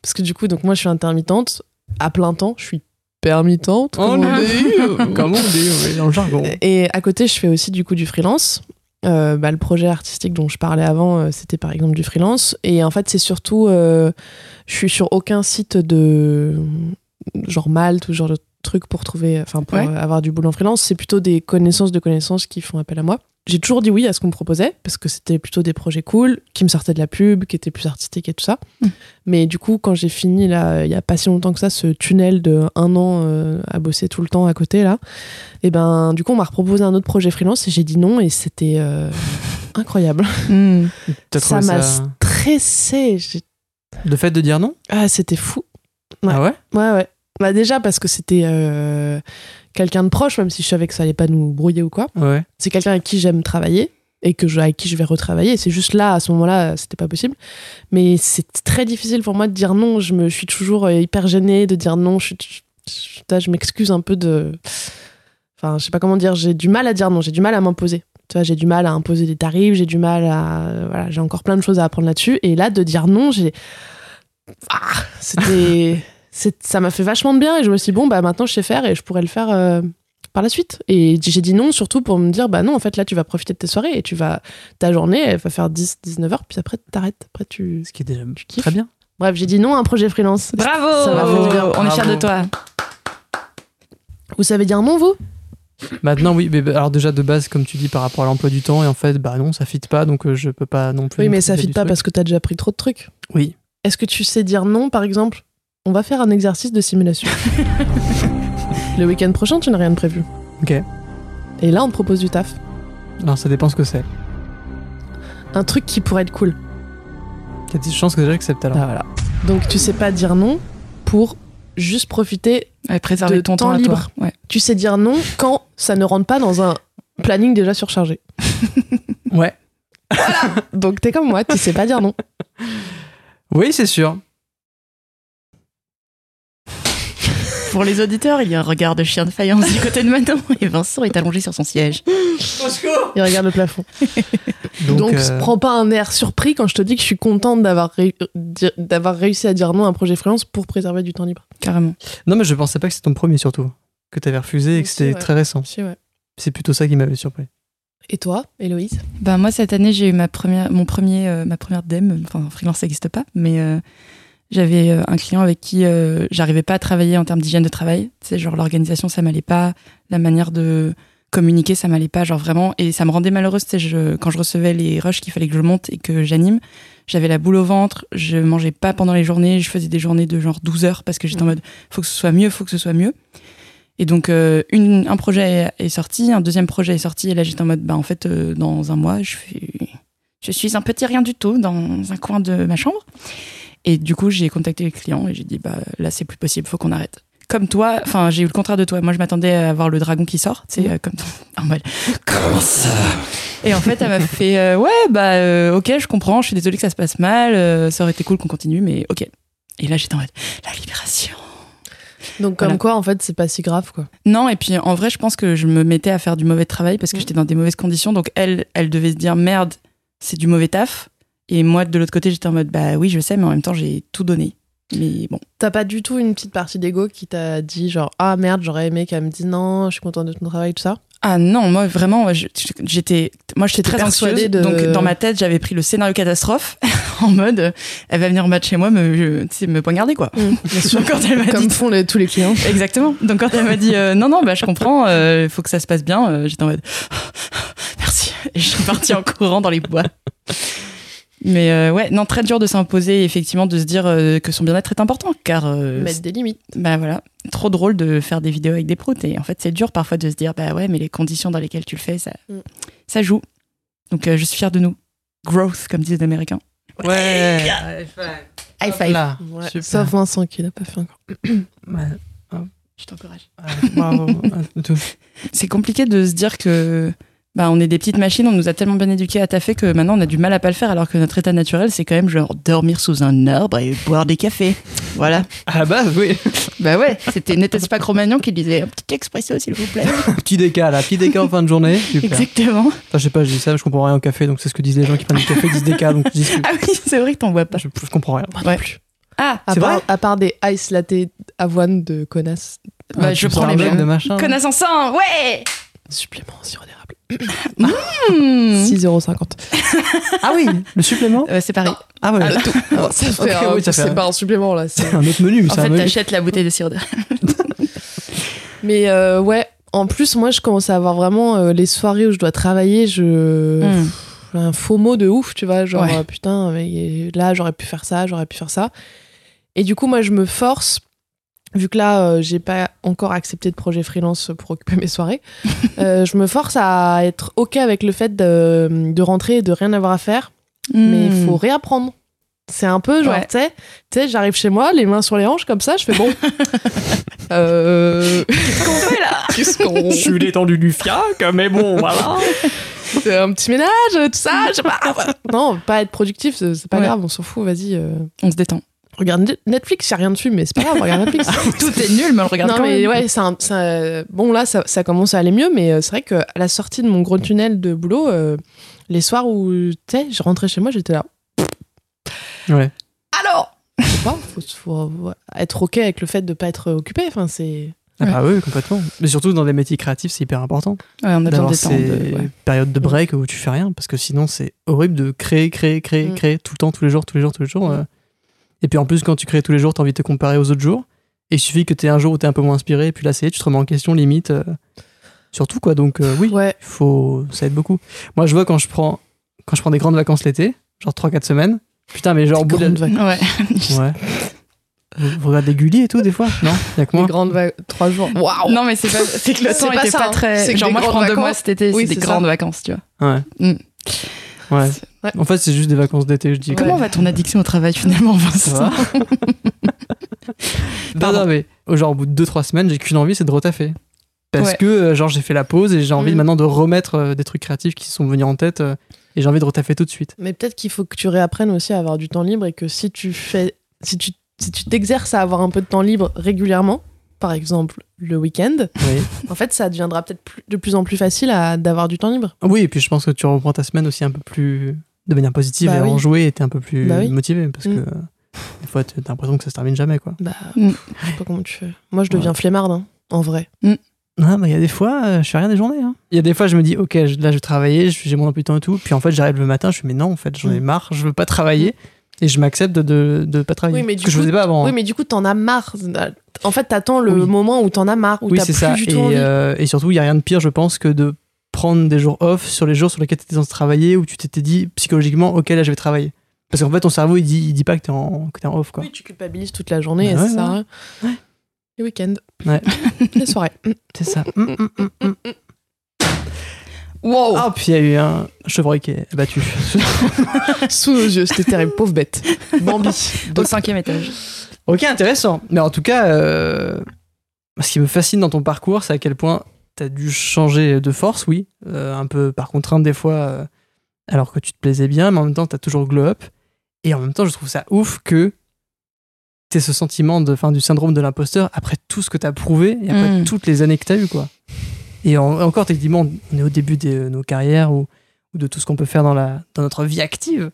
Speaker 6: Parce que du coup, donc moi, je suis intermittente à plein temps. Je suis permittente.
Speaker 5: Oh
Speaker 6: comme on
Speaker 5: là.
Speaker 6: dit.
Speaker 5: Comment on dit oui, dans le jargon
Speaker 6: Et à côté, je fais aussi du coup du freelance. Euh, bah, le projet artistique dont je parlais avant, euh, c'était par exemple du freelance. Et en fait, c'est surtout, euh, je suis sur aucun site de genre Malte ou ce genre de truc pour trouver, enfin pour
Speaker 2: Ouais.
Speaker 6: euh, avoir du boulot en freelance. C'est plutôt des connaissances de connaissances qui font appel à moi. J'ai toujours dit oui à ce qu'on me proposait parce que c'était plutôt des projets cool qui me sortaient de la pub, qui étaient plus artistiques et tout ça.
Speaker 2: Mm.
Speaker 6: Mais du coup, quand j'ai fini là, il y a pas si longtemps que ça, ce tunnel de un an euh, à bosser tout le temps à côté là, et ben du coup on m'a proposé un autre projet freelance et j'ai dit non et c'était euh, incroyable.
Speaker 2: Hmm.
Speaker 5: T'as
Speaker 6: Ça
Speaker 5: trouvé
Speaker 6: m'a stressé. j'ai-
Speaker 5: Le fait de dire non
Speaker 6: Ah c'était fou. Ouais.
Speaker 5: Ah ouais
Speaker 6: Ouais ouais. Bah déjà parce que c'était euh, quelqu'un de proche, même si je savais que ça allait pas nous brouiller ou quoi.
Speaker 5: Ouais.
Speaker 6: C'est quelqu'un avec qui j'aime travailler et que je, avec qui je vais retravailler. C'est juste là, à ce moment-là, c'était pas possible. Mais c'est très difficile pour moi de dire non. Je me je suis toujours euh, hyper gênée de dire non. Je, suis- je- je- putain, je m'excuse un peu de. Enfin, je sais pas comment dire. J'ai du mal à dire non. J'ai du mal à m'imposer. Tu vois, j'ai du mal à imposer des tarifs. J'ai du mal à. Voilà, j'ai encore plein de choses à apprendre là-dessus. Et là, de dire non, j'ai. Ah, c'était. c'est- ça m'a fait vachement de bien et je me suis dit, bon, bah maintenant je sais faire et je pourrais le faire. euh, par la suite. Et j'ai dit non, surtout pour me dire, bah non, en fait, là, tu vas profiter de tes soirées et tu vas, ta journée, elle va faire 10, 19 heures, puis après, t'arrêtes. Après, tu.
Speaker 5: Ce qui est déjà
Speaker 6: kiffes.
Speaker 5: très bien.
Speaker 6: Bref, j'ai dit non à un projet freelance.
Speaker 2: Bravo
Speaker 6: Ça m'a fait du bien.
Speaker 2: On est
Speaker 5: Bravo.
Speaker 2: fiers de toi.
Speaker 6: Vous savez dire non, vous
Speaker 5: Maintenant, oui, mais bah, alors déjà de base, comme tu dis, par rapport à l'emploi du temps, et en fait, bah non, ça fit pas, donc euh, je peux pas non plus.
Speaker 6: Oui,
Speaker 5: me
Speaker 6: mais ça
Speaker 5: profiter
Speaker 6: fit
Speaker 5: du
Speaker 6: pas
Speaker 5: truc.
Speaker 6: parce que t'as déjà pris trop de trucs.
Speaker 5: Oui.
Speaker 6: Est-ce que tu sais dire non, par exemple On va faire un exercice de simulation. Le week-end prochain, tu n'as rien de prévu.
Speaker 5: Ok.
Speaker 6: Et là, on te propose du taf.
Speaker 5: Alors ça dépend ce que c'est.
Speaker 6: Un truc qui pourrait être cool.
Speaker 5: Il y a des chances que déjà j'accepte alors.
Speaker 6: Ah, voilà. Donc, tu sais pas dire non pour juste profiter
Speaker 2: Ouais, préserver
Speaker 6: De
Speaker 2: ton
Speaker 6: temps
Speaker 2: temps à
Speaker 6: libre.
Speaker 2: Toi. Ouais.
Speaker 6: tu sais dire non quand ça ne rentre pas dans un planning déjà surchargé.
Speaker 5: Ouais.
Speaker 6: Donc t'es comme moi, tu sais pas dire non.
Speaker 5: Oui, c'est sûr.
Speaker 3: Pour les auditeurs, il y a un regard de chien de faïence du côté de Manon et Vincent est allongé sur son siège.
Speaker 6: Il regarde le plafond.
Speaker 5: Donc,
Speaker 6: Donc,
Speaker 5: euh,
Speaker 6: prends pas un air surpris quand je te dis que je suis contente d'avoir ré- di- d'avoir réussi à dire non à un projet freelance pour préserver du temps libre.
Speaker 2: Carrément.
Speaker 5: non, mais je pensais pas que c'était ton premier surtout, que t'avais refusé et que
Speaker 6: Aussi,
Speaker 5: c'était
Speaker 6: ouais.
Speaker 5: très récent. C'est plutôt ça qui m'avait surpris.
Speaker 6: Et toi, Héloïse
Speaker 2: Ben, moi, cette année, j'ai eu ma première, mon premier, euh, ma première DEM. Enfin, freelance, ça n'existe pas, mais euh, j'avais euh, un client avec qui euh, j'arrivais pas à travailler en termes d'hygiène de travail. Tu sais, genre l'organisation, ça m'allait pas. La manière de communiquer, ça m'allait pas. Genre vraiment. Et ça me rendait malheureuse. Tu sais, je- quand je recevais les rushs qu'il fallait que je monte et que j'anime, j'avais la boule au ventre. Je mangeais pas pendant les journées. Je faisais des journées de genre 12 heures parce que j'étais en mode faut que ce soit mieux, faut que ce soit mieux. Et donc, euh, une, un projet est sorti, un deuxième projet est sorti, et là j'étais en mode, bah en fait, euh, dans un mois, je suis, je suis un petit rien du tout dans un coin de ma chambre. Et du coup, j'ai contacté le client et j'ai dit, bah là c'est plus possible, faut qu'on arrête. Comme toi, enfin, j'ai eu le contraire de toi. Moi, je m'attendais à voir le dragon qui sort, tu sais, euh, comme en mode, comment ça Et en fait, elle m'a fait, euh, ouais, bah euh, ok, je comprends, je suis désolée que ça se passe mal, euh, ça aurait été cool qu'on continue, mais ok. Et là, j'étais en mode, la libération.
Speaker 6: Donc comme
Speaker 2: Voilà.
Speaker 6: quoi, en fait, c'est pas si grave quoi.
Speaker 2: Non, et puis en vrai, je pense que je me mettais à faire du mauvais travail parce que j'étais dans des mauvaises conditions. Donc elle, elle devait se dire merde, c'est du mauvais taf. Et moi, de l'autre côté, j'étais en mode bah oui, je sais, mais en même temps, j'ai tout donné. Mais bon,
Speaker 6: T'as pas du tout une petite partie d'ego qui t'a dit genre ah merde j'aurais aimé qu'elle me dise non, je suis contente de ton travail tout ça.
Speaker 2: Ah non, moi vraiment, je- j'étais, moi j'étais très
Speaker 6: persuadée
Speaker 2: anxieuse.
Speaker 6: de-
Speaker 2: Donc dans ma tête, j'avais pris le scénario catastrophe en mode, euh, elle va venir en bas de chez moi, me, je- tu sais, me poignarder quoi. Donc, quand elle m'a
Speaker 6: Mmh, Comme
Speaker 2: dit,
Speaker 6: font les- tous les clients.
Speaker 2: exactement. Donc quand elle m'a dit, euh, non non, bah je comprends, il faut que ça se passe bien, euh, j'étais en mode, merci. Et je suis partie en courant dans les bois. Mais euh, ouais, non, très dur de s'imposer, et effectivement, de se dire euh, que son bien-être est important, car euh,
Speaker 6: Mettre des limites.
Speaker 2: bah voilà, trop drôle de faire des vidéos avec des proutes. Et en fait, c'est dur parfois de se dire, bah ouais, mais les conditions dans lesquelles tu le fais, ça,
Speaker 6: Mm.
Speaker 2: ça joue. Donc euh, je suis fière de nous. Growth, comme disent les Américains.
Speaker 5: Ouais.
Speaker 3: High five.
Speaker 5: Là.
Speaker 6: Ouais.
Speaker 5: Super.
Speaker 6: Sauf Vincent qui l'a pas fait encore.
Speaker 2: Je t'encourage.
Speaker 5: Bravo. Ah, tout.
Speaker 2: C'est compliqué de se dire que bah, on est des petites machines, on nous a tellement bien éduqués à taffer que maintenant on a du mal à pas le faire, alors que notre état naturel, c'est quand même genre dormir sous un arbre et boire des cafés. Voilà.
Speaker 5: À la base, oui.
Speaker 2: bah ouais, c'était N'était-ce pas Cro-Magnon qui disait un petit expresso, s'il vous plaît.
Speaker 5: Petit déca, là. Petit déca en fin de journée. Super.
Speaker 2: Exactement.
Speaker 5: Enfin, je sais pas, je dis ça, mais je comprends rien au café, donc c'est ce que disent les gens qui prennent du café, ils disent des cas, donc je dis que
Speaker 2: Ah oui, c'est vrai que t'en vois pas.
Speaker 5: je, je comprends rien.
Speaker 2: Ouais. Ah,
Speaker 6: À
Speaker 5: C'est
Speaker 6: part,
Speaker 5: vrai
Speaker 6: à part des ice latte avoine de connasse.
Speaker 3: Bah,
Speaker 5: Ah,
Speaker 3: je prends les mêmes.
Speaker 5: de machin.
Speaker 2: Connasse en sang, ouais
Speaker 6: Supplément en sirop d'érable. Mmh.
Speaker 2: Hmm.
Speaker 6: 6,50€.
Speaker 5: Ah oui, le supplément
Speaker 2: Euh, C'est pareil.
Speaker 5: Ah ouais,
Speaker 6: Ça fait
Speaker 5: Ok,
Speaker 6: un-
Speaker 5: oui, ça fait un-
Speaker 6: C'est pas un supplément là. c'est-
Speaker 5: c'est un autre menu, mais
Speaker 3: En
Speaker 5: c'est un
Speaker 3: fait,
Speaker 5: menu.
Speaker 3: t'achètes la bouteille de sirop d'érable.
Speaker 6: Mais euh, ouais, en plus, moi, je commence à avoir vraiment euh, les soirées où je dois travailler, je.
Speaker 2: Hmm.
Speaker 6: Pff, un faux mot de ouf, tu vois. Genre,
Speaker 2: Ouais.
Speaker 6: euh, putain, mais là, j'aurais pu faire ça, j'aurais pu faire ça. Et du coup, moi, je me force. Vu que là, euh, j'ai pas encore accepté de projet freelance pour occuper mes soirées, euh, je me force à être OK avec le fait de, de rentrer et de rien avoir à faire
Speaker 2: Hmm.
Speaker 6: mais il faut réapprendre. C'est un peu genre,
Speaker 2: Ouais.
Speaker 6: tu sais, tu sais, j'arrive chez moi, les mains sur les hanches, comme ça, je fais bon. euh... Qu'est-ce qu'on fait là Qu'est-ce qu'on.
Speaker 5: Je suis l'étendue du fiac, mais bon, voilà.
Speaker 6: C'est euh, un petit ménage, tout ça, je sais pas. Non, pas être productif, c'est c'est pas
Speaker 2: Ouais.
Speaker 6: grave, on s'en fout, vas-y. euh,
Speaker 2: On se détend.
Speaker 6: Regarde Netflix, y a rien dessus, mais c'est pas grave, regarde Netflix.
Speaker 2: Tout est nul, mais on le regarde
Speaker 6: non,
Speaker 2: quand
Speaker 6: mais
Speaker 2: même.
Speaker 6: ouais, c'est un- c'est un- bon, là, ça, ça commence à aller mieux, mais euh, c'est vrai qu'à la sortie de mon gros tunnel de boulot, euh, les soirs où, tu sais, je rentrais chez moi, j'étais là.
Speaker 5: Ouais.
Speaker 6: Alors Je sais pas, oh, faut, faut, ouais, être OK avec le fait de pas être occupé, enfin, c'est.
Speaker 5: Ah bah oui, complètement. Mais surtout dans des métiers créatifs, c'est hyper important.
Speaker 2: Ouais, on a besoin
Speaker 5: D'avoir
Speaker 2: de temps.
Speaker 5: ces
Speaker 2: de- ouais.
Speaker 5: périodes de break où tu fais rien, parce que sinon c'est horrible de créer, créer, créer,
Speaker 6: Mm.
Speaker 5: créer tout le temps, tous les jours, tous les jours, tous les jours.
Speaker 2: Mm.
Speaker 5: euh. Et puis en plus, quand tu crées tous les jours, t'as envie de te comparer aux autres jours. Et il suffit que t'aies un jour où t'es un peu moins inspiré, et puis là c'est, tu te remets en question limite. euh, surtout quoi, donc euh, oui,
Speaker 6: Ouais,
Speaker 5: faut, ça aide beaucoup. Moi je vois quand je prends, quand je prends des grandes vacances l'été, genre 3-4 semaines, putain, mais genre au bout de la-
Speaker 6: grandes vacances.
Speaker 2: Ouais.
Speaker 5: Ouais. Vous, vous regardez Gulli et tout des fois Non Il y a que moi
Speaker 6: Les grandes vacances, trois jours. Waouh
Speaker 2: Non, mais c'est pas. C'est que le
Speaker 6: C'est
Speaker 2: temps
Speaker 6: pas
Speaker 2: était
Speaker 6: ça,
Speaker 2: pas
Speaker 6: hein. C'est
Speaker 2: très.
Speaker 6: que
Speaker 2: Genre,
Speaker 6: des
Speaker 2: moi, je prends
Speaker 6: grandes
Speaker 2: deux mois
Speaker 6: vacances.
Speaker 2: cet été,
Speaker 6: Oui,
Speaker 2: c'est des
Speaker 6: c'est ça.
Speaker 2: grandes vacances, tu vois.
Speaker 5: Ouais.
Speaker 2: Mm.
Speaker 5: ouais.
Speaker 6: Ouais.
Speaker 5: En fait, c'est juste des vacances d'été, je dis.
Speaker 2: Comment va ton addiction au travail finalement, Vincent
Speaker 5: Non, non, mais au genre, au bout de 2-3 semaines, j'ai qu'une envie, c'est de retaffer. Parce
Speaker 2: Ouais.
Speaker 5: que, euh, genre, j'ai fait la pause et j'ai envie
Speaker 6: Mm.
Speaker 5: maintenant de remettre euh, des trucs créatifs qui sont venus en tête euh, et j'ai envie de retaffer tout de suite.
Speaker 6: Mais peut-être qu'il faut que tu réapprennes aussi à avoir du temps libre et que si tu fais, si tu, si tu t'exerces à avoir un peu de temps libre régulièrement, par exemple le week-end,
Speaker 5: Oui.
Speaker 6: en fait, ça deviendra peut-être plus- de plus en plus facile à, d'avoir du temps libre.
Speaker 5: oui, et puis je pense que tu reprends ta semaine aussi un peu plus de manière positive
Speaker 6: Bah
Speaker 5: et
Speaker 6: oui.
Speaker 5: enjouée et t'es un peu plus
Speaker 6: Bah oui.
Speaker 5: motivé parce
Speaker 6: Mm.
Speaker 5: que. euh, Des fois, t'as l'impression que ça se termine jamais, quoi.
Speaker 6: Bah,
Speaker 2: Mm.
Speaker 6: je sais pas comment tu fais. Moi, je deviens flemmarde, hein, en vrai.
Speaker 5: Ah, bah, il y a des fois, euh, je fais rien des journées. hein. Il y a des fois, je me dis, ok, je- là, je vais travailler, je- j'ai mon emploi du temps et tout. Puis en fait, j'arrive le matin, je fais, mais non, en fait, j'en ai marre, je veux pas travailler. Et je m'accepte de, de, de pas travailler.
Speaker 6: Oui, mais
Speaker 5: Ce
Speaker 6: du
Speaker 5: que je
Speaker 6: coup-
Speaker 5: faisais pas avant. hein.
Speaker 6: Oui, mais du coup, t'en as marre. En fait, t'attends le
Speaker 5: Oui.
Speaker 6: moment où t'en as marre, où
Speaker 5: oui,
Speaker 6: t'as
Speaker 5: c'est
Speaker 6: plus
Speaker 5: ça.
Speaker 6: du tout envie.
Speaker 5: Et, euh, et surtout, il n'y a rien de pire, je pense, que de prendre des jours off sur les jours sur lesquels tu étais censé travailler où tu t'étais dit psychologiquement, ok, là, je vais travailler. Parce qu'en fait, ton cerveau, il dit, il dit pas que t'es en, que t'es en off, quoi.
Speaker 6: Oui, tu culpabilises toute la journée,
Speaker 5: Bah
Speaker 6: et
Speaker 5: ouais,
Speaker 6: ça sert à rien.
Speaker 5: ouais.
Speaker 6: Les week-ends.
Speaker 5: Ouais.
Speaker 6: Les soirées.
Speaker 5: C'est ça. Mm, mm, mm, mm.
Speaker 6: Oh.
Speaker 2: Wow
Speaker 5: Ah, puis il y a eu un chevreuil qui est abattu.
Speaker 6: Sous nos yeux, c'était terrible, pauvre bête.
Speaker 2: Bambi Au cinquième étage.
Speaker 5: ok, intéressant. Mais en tout cas, euh, ce qui me fascine dans ton parcours, c'est à quel point t'as dû changer de force, oui. euh, un peu par contrainte, des fois, euh, alors que tu te plaisais bien, mais en même temps, t'as toujours glow up. Et en même temps, je trouve ça ouf que t'aies ce sentiment de, fin, du syndrome de l'imposteur après tout ce que t'as prouvé et après
Speaker 2: Mm.
Speaker 5: toutes les années que t'as eues, quoi. Et en- encore, techniquement, on est au début de nos carrières ou, ou de tout ce qu'on peut faire dans, la, dans notre vie active.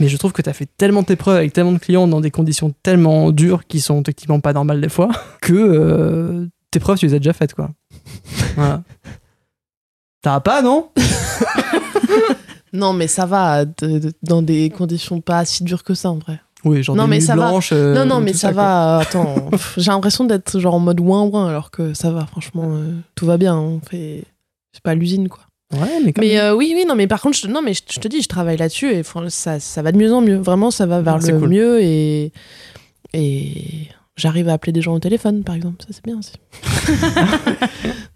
Speaker 5: Mais je trouve que t'as fait tellement tes preuves avec tellement de clients dans des conditions tellement dures qui sont techniquement pas normales des fois que euh, tes preuves, tu les as déjà faites, quoi. Voilà. T'as pas, non
Speaker 6: Non, mais ça va, de- de- dans des conditions pas si dures que ça, en vrai.
Speaker 5: Oui, genre
Speaker 6: Non,
Speaker 5: des
Speaker 6: mais
Speaker 5: nuits
Speaker 6: ça va.
Speaker 5: blanches. euh,
Speaker 6: non, non, mais
Speaker 5: tout
Speaker 6: ça,
Speaker 5: quoi.
Speaker 6: va. euh, Attends, pff, j'ai l'impression d'être genre en mode ouin-ouin, alors que ça va, franchement, euh, tout va bien. On fait. C'est pas à l'usine, quoi.
Speaker 5: Ouais, mais quand
Speaker 6: Mais euh, oui, oui, non, mais par contre, je, non, mais je, je te dis, je travaille là-dessus et fran- ça, ça va de mieux en mieux. Vraiment, ça va vers
Speaker 5: C'est
Speaker 6: le
Speaker 5: cool.
Speaker 6: mieux et. Et. J'arrive à appeler des gens au téléphone, par exemple. Ça, c'est bien aussi.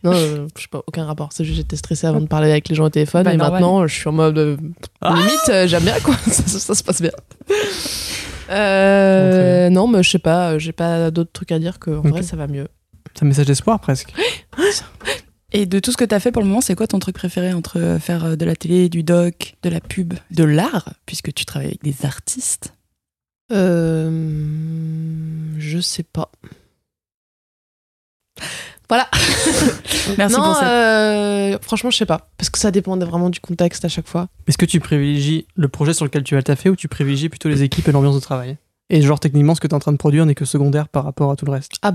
Speaker 6: non, euh, je sais pas, aucun rapport. C'est juste j'étais stressée avant de parler avec les gens au téléphone
Speaker 2: Bah,
Speaker 6: et
Speaker 2: normal.
Speaker 6: maintenant, je suis en mode. euh, Limite, euh, j'aime bien, quoi. ça, ça- ça se passe bien. Euh,
Speaker 5: Bon, très
Speaker 6: non, mais je sais pas, euh, j'ai pas d'autres trucs à dire que en
Speaker 5: Ok.
Speaker 6: vrai, ça va mieux.
Speaker 5: C'est un message d'espoir presque.
Speaker 2: Et de tout ce que t'as fait pour le moment, c'est quoi ton truc préféré entre euh, faire euh, de la télé, du doc, de la pub, de l'art, puisque tu travailles avec des artistes
Speaker 6: Euh, je sais pas. Voilà.
Speaker 2: Merci
Speaker 6: non,
Speaker 2: pour ça.
Speaker 6: euh, franchement, je sais pas. Parce que ça dépendait vraiment du contexte à chaque fois.
Speaker 5: Est-ce que tu privilégies le projet sur lequel tu vas taffer ou tu privilégies plutôt les équipes et l'ambiance de travail Et genre, techniquement, ce que t'es en train de produire n'est que secondaire par rapport à tout le reste.
Speaker 6: Ah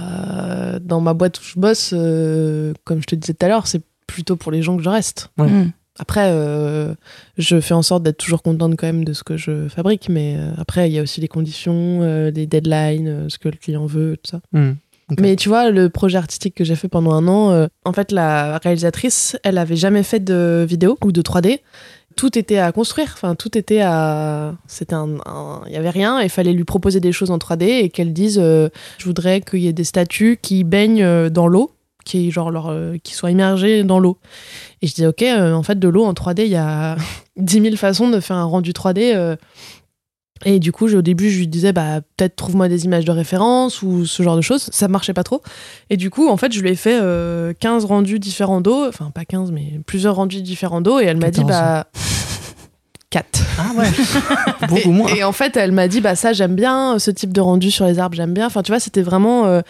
Speaker 6: bah, dans ma boîte où je bosse, euh, comme je te disais tout à l'heure, c'est plutôt pour les gens que je reste.
Speaker 5: Ouais.
Speaker 2: Mm.
Speaker 6: Après, euh, je fais en sorte d'être toujours contente quand même de ce que je fabrique, mais euh, après, il y a aussi les conditions, euh, les deadlines, euh, ce que le client veut, tout ça.
Speaker 5: Hmm. Ok.
Speaker 6: Mais tu vois, le projet artistique que j'ai fait pendant un an, euh, en fait, la réalisatrice, elle avait jamais fait de vidéo ou de 3D. Tout était à construire, enfin, tout était à. C'était un. un- Il y avait rien, il fallait lui proposer des choses en 3D et qu'elle dise euh, Je voudrais qu'il y ait des statues qui baignent euh, dans l'eau, qui, genre, leur, euh, qui soient immergées dans l'eau. Et je dis Ok, euh, en fait, de l'eau en 3D, il y a 10 000 façons de faire un rendu 3D. euh, et du coup, j'ai- au début, je lui disais, bah, peut-être trouve-moi des images de référence ou ce genre de choses. Ça marchait pas trop. Et du coup, en fait, je lui ai fait euh, 15 rendus différents d'eau. Enfin, pas 15, mais plusieurs rendus différents d'eau. Et elle m'a dit,
Speaker 5: 14.
Speaker 6: bah. 4.
Speaker 5: hein. Ah ouais Beaucoup
Speaker 6: et,
Speaker 5: moins.
Speaker 6: et en fait, elle m'a dit, bah, ça, j'aime bien. Ce type de rendu sur les arbres, j'aime bien. Enfin, tu vois, c'était vraiment. euh,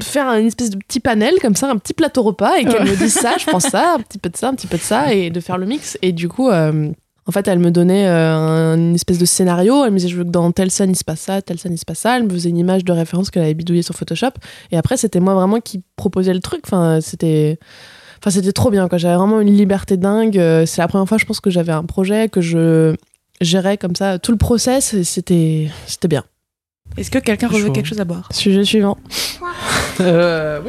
Speaker 6: faire une espèce de petit panel comme ça un petit plateau repas et qu'elle me dise ça je prends ça un petit peu de ça un petit peu de ça et de faire le mix et du coup euh, en fait, elle me donnait euh, une espèce de scénario. Elle me disait, je veux que dans telle scène, il se passe ça, telle scène, il se passe ça. Elle me faisait une image de référence qu'elle avait bidouillée sur Photoshop. Et après, c'était moi vraiment qui proposais le truc. Enfin, c'était... Enfin, c'était trop bien, quoi. J'avais vraiment une liberté dingue. Euh, C'est la première fois, je pense, que j'avais un projet, que je gérais comme ça tout le process. Et c'était... C'était bien.
Speaker 2: Est-ce que quelqu'un
Speaker 5: Chaud.
Speaker 2: reveut quelque chose à boire
Speaker 6: Sujet suivant.
Speaker 5: Euh,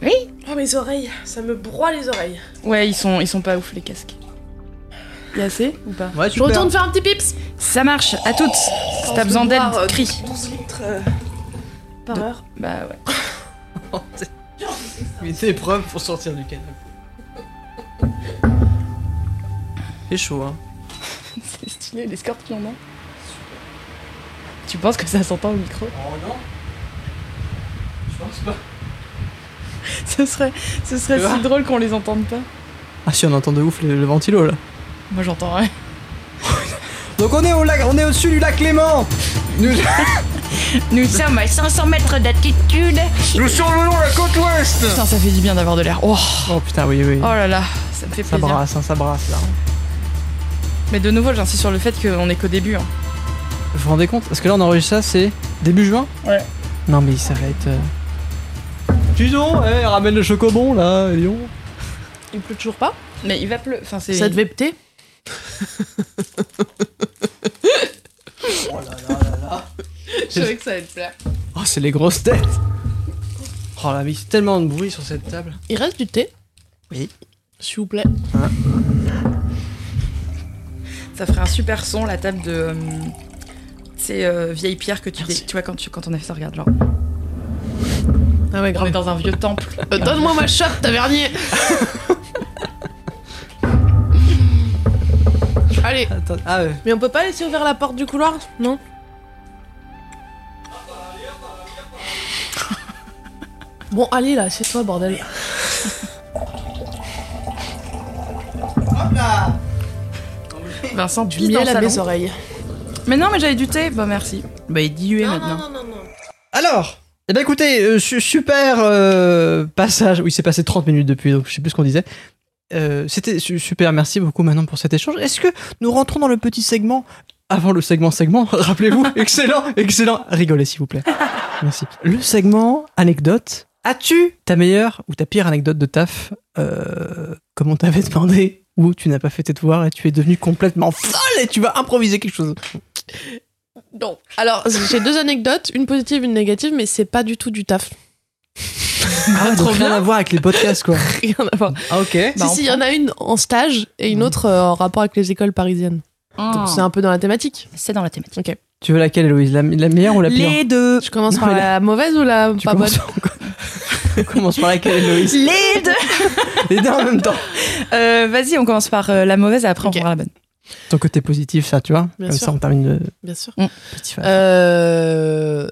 Speaker 5: oui.
Speaker 4: Oh, mes oreilles, ça me broie les oreilles.
Speaker 2: Ouais, ils sont, ils sont pas ouf les casques. Y a assez ou pas
Speaker 5: Ouais,
Speaker 6: Je retourne faire un petit pips
Speaker 2: Ça marche, à toutes Si t'as besoin d'aide, crie
Speaker 4: 12 litres euh, par
Speaker 2: De-
Speaker 4: heure.
Speaker 2: Bah ouais.
Speaker 5: Mais t'es preuve pour sortir du canapé. C'est chaud, hein.
Speaker 2: C'est stylé, les scorpions, non Tu penses que ça s'entend au micro
Speaker 7: Oh non Je pense pas.
Speaker 2: Ce serait, ce serait si drôle qu'on les entende pas.
Speaker 5: Ah si, on entend de ouf le, le ventilo, là.
Speaker 2: Moi j'entends rien.
Speaker 5: Donc on est au lac, on est au-dessus du lac Clément
Speaker 2: Nous sommes à 500 mètres d'altitude
Speaker 7: Nous survolons la côte ouest
Speaker 2: Putain, ça fait du bien d'avoir de l'air. Oh, oh
Speaker 5: Oh putain, oui, oui.
Speaker 2: là là, ça me fait
Speaker 5: ça
Speaker 2: plaisir.
Speaker 5: brasse, hein, ça brasse, là.
Speaker 2: Mais de nouveau, j'insiste sur le fait qu'on est qu'au début. hein.
Speaker 5: Vous vous rendez compte Parce que là, on enregistre ça, c'est début juin
Speaker 2: Ouais.
Speaker 5: Non, mais ça va être... euh, Dis donc, eh, ramène le chocobon, là, Lyon.
Speaker 6: Il pleut toujours pas
Speaker 2: Mais il va pleuvoir. Enfin, c'est.
Speaker 6: Ça devait péter
Speaker 2: Je savais que ça allait te plaire.
Speaker 5: Oh, c'est les grosses têtes Oh là, mais il y a tellement de bruit sur cette table.
Speaker 6: Il reste du thé
Speaker 5: Oui.
Speaker 6: S'il vous plaît.
Speaker 2: Ça ferait un super son, la table de. euh, Ces euh, vieilles pierres que tu dé- Tu vois, quand, tu, quand on a fait ça, regarde, genre.
Speaker 6: Ah ouais,
Speaker 2: On est
Speaker 6: grave.
Speaker 2: dans un vieux temple.
Speaker 6: Euh, Donne-moi ma chope, tavernier Allez,
Speaker 5: Attends, ah ouais.
Speaker 6: mais on peut pas laisser ouvert la porte du couloir Non Bon, allez là, c'est toi, bordel.
Speaker 2: Vincent,
Speaker 6: Du
Speaker 2: pisse dans
Speaker 6: miel
Speaker 2: le
Speaker 6: à mes
Speaker 2: salon.
Speaker 6: oreilles.
Speaker 2: Mais non, mais j'avais du thé. Bah merci. Bah il est dilué
Speaker 4: Non,
Speaker 2: maintenant.
Speaker 4: non, non, non, non.
Speaker 5: Alors, eh ben écoutez, euh, su- super euh, passage. Oui, c'est passé 30 minutes depuis, donc je sais plus ce qu'on disait. Euh, C'était su- super, merci beaucoup Manon pour cet échange. Est-ce que nous rentrons dans le petit segment avant le segment segment Rappelez-vous, excellent, excellent. Rigolez s'il vous plaît. Merci. Le segment anecdote. As-tu ta meilleure ou ta pire anecdote de taf euh, comme on t'avait demandé ou tu n'as pas fait tes devoirs et tu es devenu complètement folle et tu vas improviser quelque chose
Speaker 6: Non. Alors, j'ai deux anecdotes, une positive, une négative, mais c'est pas du tout du taf.
Speaker 5: ah, donc
Speaker 6: trop
Speaker 5: rien
Speaker 6: bien.
Speaker 5: à voir avec les podcasts quoi.
Speaker 6: Rien à voir.
Speaker 5: Ah ok.
Speaker 2: Bah, on
Speaker 6: si, si, il y en a une en stage et
Speaker 5: Mm.
Speaker 6: une autre euh, en rapport avec les écoles parisiennes.
Speaker 5: Ah.
Speaker 6: Donc, c'est un peu dans la thématique.
Speaker 2: ah. C'est dans la thématique.
Speaker 5: Tu veux laquelle, Héloïse la, la meilleure ou la pire
Speaker 2: deux.
Speaker 6: Je commence
Speaker 5: Non,
Speaker 6: par
Speaker 5: mais
Speaker 6: la mauvaise ou la
Speaker 5: Tu
Speaker 6: pas bonne
Speaker 5: commences, on commence par laquelle, Héloïse
Speaker 2: Les deux.
Speaker 5: Les deux en même temps.
Speaker 2: Euh, Vas-y, on commence par euh, la mauvaise et après
Speaker 6: Ok.
Speaker 2: on verra la bonne.
Speaker 5: Ton côté positif, ça, tu vois
Speaker 6: Bien
Speaker 5: Comme
Speaker 6: sûr.
Speaker 5: ça, on termine le
Speaker 6: Bien sûr.
Speaker 5: petit fan.
Speaker 6: Euh,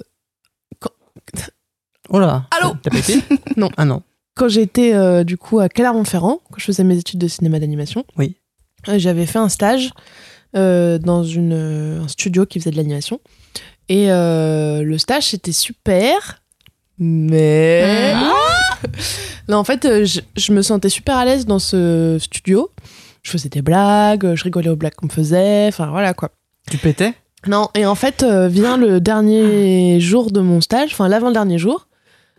Speaker 5: Oh là
Speaker 6: allô
Speaker 5: T'as pété
Speaker 6: Non.
Speaker 5: Ah non.
Speaker 6: quand j'étais euh, du coup à Clermont-Ferrand, quand je faisais mes études de cinéma d'animation,
Speaker 5: Oui.
Speaker 6: euh, j'avais fait un stage euh, dans une, euh, un studio qui faisait de l'animation. Et euh, le stage, c'était super, mais... Là, en fait, euh, je, je me sentais super à l'aise dans ce studio. Je faisais des blagues, je rigolais aux blagues qu'on me faisait, enfin voilà quoi.
Speaker 5: Tu pétais
Speaker 6: Non, et en fait, euh, vient le dernier jour de mon stage, enfin l'avant-dernier jour,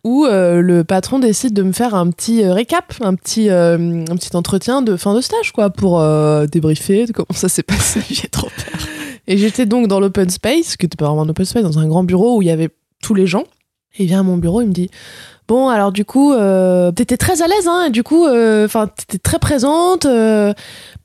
Speaker 6: où euh, le patron décide de me faire un petit euh, récap, un petit, euh, un petit entretien de fin de stage, quoi, pour euh, débriefer de comment ça s'est passé. J'ai trop peur. Et j'étais donc dans l'open space, qui était pas vraiment un open space, dans un grand bureau où il y avait tous les gens. Et il vient à mon bureau, il me dit Bon, alors du coup, euh, t'étais très à l'aise, hein, et du coup, enfin, t'étais très présente, euh,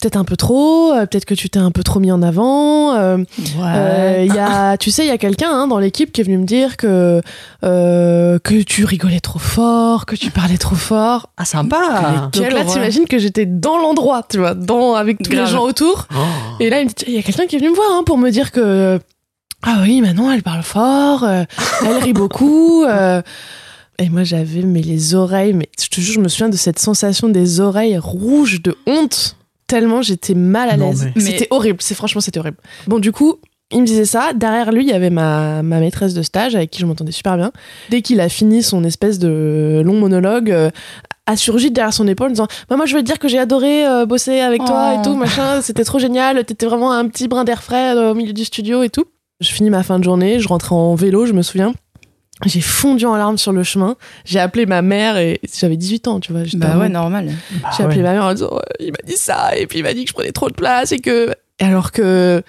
Speaker 6: peut-être un peu trop, euh, peut-être que tu t'es un peu trop mis en avant. euh, euh, il y a, tu sais, il y a quelqu'un hein, dans l'équipe qui est venu me dire que, euh, que tu rigolais trop fort, que tu parlais trop fort.
Speaker 5: Ah, sympa
Speaker 6: Donc là, t'imagines que j'étais dans l'endroit, tu vois, dans, avec tous
Speaker 2: Grave. Oh.
Speaker 6: les gens autour. Et là, il me dit, Tiens, il y a quelqu'un qui est venu me voir hein, pour me dire que, ah oui, maintenant, elle parle fort, euh, elle rit beaucoup. euh. Et moi, j'avais mais les oreilles, mais je te jure, je me souviens de cette sensation des oreilles rouges de honte, tellement j'étais mal à
Speaker 5: Non,
Speaker 6: l'aise.
Speaker 2: mais-
Speaker 6: C'était horrible, c'est franchement, c'était horrible. Bon, du coup, il me disait ça. Derrière lui, il y avait ma, ma maîtresse de stage avec qui je m'entendais super bien. Dès qu'il a fini son espèce de long monologue, euh, a surgi derrière son épaule en disant bah, Moi, je veux te dire que j'ai adoré euh, bosser avec toi
Speaker 2: Oh.
Speaker 6: et tout, machin, c'était trop génial, t'étais vraiment un petit brin d'air frais euh, au milieu du studio et tout. Je finis ma fin de journée, je rentrais en vélo, je me souviens. J'ai fondu en larmes sur le chemin. J'ai appelé ma mère et j'avais 18 ans, tu vois. j'étais
Speaker 2: Bah
Speaker 6: en
Speaker 2: ouais, normal.
Speaker 6: j'ai appelé
Speaker 5: Bah
Speaker 6: ma mère en disant, Ouais, il m'a dit ça, et puis il m'a dit que je prenais trop de place, et que. Et Alors que.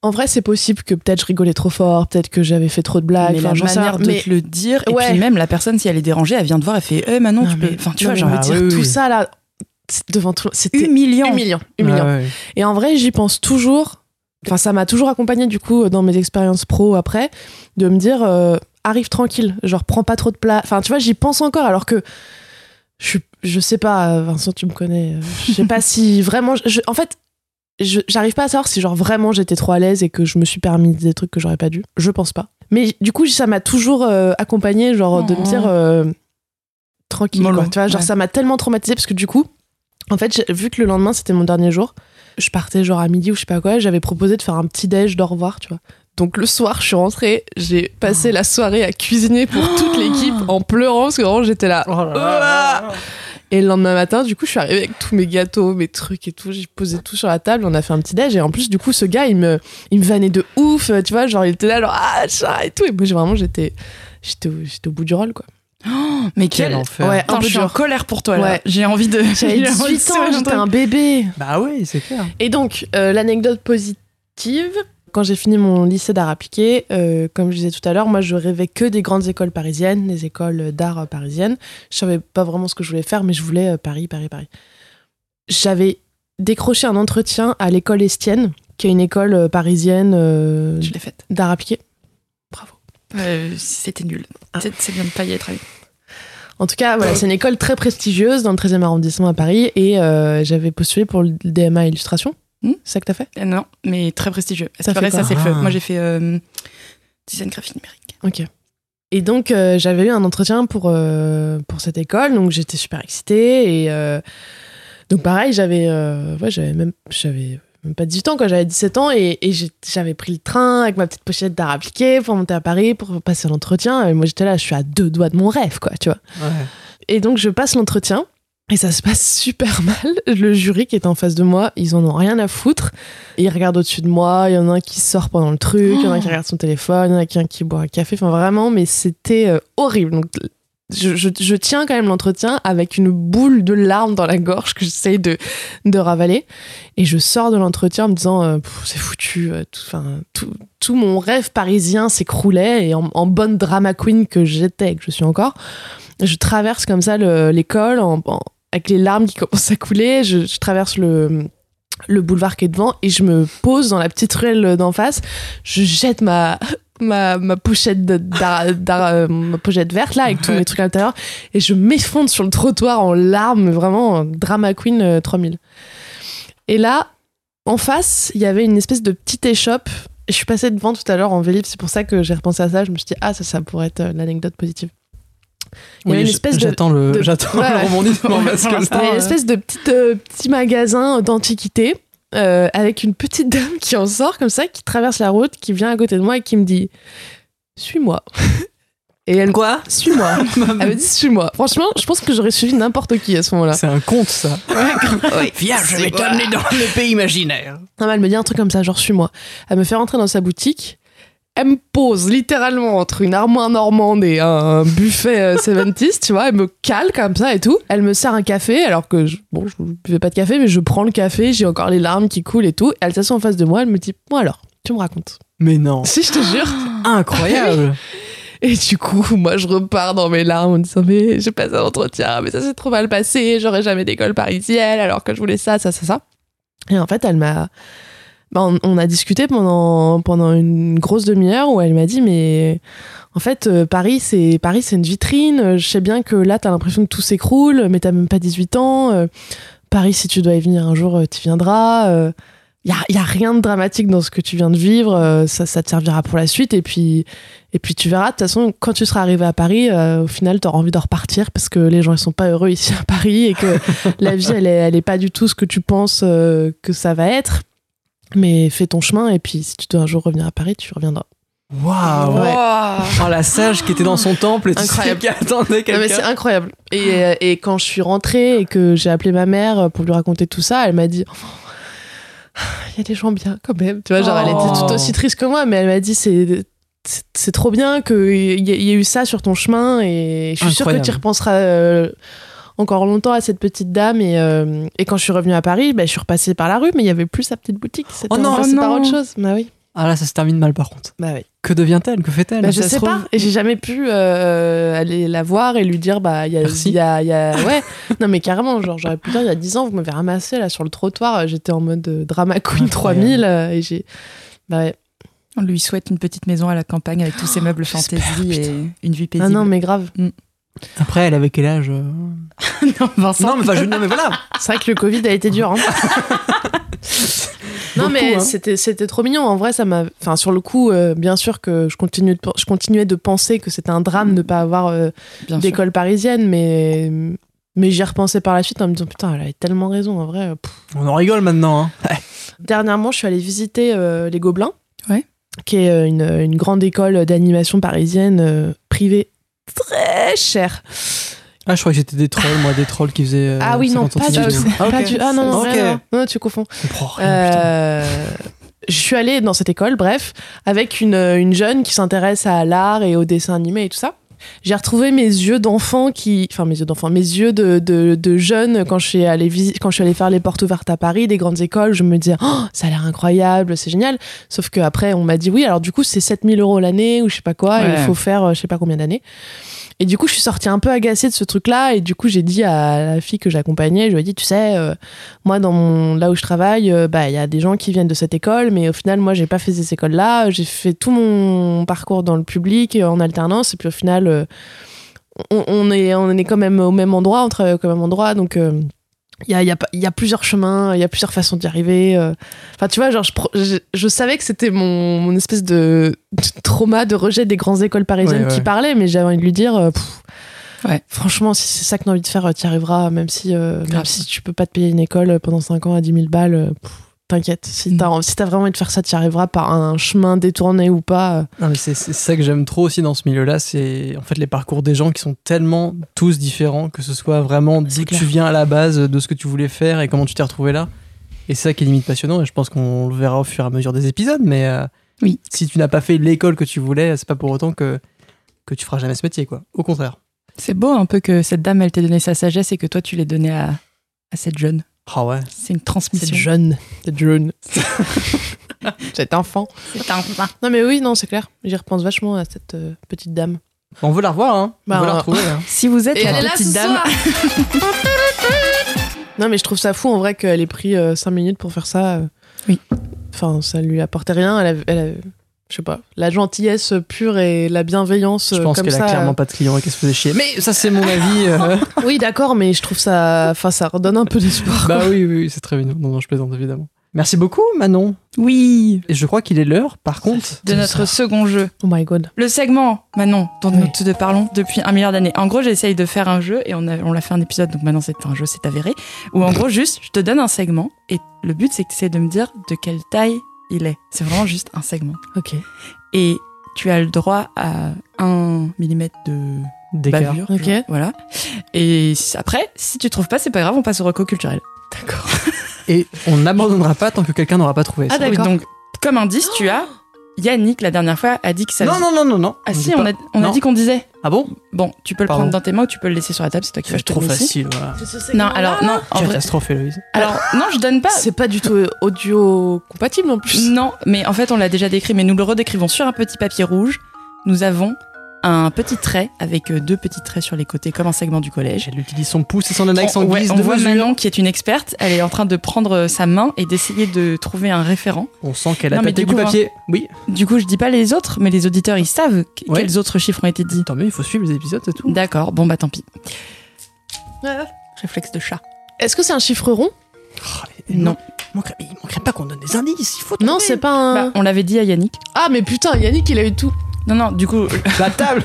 Speaker 6: En vrai, c'est possible que peut-être je rigolais trop fort, peut-être que j'avais fait trop de blagues,
Speaker 2: mais
Speaker 6: enfin,
Speaker 2: la
Speaker 6: j'en sais
Speaker 2: manière
Speaker 6: rien,
Speaker 2: de
Speaker 6: mais
Speaker 2: te le dire, et
Speaker 6: Ouais.
Speaker 2: puis même la personne, si elle est dérangée, elle vient te voir, elle fait Eh, Manon,
Speaker 6: Non,
Speaker 2: tu
Speaker 6: mais-
Speaker 2: peux. Enfin, tu vois,
Speaker 6: non, mais
Speaker 2: j'ai envie de
Speaker 5: Ah,
Speaker 2: dire
Speaker 5: oui,
Speaker 6: tout
Speaker 5: oui.
Speaker 6: ça là, c'est- devant tout le monde, c'était
Speaker 2: humiliant.
Speaker 6: humiliant. humiliant.
Speaker 5: Ah ouais.
Speaker 6: Et en vrai, j'y pense toujours. Enfin, ça m'a toujours accompagné du coup dans mes expériences pro après, de me dire euh, arrive tranquille, genre prends pas trop de place. Enfin, tu vois, j'y pense encore alors que je suis- je sais pas, euh, Vincent, tu me connais. euh, Je sais pas si vraiment. je- je- en fait, je- j'arrive pas à savoir si genre vraiment j'étais trop à l'aise et que je me suis permis des trucs que j'aurais pas dû. Je pense pas. Mais du coup, ça m'a toujours euh, accompagné, genre de me dire euh, tranquille.
Speaker 2: Mollo,
Speaker 6: quoi, tu vois, genre
Speaker 2: ouais.
Speaker 6: ça m'a tellement traumatisé parce que du coup, en fait, j'ai- vu que le lendemain c'était mon dernier jour, je partais genre à midi ou je sais pas quoi, j'avais proposé de faire un petit déj d'au revoir, tu vois. Donc le soir, je suis rentrée, j'ai passé la soirée à cuisiner pour toute l'équipe en pleurant parce que vraiment j'étais Oh là. Ouah et le lendemain matin, du coup, je suis arrivée avec tous mes gâteaux, mes trucs et tout. J'ai posé tout sur la table, on a fait un petit déj. Et en plus, du coup, ce gars, il me, il me vannait de ouf, euh, tu vois. Genre, il était là, genre, ah, ça et tout. Et moi, j'ai vraiment, j'étais, j'étais, au- j'étais au bout du rôle, quoi.
Speaker 2: Mais
Speaker 5: Quel
Speaker 2: quel.
Speaker 5: enfer.
Speaker 6: Ouais.
Speaker 2: Attends, je suis en
Speaker 6: dur.
Speaker 2: colère pour toi, là.
Speaker 6: Ouais.
Speaker 2: J'ai envie de.
Speaker 6: J'avais
Speaker 2: j'ai envie de
Speaker 6: 18 ans,
Speaker 2: sauver un
Speaker 6: j'étais
Speaker 2: truc.
Speaker 6: un bébé.
Speaker 5: Bah oui, c'est clair.
Speaker 6: Et donc, euh, l'anecdote positive, quand j'ai fini mon lycée d'art appliqué, euh, comme je disais tout à l'heure, moi je rêvais que des grandes écoles parisiennes, des écoles d'art euh, parisiennes. Je savais pas vraiment ce que je voulais faire, mais je voulais euh, Paris, Paris, Paris. J'avais décroché un entretien à l'école Estienne, qui est une école euh, parisienne euh,
Speaker 2: Je l'ai faite.
Speaker 6: d'art appliqué.
Speaker 2: Euh, C'était nul. C'est c'est bien de pas y être allé.
Speaker 6: En tout cas, voilà, c'est une école très prestigieuse dans le 13e arrondissement à Paris et euh, j'avais postulé pour le DMA illustration.
Speaker 2: Hmm.
Speaker 6: C'est ça que t'as fait
Speaker 2: Euh, Non, mais très prestigieux. Est-ce
Speaker 6: Ça
Speaker 2: que
Speaker 6: fait
Speaker 2: pareil, ça
Speaker 6: quoi
Speaker 2: c'est le feu.
Speaker 5: Ah.
Speaker 2: Moi j'ai fait euh, design graphique numérique.
Speaker 6: Ok. Et donc, euh, j'avais eu un entretien pour, euh, pour cette école, donc j'étais super excitée. Et euh, donc, pareil, j'avais euh, ouais, j'avais même, j'avais même pas 18 ans, quoi, j'avais 17 ans, et, et j'ai- j'avais pris le train avec ma petite pochette d'art appliqué pour monter à Paris, pour passer l'entretien. Et moi, j'étais là, je suis à deux doigts de mon rêve, quoi, tu vois.
Speaker 5: Ouais.
Speaker 6: Et donc, je passe l'entretien. Et ça se passe super mal. Le jury qui est en face de moi, ils en ont rien à foutre. Ils regardent au-dessus de moi. Il y en a un qui sort pendant le truc, il y en a un qui regarde son téléphone, il y en a un qui boit un café. Enfin, vraiment, mais c'était euh, horrible. Donc, je, je- je tiens quand même l'entretien avec une boule de larmes dans la gorge que j'essaye de, de ravaler. Et je sors de l'entretien en me disant euh, Pff, c'est foutu. euh, tout, enfin, tout, tout mon rêve parisien s'écroulait. Et en, en bonne drama queen que j'étais et que je suis encore, je traverse comme ça le- l'école en- en- avec les larmes qui commencent à couler. Je, je traverse le, le boulevard qui est devant et je me pose dans la petite ruelle d'en face. Je jette ma, ma, ma, pochette, de- d'ar- d'ar- euh, ma pochette verte là avec tous
Speaker 5: Ouais.
Speaker 6: mes trucs à l'intérieur et je m'effondre sur le trottoir en larmes, vraiment euh, drama queen euh, 3000. Et là, en face, il y avait une espèce de petite échoppe. Je suis passée devant tout à l'heure en vélib, c'est pour ça que j'ai repensé à ça. Je me suis dit, ah, ça, ça pourrait être euh, l'anecdote positive. Il y avait
Speaker 5: Oui,
Speaker 6: une
Speaker 5: j-
Speaker 6: espèce de-
Speaker 5: J'attends le,
Speaker 6: de-
Speaker 5: j'attends
Speaker 6: Ouais,
Speaker 5: le
Speaker 6: ouais.
Speaker 5: rebondissement parce que
Speaker 6: Il y a une
Speaker 5: là,
Speaker 6: espèce de petite, euh, petit magasin d'antiquité euh, avec une petite dame qui en sort comme ça, qui traverse la route, qui vient à côté de moi et qui me dit Suis-moi. Et elle
Speaker 5: Quoi
Speaker 6: Suis-moi. elle me dit suis-moi. Franchement, je pense que j'aurais suivi n'importe qui à ce moment-là.
Speaker 5: C'est un conte, ça.
Speaker 8: Viens, je vais t'amener dans le pays imaginaire.
Speaker 6: Non, mais elle me dit un truc comme ça, genre suis-moi. Elle me fait rentrer dans sa boutique. Elle me pose littéralement entre une armoire normande et un buffet euh, 70 tu vois. Elle me cale comme ça et tout. Elle me sert un café, alors que je, bon, je buvais pas de café, mais je prends le café, j'ai encore les larmes qui coulent et tout. Elle s'assoit en face de moi, elle me dit Moi alors, tu me racontes.
Speaker 5: Mais non.
Speaker 6: Si, je te jure.
Speaker 5: Incroyable.
Speaker 6: Et du coup, moi, je repars dans mes larmes en disant Mais j'ai passé un entretien, mais ça s'est trop mal passé, j'aurais jamais d'école parisienne alors que je voulais ça, ça, ça, ça. Et en fait, elle m'a. ben, on, on a discuté pendant, pendant une grosse demi-heure où elle m'a dit Mais en fait, euh, Paris, c'est Paris, c'est une vitrine. Je sais bien que là, t'as l'impression que tout s'écroule, mais t'as même pas 18 ans. Euh, Paris, si tu dois y venir un jour, euh, t'y viendras. Euh, y a, y a rien de dramatique dans ce que tu viens de vivre, euh, ça, ça te servira pour la suite. Et puis, et puis tu verras, de toute façon, quand tu seras arrivé à Paris, euh, au final, tu auras envie de repartir parce que les gens, ils sont pas heureux ici à Paris et que la vie, elle est, elle est pas du tout ce que tu penses euh, que ça va être. Mais fais ton chemin et puis si tu dois un jour revenir à Paris, tu reviendras.
Speaker 5: Waouh.
Speaker 6: Ouais.
Speaker 5: Oh, la sage qui était dans son temple et tout ce
Speaker 6: Incroyable.
Speaker 5: qui attendait
Speaker 6: Non, mais c'est
Speaker 5: quelqu'un.
Speaker 6: incroyable. Et, euh, et quand je suis rentrée et que j'ai appelé ma mère euh, pour lui raconter tout ça, elle m'a dit Oh, il y a des gens bien quand même. Tu vois, genre, elle était
Speaker 5: Oh.
Speaker 6: tout aussi triste que moi, mais elle m'a dit c'est c'est- c'est trop bien qu'il y, ait- il y ait eu ça sur ton chemin et je suis sûre que
Speaker 5: Incroyable.
Speaker 6: tu y repenseras euh, encore longtemps à cette petite dame. Et, euh, et quand je suis revenue à Paris, ben, je suis repassée par la rue, mais il y avait plus sa petite boutique. C'était
Speaker 5: Oh non,
Speaker 6: remplacé
Speaker 2: oh
Speaker 6: par
Speaker 2: non.
Speaker 6: autre chose. Bah oui.
Speaker 5: Ah là, ça se termine mal par contre.
Speaker 6: Bah oui.
Speaker 5: Que devient-elle Que fait-elle
Speaker 6: Bah, je
Speaker 5: Ça se
Speaker 6: sais
Speaker 5: trouve-
Speaker 6: pas, et j'ai jamais pu euh, aller la voir et lui dire bah il y a,
Speaker 5: Merci.
Speaker 6: il y a, il y a- ouais non mais carrément genre j'aurais pu dire il y a 10 ans vous m'avez ramassé là sur le trottoir j'étais en mode euh, drama queen
Speaker 5: Incroyable.
Speaker 6: 3000 euh, et j'ai bah ouais.
Speaker 2: On lui souhaite une petite maison à la campagne avec tous ses meubles
Speaker 6: j'espère,
Speaker 2: fantaisie et une vie
Speaker 6: ah
Speaker 2: paisible.
Speaker 6: non mais grave
Speaker 5: Après, elle avait quel âge euh
Speaker 2: Non, Vincent.
Speaker 5: Non, mais, enfin, je... non, mais voilà.
Speaker 6: c'est vrai que le covid a été dur hein. non mais c'était c'était trop mignon en vrai ça m'a enfin sur le coup euh, bien sûr que je continue de, je continuais de penser que c'était un drame de pas avoir euh,
Speaker 2: Bien sûr.
Speaker 6: d'école parisienne mais mais j'y repensais par la suite en me disant putain elle avait tellement raison en vrai pff,
Speaker 5: On en rigole maintenant. Hein.
Speaker 6: Dernièrement, je suis allée visiter euh, Les Gobelins,
Speaker 2: Ouais.
Speaker 6: qui est euh, une, une grande école d'animation parisienne euh, privée très chère.
Speaker 5: Ah, je crois que j'étais des trolls, moi, des trolls qui faisaient. euh,
Speaker 6: ah oui, non,
Speaker 5: 50
Speaker 6: pas du,
Speaker 5: centimes.
Speaker 6: tout.
Speaker 5: Ah, ok.
Speaker 6: Pas du- ah non, non,
Speaker 5: Ok.
Speaker 6: rien à voir. Non, tu confonds.
Speaker 5: Je comprends rien, putain.
Speaker 6: Euh, je suis allée dans cette école, bref, avec une, euh, une jeune qui s'intéresse à l'art et au dessin animé et tout ça. J'ai retrouvé mes yeux d'enfant qui, enfin mes yeux d'enfant, mes yeux de, de, de jeune quand je suis allée visi- quand je suis allée faire les portes ouvertes à Paris, des grandes écoles, je me disais oh, ça a l'air incroyable, c'est génial. Sauf que après on m'a dit oui, alors du coup c'est 7000 euros l'année ou je sais pas quoi, et il
Speaker 2: Ouais.
Speaker 6: faut faire euh, je sais pas combien d'années. Et du coup je suis sortie un peu agacée de ce truc-là et du coup j'ai dit à la fille que j'accompagnais, je lui ai dit tu sais euh, moi dans mon là où je travaille euh, bah il y a des gens qui viennent de cette école mais au final moi j'ai pas fait ces écoles là j'ai fait tout mon parcours dans le public euh, en alternance et puis au final euh, on, on est on est quand même au même endroit on travaille au même endroit donc euh, il y a, il y, a, pas- il y a plusieurs chemins, il y a plusieurs façons d'y arriver. euh. Enfin, tu vois, genre, je, pro- je, je savais que c'était mon, mon espèce de, de trauma de rejet des grandes écoles parisiennes
Speaker 5: Ouais, ouais.
Speaker 6: qui parlait, mais j'avais envie de lui dire, euh, pff,
Speaker 2: Ouais.
Speaker 6: franchement, si c'est ça que t'as envie de faire, euh, t'y arriveras, même si, euh, même
Speaker 2: Grave.
Speaker 6: si tu peux pas te payer une école euh, pendant 5 ans à 10 000 balles, euh, pff, t'inquiète. Si t'as si t'as vraiment envie de faire ça, t'y arriveras par un chemin détourné ou pas. euh.
Speaker 5: Non, mais c'est c'est ça que j'aime trop aussi dans ce milieu-là, c'est en fait les parcours des gens qui sont tellement tous différents, que ce soit vraiment d'où
Speaker 2: C'est
Speaker 5: tu
Speaker 2: clair.
Speaker 5: viens à la base, de ce que tu voulais faire et comment tu t'es retrouvé là. Et c'est ça qui est limite passionnant, et je pense qu'on le verra au fur et à mesure des épisodes, mais euh,
Speaker 2: Oui.
Speaker 5: si tu n'as pas fait l'école que tu voulais, c'est pas pour autant que, que tu feras jamais ce métier, quoi. Au contraire.
Speaker 2: C'est beau un peu que cette dame, elle t'ait donné sa sagesse et que toi, tu l'aies donnée à, à cette jeune.
Speaker 5: Ah ouais.
Speaker 2: C'est une
Speaker 6: C'est
Speaker 2: transmission.
Speaker 6: jeune. C'est jeune. Cet enfant.
Speaker 2: C'est un
Speaker 6: Non, mais oui, non, c'est clair. J'y repense vachement à cette euh, petite dame.
Speaker 5: On veut la revoir, hein.
Speaker 6: Bah,
Speaker 5: on veut
Speaker 6: on-
Speaker 5: la retrouver. hein.
Speaker 2: Si vous êtes
Speaker 6: Et
Speaker 2: la
Speaker 6: elle est là
Speaker 2: petite
Speaker 6: ce
Speaker 2: dame,
Speaker 6: soir. Non, mais je trouve ça fou en vrai qu'elle ait pris 5 minutes pour faire ça. euh.
Speaker 2: Oui.
Speaker 6: Enfin, ça lui apportait rien. Elle avait- elle avait- je sais pas, la gentillesse pure et la bienveillance
Speaker 5: Je
Speaker 6: euh,
Speaker 5: pense
Speaker 6: comme
Speaker 5: qu'elle
Speaker 6: ça.
Speaker 5: a clairement pas de clients et qu'elle se faisait chier. Mais ça, c'est mon avis. euh.
Speaker 6: Oui, d'accord, mais je trouve ça. Enfin, ça redonne un peu d'espoir.
Speaker 5: bah
Speaker 6: quoi.
Speaker 5: oui, oui, oui, c'est très mignon. Non, non, je plaisante évidemment. Merci beaucoup, Manon.
Speaker 2: oui,
Speaker 5: Et je crois qu'il est l'heure, par contre.
Speaker 2: de notre second jeu.
Speaker 6: Oh my god.
Speaker 2: Le segment, Manon, dont
Speaker 6: Oui.
Speaker 2: nous te parlons depuis un milliard d'années. En gros, j'essaye de faire un jeu, et on, a- on l'a fait un épisode, donc maintenant c'est un jeu, c'est avéré. Où en gros, juste, je te donne un segment, et le but, c'est que tu essaies de me dire de quelle taille il est. C'est vraiment juste un segment.
Speaker 6: Ok.
Speaker 2: Et tu as le droit à 1 mm de
Speaker 5: D'écart.
Speaker 2: bavure.
Speaker 6: Ok.
Speaker 2: Voilà. Et si- après, si tu trouves pas, c'est pas grave, on passe au reco culturel. D'accord.
Speaker 5: Et on n'abandonnera pas tant que quelqu'un n'aura pas trouvé.
Speaker 6: Ah,
Speaker 5: ça.
Speaker 6: d'accord.
Speaker 2: donc, comme indice, tu as Yannick la dernière fois a dit que ça.
Speaker 5: Oh non, non, non, non, non.
Speaker 2: Ah
Speaker 5: On
Speaker 2: si,
Speaker 5: dit
Speaker 2: on
Speaker 5: pas-
Speaker 2: a, on a
Speaker 5: Non.
Speaker 2: dit qu'on disait.
Speaker 5: Ah bon
Speaker 2: Bon, tu peux le
Speaker 5: Pardon.
Speaker 2: prendre dans tes mains ou tu peux le laisser sur la table, c'est toi qui vas
Speaker 5: C'est trop facile, voilà.
Speaker 2: Non, alors non, en vrai-
Speaker 5: Catastrophe, Héloïse.
Speaker 2: alors non, je donne pas.
Speaker 6: C'est pas du
Speaker 5: euh,
Speaker 6: tout audio compatible en plus.
Speaker 2: Non, mais en fait, on l'a déjà décrit, mais nous le redécrivons sur un petit papier rouge. Nous avons un petit trait avec euh, deux petits traits sur les côtés, comme un segment du collège.
Speaker 5: Elle utilise son pouce et son index en
Speaker 2: on, ouais,
Speaker 5: guise
Speaker 2: on
Speaker 5: de
Speaker 2: voit
Speaker 5: mesure.
Speaker 2: Manon qui est une experte. Elle est en train de prendre euh, sa main et d'essayer de trouver un référent.
Speaker 5: On sent qu'elle a
Speaker 2: Non, mais
Speaker 5: tâté
Speaker 2: du
Speaker 5: du
Speaker 2: coup,
Speaker 5: papier. Oui.
Speaker 2: Du coup, je dis pas les autres, mais les auditeurs ils savent qu-
Speaker 5: Ouais.
Speaker 2: quels autres chiffres ont été dits.
Speaker 5: Tant mieux, il faut suivre les épisodes et tout.
Speaker 2: D'accord, bon bah tant pis.
Speaker 6: Ouais.
Speaker 2: Réflexe de chat.
Speaker 6: Est-ce que c'est un chiffre rond
Speaker 2: Non.
Speaker 5: Ah, Il manquerait, il manquerait pas qu'on donne des indices. Il faut
Speaker 6: Non,
Speaker 5: trouver.
Speaker 6: c'est pas un.
Speaker 2: Bah, on l'avait dit à Yannick.
Speaker 6: Ah, mais putain, Yannick, il a eu tout.
Speaker 2: Non, non, du coup,
Speaker 5: la table.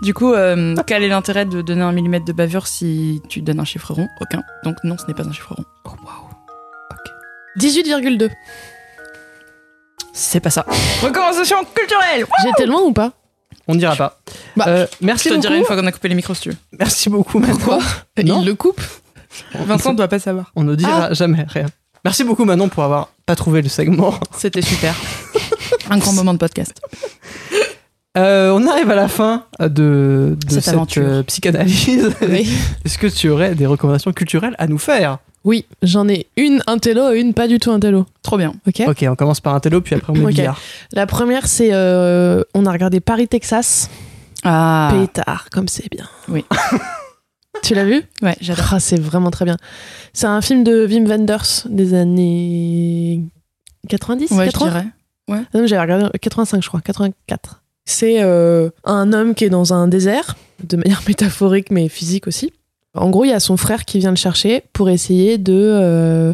Speaker 2: Du coup, euh, quel est l'intérêt de donner un millimètre de bavure si tu donnes un chiffre rond Aucun. Donc non, ce n'est pas un chiffre rond.
Speaker 6: 18,2.
Speaker 2: C'est pas ça. Recommandation culturelle
Speaker 6: J'étais loin ou pas
Speaker 5: On ne dira pas.
Speaker 6: Bah,
Speaker 5: Euh,
Speaker 2: Je
Speaker 5: merci
Speaker 2: te
Speaker 5: beaucoup.
Speaker 2: dirai une fois qu'on a coupé les micros si tu veux.
Speaker 5: Merci beaucoup, Manon. Non.
Speaker 6: Il le coupe.
Speaker 2: Vincent doit pas savoir.
Speaker 5: On ne dira jamais rien. Merci beaucoup, Manon, pour avoir pas trouvé le segment.
Speaker 6: C'était super.
Speaker 2: Un grand moment de podcast.
Speaker 5: Euh, on arrive à la fin de, de
Speaker 2: Cette
Speaker 5: cette,
Speaker 2: aventure.
Speaker 5: euh, psychanalyse.
Speaker 6: Oui.
Speaker 5: Est-ce que tu aurais des recommandations culturelles à nous faire
Speaker 6: Oui, j'en ai une un télo et une pas du tout un télo.
Speaker 2: Trop bien.
Speaker 6: Ok.
Speaker 5: Ok, on commence par un télo, puis après on met le
Speaker 6: Ok.
Speaker 5: billard.
Speaker 6: La première, c'est euh, on a regardé Paris Texas.
Speaker 2: Ah.
Speaker 6: Pétard, comme c'est bien.
Speaker 2: Oui.
Speaker 6: tu l'as vu
Speaker 2: Ouais, j'adore.
Speaker 6: Ah, c'est vraiment très bien. C'est un film de Wim Wenders des années 90,
Speaker 2: Ouais, je
Speaker 6: 80?
Speaker 2: dirais.
Speaker 6: Ah Non, mais j'avais regardé 85, je crois, 84. C'est euh, un homme qui est dans un désert, de manière métaphorique mais physique aussi. En gros, il y a son frère qui vient le chercher pour essayer de euh,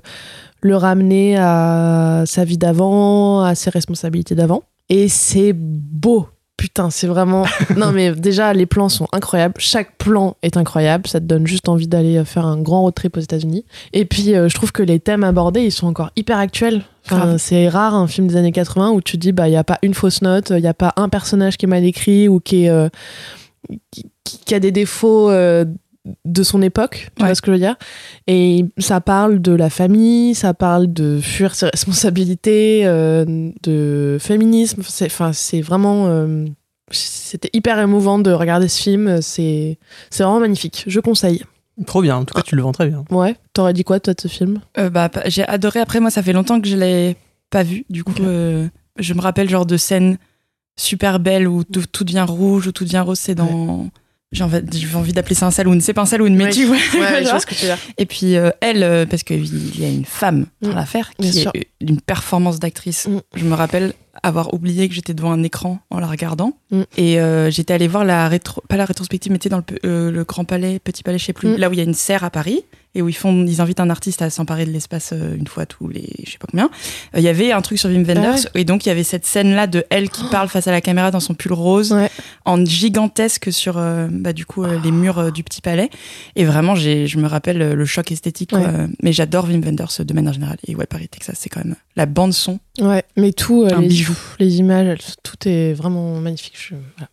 Speaker 6: le ramener à sa vie d'avant, à ses responsabilités d'avant. Et c'est beau. Putain, c'est vraiment. Non, mais déjà, les plans sont incroyables. Chaque plan est incroyable. Ça te donne juste envie d'aller euh, faire un grand road trip aux États-Unis. Et puis, euh, je trouve que les thèmes abordés, ils sont encore hyper actuels. Enfin,
Speaker 2: Grave.
Speaker 6: c'est rare un film des années 80 où tu te dis, bah, il n'y a pas une fausse note, il n'y a pas un personnage qui est mal écrit ou qui, est, euh, qui, qui- qui a des défauts euh, de son époque. Tu
Speaker 2: Ouais.
Speaker 6: vois ce que je veux dire Et ça parle de la famille, ça parle de fuir ses responsabilités, euh, de féminisme. C'est, enfin, c'est vraiment. euh, c'était hyper émouvant de regarder ce film. C'est, c'est vraiment magnifique. Je conseille.
Speaker 5: Trop bien, en tout cas, tu le vends très bien.
Speaker 6: Ouais. T'aurais dit quoi, toi, de ce film
Speaker 2: Euh, bah, pa- j'ai adoré. Après, moi, ça fait longtemps que je l'ai pas vu. Du coup, euh, je me rappelle genre de scènes super belles où tout, tout devient rouge, où tout devient rose. C'est dans. J'ai envie, j'ai envie d'appeler ça un saloon. C'est pas un saloon, mais
Speaker 6: Ouais.
Speaker 2: tu vois. Genre.
Speaker 6: que tu veux dire.
Speaker 2: Et puis euh, elle, euh, parce qu'il y a une femme dans
Speaker 6: Mm.
Speaker 2: l'affaire
Speaker 6: Bien
Speaker 2: qui
Speaker 6: sûr.
Speaker 2: est une performance d'actrice.
Speaker 6: Mm.
Speaker 2: Je me rappelle avoir oublié que j'étais devant un écran en la regardant.
Speaker 6: Mm.
Speaker 2: Et euh, j'étais allée voir la rétro, pas la rétrospective, mais tu sais, dans le, pe- euh, le Grand Palais, Petit Palais, je sais plus,
Speaker 6: Mm.
Speaker 2: là où il y a une serre à Paris et où ils font, ils invitent un artiste à s'emparer de l'espace euh, une fois tous les, je sais pas combien. Euh, Il y avait un truc sur Wim Wenders
Speaker 6: Ah
Speaker 2: et donc il y avait cette scène là de elle qui parle face à la caméra dans son pull rose
Speaker 6: Ouais.
Speaker 2: en gigantesque sur euh, bah, du coup euh, les murs euh, du petit palais et vraiment j'ai je me rappelle euh, le choc esthétique quoi.
Speaker 6: Ouais.
Speaker 2: Euh, mais j'adore Wim Wenders euh, de manière générale et ouais Paris Texas c'est quand même la bande son
Speaker 6: Ouais, mais tout, euh,
Speaker 2: Un
Speaker 6: les,
Speaker 2: bijou.
Speaker 6: les images, elles- tout est vraiment magnifique. Je- voilà.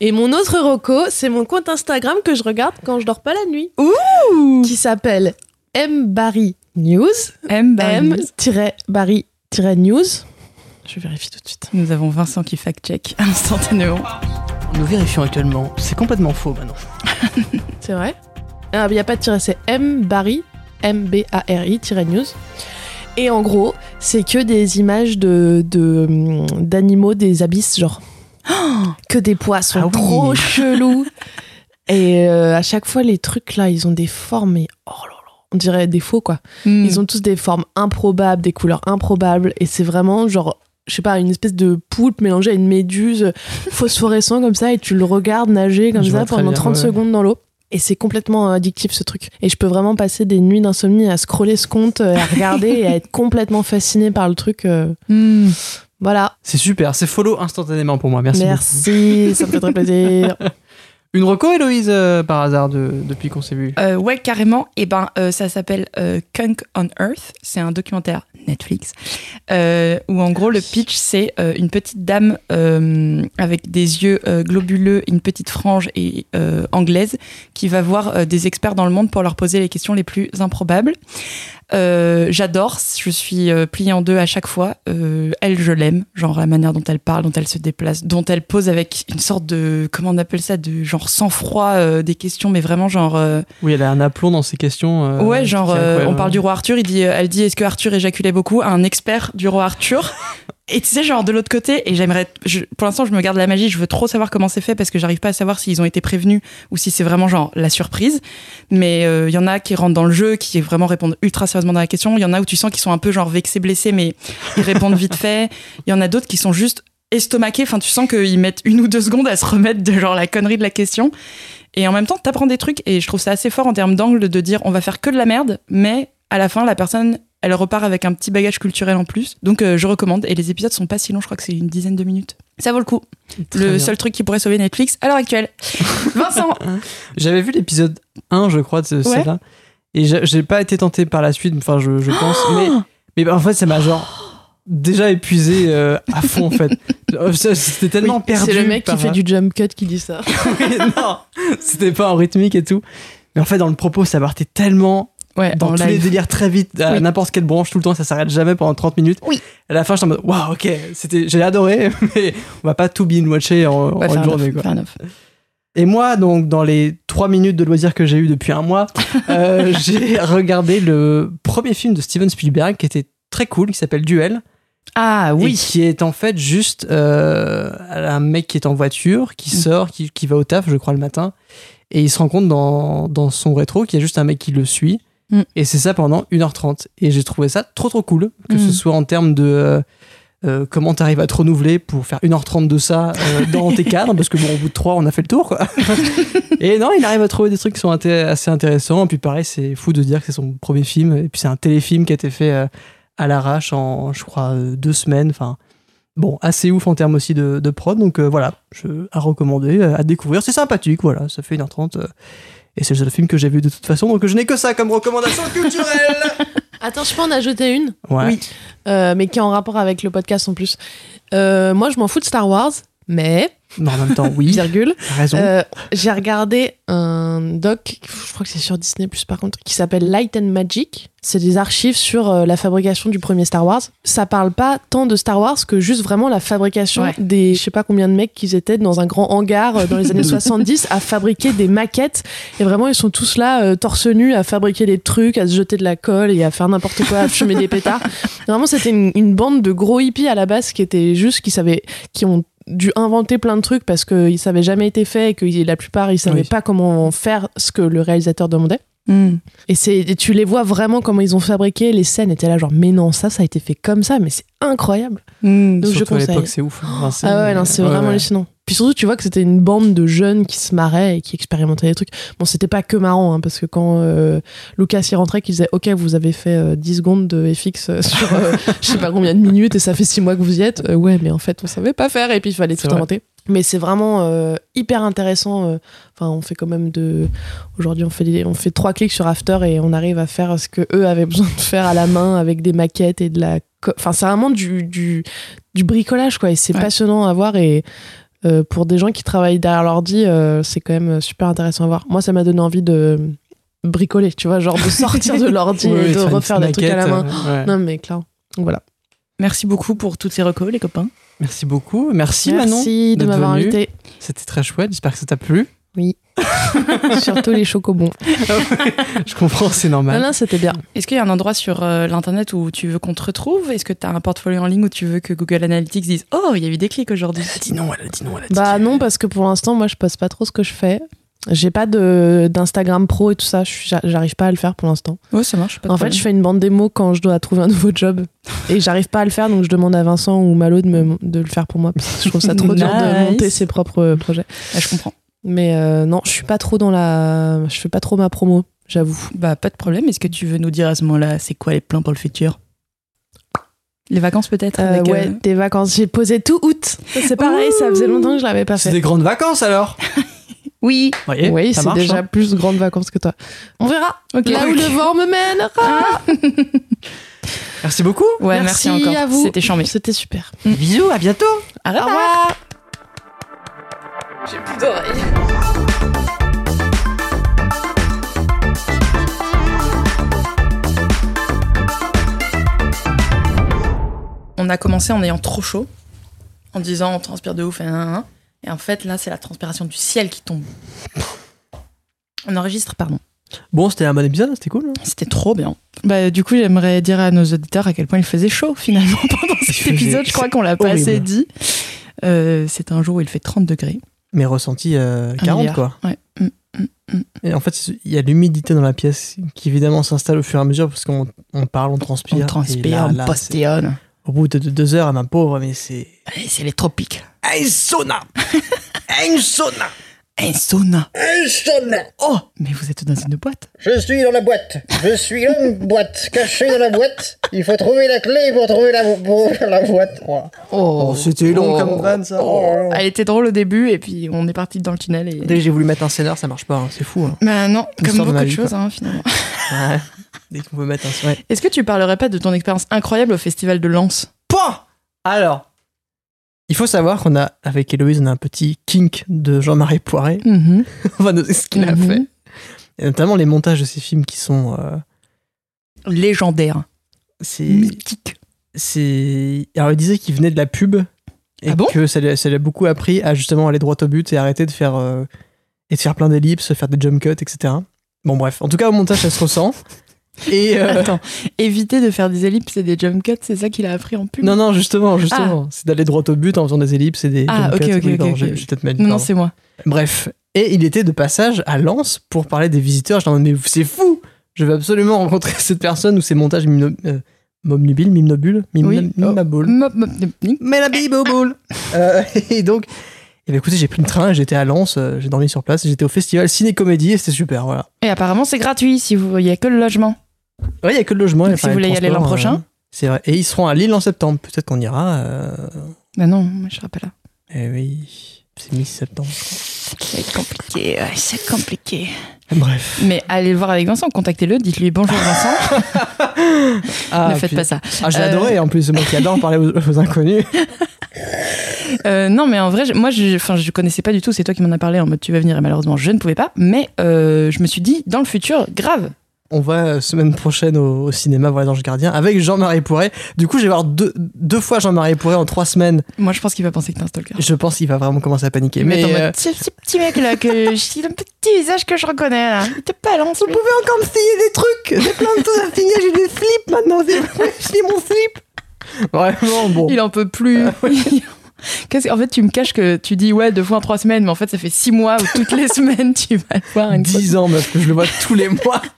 Speaker 6: Et mon autre roco, c'est mon compte Instagram que je regarde quand je dors pas la nuit. Ouh Qui s'appelle mbarry news.
Speaker 2: M bah,
Speaker 6: M-barry-news. Je vérifie tout de suite.
Speaker 2: nous avons Vincent qui fact check instantanément
Speaker 5: Nous vérifions actuellement. C'est complètement faux, Manon.
Speaker 6: C'est vrai Il n'y a pas de tiret, c'est M-Barry, M-B-A-R-I-News. Et en gros, c'est que des images de de, hum, d'animaux des abysses, genre. que des poissons
Speaker 5: Ah oui.
Speaker 6: trop chelous. Et euh, à chaque fois, les trucs là, ils ont des formes, mais oh là là, on dirait des faux quoi.
Speaker 5: Mm.
Speaker 6: Ils ont tous des formes improbables, des couleurs improbables, et c'est vraiment genre, je sais pas, une espèce de poulpe mélangée à une méduse phosphorescent comme ça, et tu le regardes nager comme
Speaker 5: Je vois
Speaker 6: ça
Speaker 5: très
Speaker 6: pendant
Speaker 5: bien,
Speaker 6: 30
Speaker 5: ouais.
Speaker 6: secondes dans l'eau. Et c'est complètement euh, addictif ce truc. Et je peux vraiment passer des nuits d'insomnie à scroller ce compte, euh, à regarder et à être complètement fasciné par le truc. euh,
Speaker 2: 嗯
Speaker 6: Voilà.
Speaker 5: C'est super, c'est follow instantanément pour moi. Merci. Ah, beaucoup.
Speaker 6: Merci, ça me fait très plaisir.
Speaker 5: Une reco, Héloïse, euh, par hasard, de- depuis qu'on s'est vu.
Speaker 2: Eh Euh, ouais, carrément. Et ben, euh, ça s'appelle euh, Kunk on Earth. C'est un documentaire Netflix, euh, où en gros le pitch c'est euh, une petite dame euh, avec des yeux euh, globuleux, une petite frange et euh, anglaise qui va voir euh, des experts dans le monde pour leur poser les questions les plus improbables. Euh, J'adore, je suis euh, pliée en deux à chaque fois. Euh, elle, je l'aime, genre la manière dont elle parle, dont elle se déplace, dont elle pose avec une sorte de, comment on appelle ça, de genre sang-froid euh, des questions, mais vraiment genre... euh,
Speaker 5: Oui, elle a un aplomb dans ses questions. euh,
Speaker 2: ouais, genre,
Speaker 5: qui est
Speaker 2: euh,
Speaker 5: incroyable.
Speaker 2: on parle du roi Arthur, il dit, euh, elle dit, est-ce que Arthur éjaculait beaucoup Un expert du roi Arthur. Et tu sais, genre de l'autre côté, et j'aimerais. je- Pour l'instant, je me garde la magie, je veux trop savoir comment c'est fait parce que j'arrive pas à savoir s'ils ont été prévenus ou si c'est vraiment genre la surprise. Mais euh, il y en a qui rentrent dans le jeu, qui vraiment répondent ultra sérieusement dans la question. Il y en a où tu sens qu'ils sont un peu genre vexés, blessés, mais ils répondent vite fait. Il y en a d'autres qui sont juste estomaqués. Enfin, tu sens qu'ils mettent une ou deux secondes à se remettre de genre la connerie de la question. Et en même temps, t'apprends des trucs et je trouve ça assez fort en termes d'angle de dire on va faire que de la merde, mais à la fin, la personne, elle repart avec un petit bagage culturel en plus. Donc euh, je recommande et les épisodes sont pas si longs, je crois que c'est une dizaine de minutes. Ça vaut le coup.
Speaker 5: Très
Speaker 2: le
Speaker 5: bien.
Speaker 2: seul truc qui pourrait sauver Netflix à l'heure actuelle. Vincent
Speaker 5: J'avais vu l'épisode 1, je crois, de ce- celle-là. Et j'a- j'ai pas été tenté par la suite, enfin, je, je pense. mais, mais bah, en fait, ça m'a genre déjà épuisé euh, à fond, en fait. Euh, ça, C'était tellement perdu.
Speaker 6: C'est le mec qui
Speaker 5: par-
Speaker 6: fait du jump cut qui dit ça.
Speaker 5: Oui, non, c'était pas en rythmique et tout. Mais en fait, dans le propos, ça partait tellement
Speaker 2: Ouais,
Speaker 5: dans
Speaker 2: Eh, en
Speaker 5: tous les
Speaker 2: live.
Speaker 5: délires très vite, à
Speaker 2: Oui.
Speaker 5: n'importe quelle branche, tout le temps, ça s'arrête jamais pendant 30 minutes.
Speaker 2: Oui.
Speaker 5: À la fin, je en mode, waouh, ok, c'était- j'ai adoré, mais on va pas tout binge-watcher en, en
Speaker 2: Ouais, faire
Speaker 5: une
Speaker 2: un
Speaker 5: journée,
Speaker 2: off,
Speaker 5: quoi.
Speaker 2: faire un off.
Speaker 5: Et moi, donc, dans les trois minutes de loisirs que j'ai eu depuis un mois, euh, j'ai regardé le premier film de Steven Spielberg qui était très cool, qui s'appelle Duel.
Speaker 2: Ah
Speaker 5: Et
Speaker 2: oui,
Speaker 5: qui est en fait juste euh, un mec qui est en voiture, qui
Speaker 2: Mm.
Speaker 5: sort, qui, qui va au taf, je crois, le matin. Et il se rend compte dans, dans son rétro qu'il y a juste un mec qui le suit.
Speaker 2: Mm.
Speaker 5: Et c'est ça pendant 1h30. Et j'ai trouvé ça trop trop cool, que
Speaker 2: Mm.
Speaker 5: ce soit en termes de. euh, euh, comment t'arrives à te renouveler pour faire 1h30 de ça euh, dans tes cadres parce que bon au bout de 3 on a fait le tour quoi. et non il arrive à trouver des trucs qui sont inté- assez intéressants et puis pareil c'est fou de dire que c'est son premier film et puis c'est un téléfilm qui a été fait euh, à l'arrache en je crois euh, deux semaines enfin bon assez ouf en termes aussi de, de prod donc euh, voilà je, à recommander euh, à découvrir c'est sympathique voilà ça fait 1h30 euh, et c'est le seul film que j'ai vu de toute façon donc je n'ai que ça comme recommandation culturelle
Speaker 6: Attends, je peux en ajouter une
Speaker 5: ouais.
Speaker 6: Oui. Euh, mais qui est en rapport avec le podcast en plus. Euh, moi, je m'en fous de Star Wars, mais,
Speaker 5: mais en même temps oui
Speaker 6: virgule,
Speaker 5: t'as raison
Speaker 6: euh, j'ai regardé un doc, je crois que c'est sur Disney Plus par contre, qui s'appelle Light and Magic. C'est des archives sur euh, la fabrication du premier Star Wars. Ça parle pas tant de Star Wars que juste vraiment la fabrication
Speaker 2: Ouais.
Speaker 6: des, je sais pas combien de mecs qu'ils étaient dans un grand hangar euh, dans les années 70 à fabriquer des maquettes. Et vraiment, ils sont tous là, euh, torse nu, à fabriquer des trucs, à se jeter de la colle et à faire n'importe quoi, à fumer des pétards. Vraiment, c'était une, une bande de gros hippies à la base qui étaient juste, qui savaient, qui ont dû inventer plein de trucs parce qu'ils savaient jamais été fait et que la plupart ils savaient
Speaker 5: Oui.
Speaker 6: pas comment faire ce que le réalisateur demandait.
Speaker 2: Mm.
Speaker 6: Et c'est, et tu les vois vraiment comment ils ont fabriqué les scènes. Et t'es là genre, mais non, ça, ça a été fait comme ça, mais c'est incroyable.
Speaker 2: Mm.
Speaker 6: Donc
Speaker 5: Surtout
Speaker 6: je
Speaker 5: à
Speaker 6: conseille.
Speaker 5: l'époque, c'est ouf. hein. Enfin, c'est-
Speaker 6: Ah ouais, non, c'est
Speaker 5: ouais,
Speaker 6: vraiment
Speaker 5: ouais.
Speaker 6: hallucinant. Puis surtout, tu vois que c'était une bande de jeunes qui se marraient et qui expérimentaient des trucs. Bon, c'était pas que marrant, hein, parce que quand euh, Lucas y rentrait, qu'il disait Ok, vous avez fait euh, 10 secondes de FX euh, sur euh, je sais pas combien de minutes et ça fait 6 mois que vous y êtes. Euh, ouais, mais en fait, on savait pas faire et puis il fallait
Speaker 5: C'est
Speaker 6: tout
Speaker 5: vrai.
Speaker 6: inventer. Mais c'est vraiment euh, hyper intéressant. euh. Enfin, on fait quand même de. Aujourd'hui, on fait, des- on fait trois clics sur After et on arrive à faire ce que eux avaient besoin de faire à la main avec des maquettes et de la. co- Enfin, c'est vraiment du, du, du bricolage, quoi. Et c'est
Speaker 2: Ouais.
Speaker 6: passionnant à voir. Et euh, pour des gens qui travaillent derrière l'ordi, euh, c'est quand même super intéressant à voir. Moi, ça m'a donné envie de bricoler, tu vois, genre de sortir de l'ordi
Speaker 5: Ouais,
Speaker 6: et de
Speaker 5: faire une
Speaker 6: refaire des
Speaker 5: petite
Speaker 6: trucs à la main.
Speaker 5: maquette, euh, ouais.
Speaker 6: Non, mais clairement. Donc voilà.
Speaker 2: Merci beaucoup pour toutes ces recos, les copains.
Speaker 5: Merci beaucoup. Merci, Manon.
Speaker 6: Merci de
Speaker 5: d'être
Speaker 6: m'avoir
Speaker 5: venue.
Speaker 6: invité.
Speaker 5: C'était très chouette. J'espère que ça t'a plu.
Speaker 6: Surtout les chocobons.
Speaker 5: Je comprends, c'est
Speaker 6: Non,
Speaker 5: normal.
Speaker 6: non, c'était bien.
Speaker 2: Est-ce qu'il y a un endroit sur euh, l'internet où tu veux qu'on te retrouve Est-ce que tu as un portfolio en ligne où tu veux que Google Analytics dise Oh, il y a eu des clics aujourd'hui
Speaker 5: Dis non, elle a dit non, elle a dit.
Speaker 6: Bah non, parce que pour l'instant, moi, je poste pas trop ce que je fais. J'ai pas de d'Instagram pro et tout ça. Je suis- j'a- J'arrive pas à le faire pour l'instant.
Speaker 2: Ouais, ça marche. Pas de
Speaker 6: En fait,
Speaker 2: problème.
Speaker 6: je fais une bande démo quand je dois trouver un nouveau job. Et j'arrive pas à le faire, donc je demande à Vincent ou Malo de, me, de le faire pour moi. Parce que je trouve ça trop dur de
Speaker 2: Nice.
Speaker 6: monter ses propres projets.
Speaker 2: Ah, je comprends.
Speaker 6: Mais euh, non, je suis pas trop dans la. Je fais pas trop ma promo, j'avoue.
Speaker 2: Bah, pas de problème. Est-ce que tu veux nous dire à ce moment-là, c'est quoi les plans pour le futur Les vacances peut-être
Speaker 6: Euh,
Speaker 2: avec,
Speaker 6: ouais,
Speaker 2: euh,
Speaker 6: des vacances. J'ai posé tout août. Ça, C'est pareil, ça faisait longtemps que je l'avais pas
Speaker 5: C'est
Speaker 6: fait.
Speaker 5: des grandes vacances alors
Speaker 2: Oui.
Speaker 5: Voyez,
Speaker 6: oui,
Speaker 5: ça
Speaker 6: c'est
Speaker 5: marche,
Speaker 6: déjà
Speaker 5: hein.
Speaker 6: plus grandes vacances que toi. On verra.
Speaker 2: Ok.
Speaker 6: Ah, Là où le vent me mènera.
Speaker 5: Merci beaucoup.
Speaker 2: Ouais, merci,
Speaker 6: Merci
Speaker 2: encore.
Speaker 6: à vous.
Speaker 2: C'était chambé.
Speaker 6: C'était super.
Speaker 5: Bisous, à bientôt.
Speaker 6: Au revoir.
Speaker 4: J'ai plus d'oreilles.
Speaker 2: On a commencé en ayant trop chaud, en disant on transpire de ouf et un, un, un. Et en fait, là, c'est la transpiration du ciel qui tombe. On enregistre, pardon.
Speaker 5: Bon, c'était un bon épisode, c'était cool. hein.
Speaker 2: C'était trop bien. Bah, du coup, j'aimerais dire à nos auditeurs à quel point il faisait chaud finalement pendant
Speaker 5: Il
Speaker 2: cet
Speaker 5: faisait-
Speaker 2: épisode. Je crois qu'on l'a pas
Speaker 5: horrible.
Speaker 2: assez dit. Euh, c'est un jour où il fait 30 degrés.
Speaker 5: Mais ressenti euh,
Speaker 2: Un
Speaker 5: 40,
Speaker 2: milliard.
Speaker 5: quoi.
Speaker 2: Ouais. Mm, mm, mm.
Speaker 5: Et en fait, il y a l'humidité dans la pièce qui évidemment s'installe au fur et à mesure parce qu'on on parle, on transpire.
Speaker 2: On
Speaker 5: Et
Speaker 2: transpire,
Speaker 5: là,
Speaker 2: on
Speaker 5: là,
Speaker 2: postillonne.
Speaker 5: c'est- Au bout de, de deux heures, ma pauvre, mais c'est.
Speaker 2: Allez, C'est les tropiques.
Speaker 5: Un sauna Un sauna
Speaker 2: Un sauna.
Speaker 9: Un sauna.
Speaker 2: Oh, mais vous êtes dans une boîte.
Speaker 9: Je suis dans la boîte. Je suis l'homme boîte, caché dans la boîte. Il faut trouver la clé pour trouver la, pour ouvrir la boîte. Oh.
Speaker 5: Oh, c'était long comme van, ça.
Speaker 2: Oh. Elle était drôle au début et puis on est parti dans le tunnel. Et...
Speaker 5: Dès que j'ai voulu mettre un scénar, ça marche pas, hein, c'est fou. hein.
Speaker 2: Bah non, comme
Speaker 5: L'histoire de
Speaker 2: beaucoup
Speaker 5: ma
Speaker 2: de
Speaker 5: vie,
Speaker 2: choses hein, finalement.
Speaker 5: Ouais. Dès qu'on veut mettre un scénar.
Speaker 2: Est-ce que tu parlerais pas de ton expérience incroyable au festival de Lens
Speaker 5: Point Alors, il faut savoir qu'on a, avec Héloïse, on a un petit kink de Jean-Marie Poiré. enfin, de ce qu'il a
Speaker 2: Mhm.
Speaker 5: fait. Et notamment les montages de ces films qui sont. euh,
Speaker 2: Légendaire,
Speaker 5: c'est.
Speaker 2: mythique.
Speaker 5: c'est- Alors, il disait qu'il venait de la pub. Et
Speaker 2: Ah bon
Speaker 5: que ça lui- ça lui a beaucoup appris à justement aller droit au but et arrêter de faire. euh, et de faire plein d'ellipses, faire des jump cuts, etc. Bon, bref. En tout cas, au montage, ça se ressent. Et. euh,
Speaker 2: Attends, éviter de faire des ellipses et des jump cuts, c'est ça qu'il a appris en pub
Speaker 5: Non, non, justement, justement. C'est d'aller droit au but en faisant des ellipses et des.
Speaker 2: Ah,
Speaker 5: jump
Speaker 2: ok,
Speaker 5: cuts.
Speaker 2: ok,
Speaker 5: Oui,
Speaker 2: ok,
Speaker 5: pardon,
Speaker 2: ok.
Speaker 5: j'ai- j'ai peut-être mal dit,
Speaker 2: non, non,
Speaker 5: pardon.
Speaker 2: c'est moi.
Speaker 5: Bref. Et il était de passage à Lens pour parler des visiteurs. Je leur dis, mais c'est fou Je veux absolument rencontrer cette personne ou ces montages mimno... euh, m'omnubilent, mimnobules, mimna-
Speaker 2: Oui. Oh,
Speaker 5: mimnaboule.
Speaker 2: Mop, mop, mop, mop.
Speaker 5: Mais la biboboule Euh, Et donc, eh ben, écoutez, j'ai pris le train, j'étais à Lens, euh, j'ai dormi sur place, j'étais au festival Ciné-Comédie et c'était super, voilà.
Speaker 2: Et apparemment, c'est gratuit si vous il y a que le logement.
Speaker 5: Ouais, il n'y a que le logement.
Speaker 2: Donc,
Speaker 5: et
Speaker 2: si
Speaker 5: pareil,
Speaker 2: vous
Speaker 5: le
Speaker 2: voulez y aller
Speaker 5: transport,
Speaker 2: l'an prochain
Speaker 5: euh, C'est vrai. Et ils seront à Lille en septembre. Peut-être qu'on ira. euh,
Speaker 2: Bah non, moi, je serai pas là.
Speaker 5: Eh oui, c'est mi-septembre, je crois.
Speaker 2: C'est compliqué, ouais, c'est compliqué.
Speaker 5: Bref.
Speaker 2: Mais allez le voir avec Vincent, contactez-le, dites-lui bonjour Vincent,
Speaker 5: Ah,
Speaker 2: ne faites
Speaker 5: puis-
Speaker 2: pas ça.
Speaker 5: Ah, j'ai
Speaker 2: Euh,
Speaker 5: adoré, en plus, c'est moi qui adore parler aux- aux inconnus.
Speaker 2: Euh, non, mais en vrai, je- moi, je, enfin, je connaissais pas du tout. C'est toi qui m'en as parlé en mode tu vas venir et malheureusement, je ne pouvais pas. Mais euh, je me suis dit, dans le futur, grave.
Speaker 5: On va euh, semaine prochaine au, au cinéma voir les anges gardiens avec Jean-Marie Poiret. Du coup, je vais voir deux, deux fois Jean-Marie Poiret en trois semaines.
Speaker 2: Moi, je pense qu'il va penser que t'es un stalker.
Speaker 5: Je pense qu'il va vraiment commencer à paniquer. Mais,
Speaker 2: Mais en
Speaker 5: euh,
Speaker 2: mode, ce petit, petit mec là, que je- il a un petit visage que je reconnais là. Il te balance.
Speaker 5: vous pouvez encore me signer des trucs, des plein de choses à signer. J'ai des slips maintenant. C'est vrai, j'ai mon slip. Vraiment bon. Euh,
Speaker 2: Il en peut plus. Qu'est-ce que- en fait, tu me caches que tu dis ouais deux fois en trois semaines, mais en fait, ça fait six mois où toutes les semaines tu vas le voir une fois.
Speaker 5: 10 ans, meuf, que je le vois tous les mois.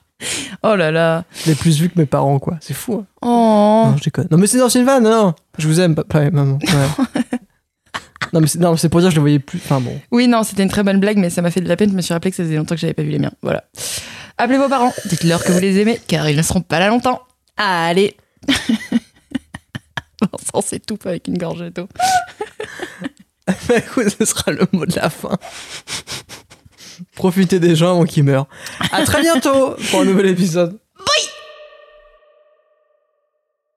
Speaker 2: Oh là là.
Speaker 5: Je l'ai plus vu que mes parents, quoi. C'est fou. hein.
Speaker 2: Oh.
Speaker 5: Non, je déconne. Non, mais c'est dans Sylvain, non. Je vous aime, papa et maman. Ouais. non, mais c'est- non, c'est pour dire que je le voyais plus. Enfin bon.
Speaker 2: Oui, non, c'était une très bonne blague, mais ça m'a fait de la peine. Je me suis rappelé que ça faisait longtemps que j'avais pas vu les miens. Voilà. Appelez vos parents, dites-leur que vous les aimez, car ils ne seront pas là longtemps. Allez Vincent s'étouffe avec une gorgée d'eau.
Speaker 5: Bah, écoute, ce sera le mot de la fin. Profitez des gens avant qu'ils meurent. À très bientôt pour un nouvel épisode.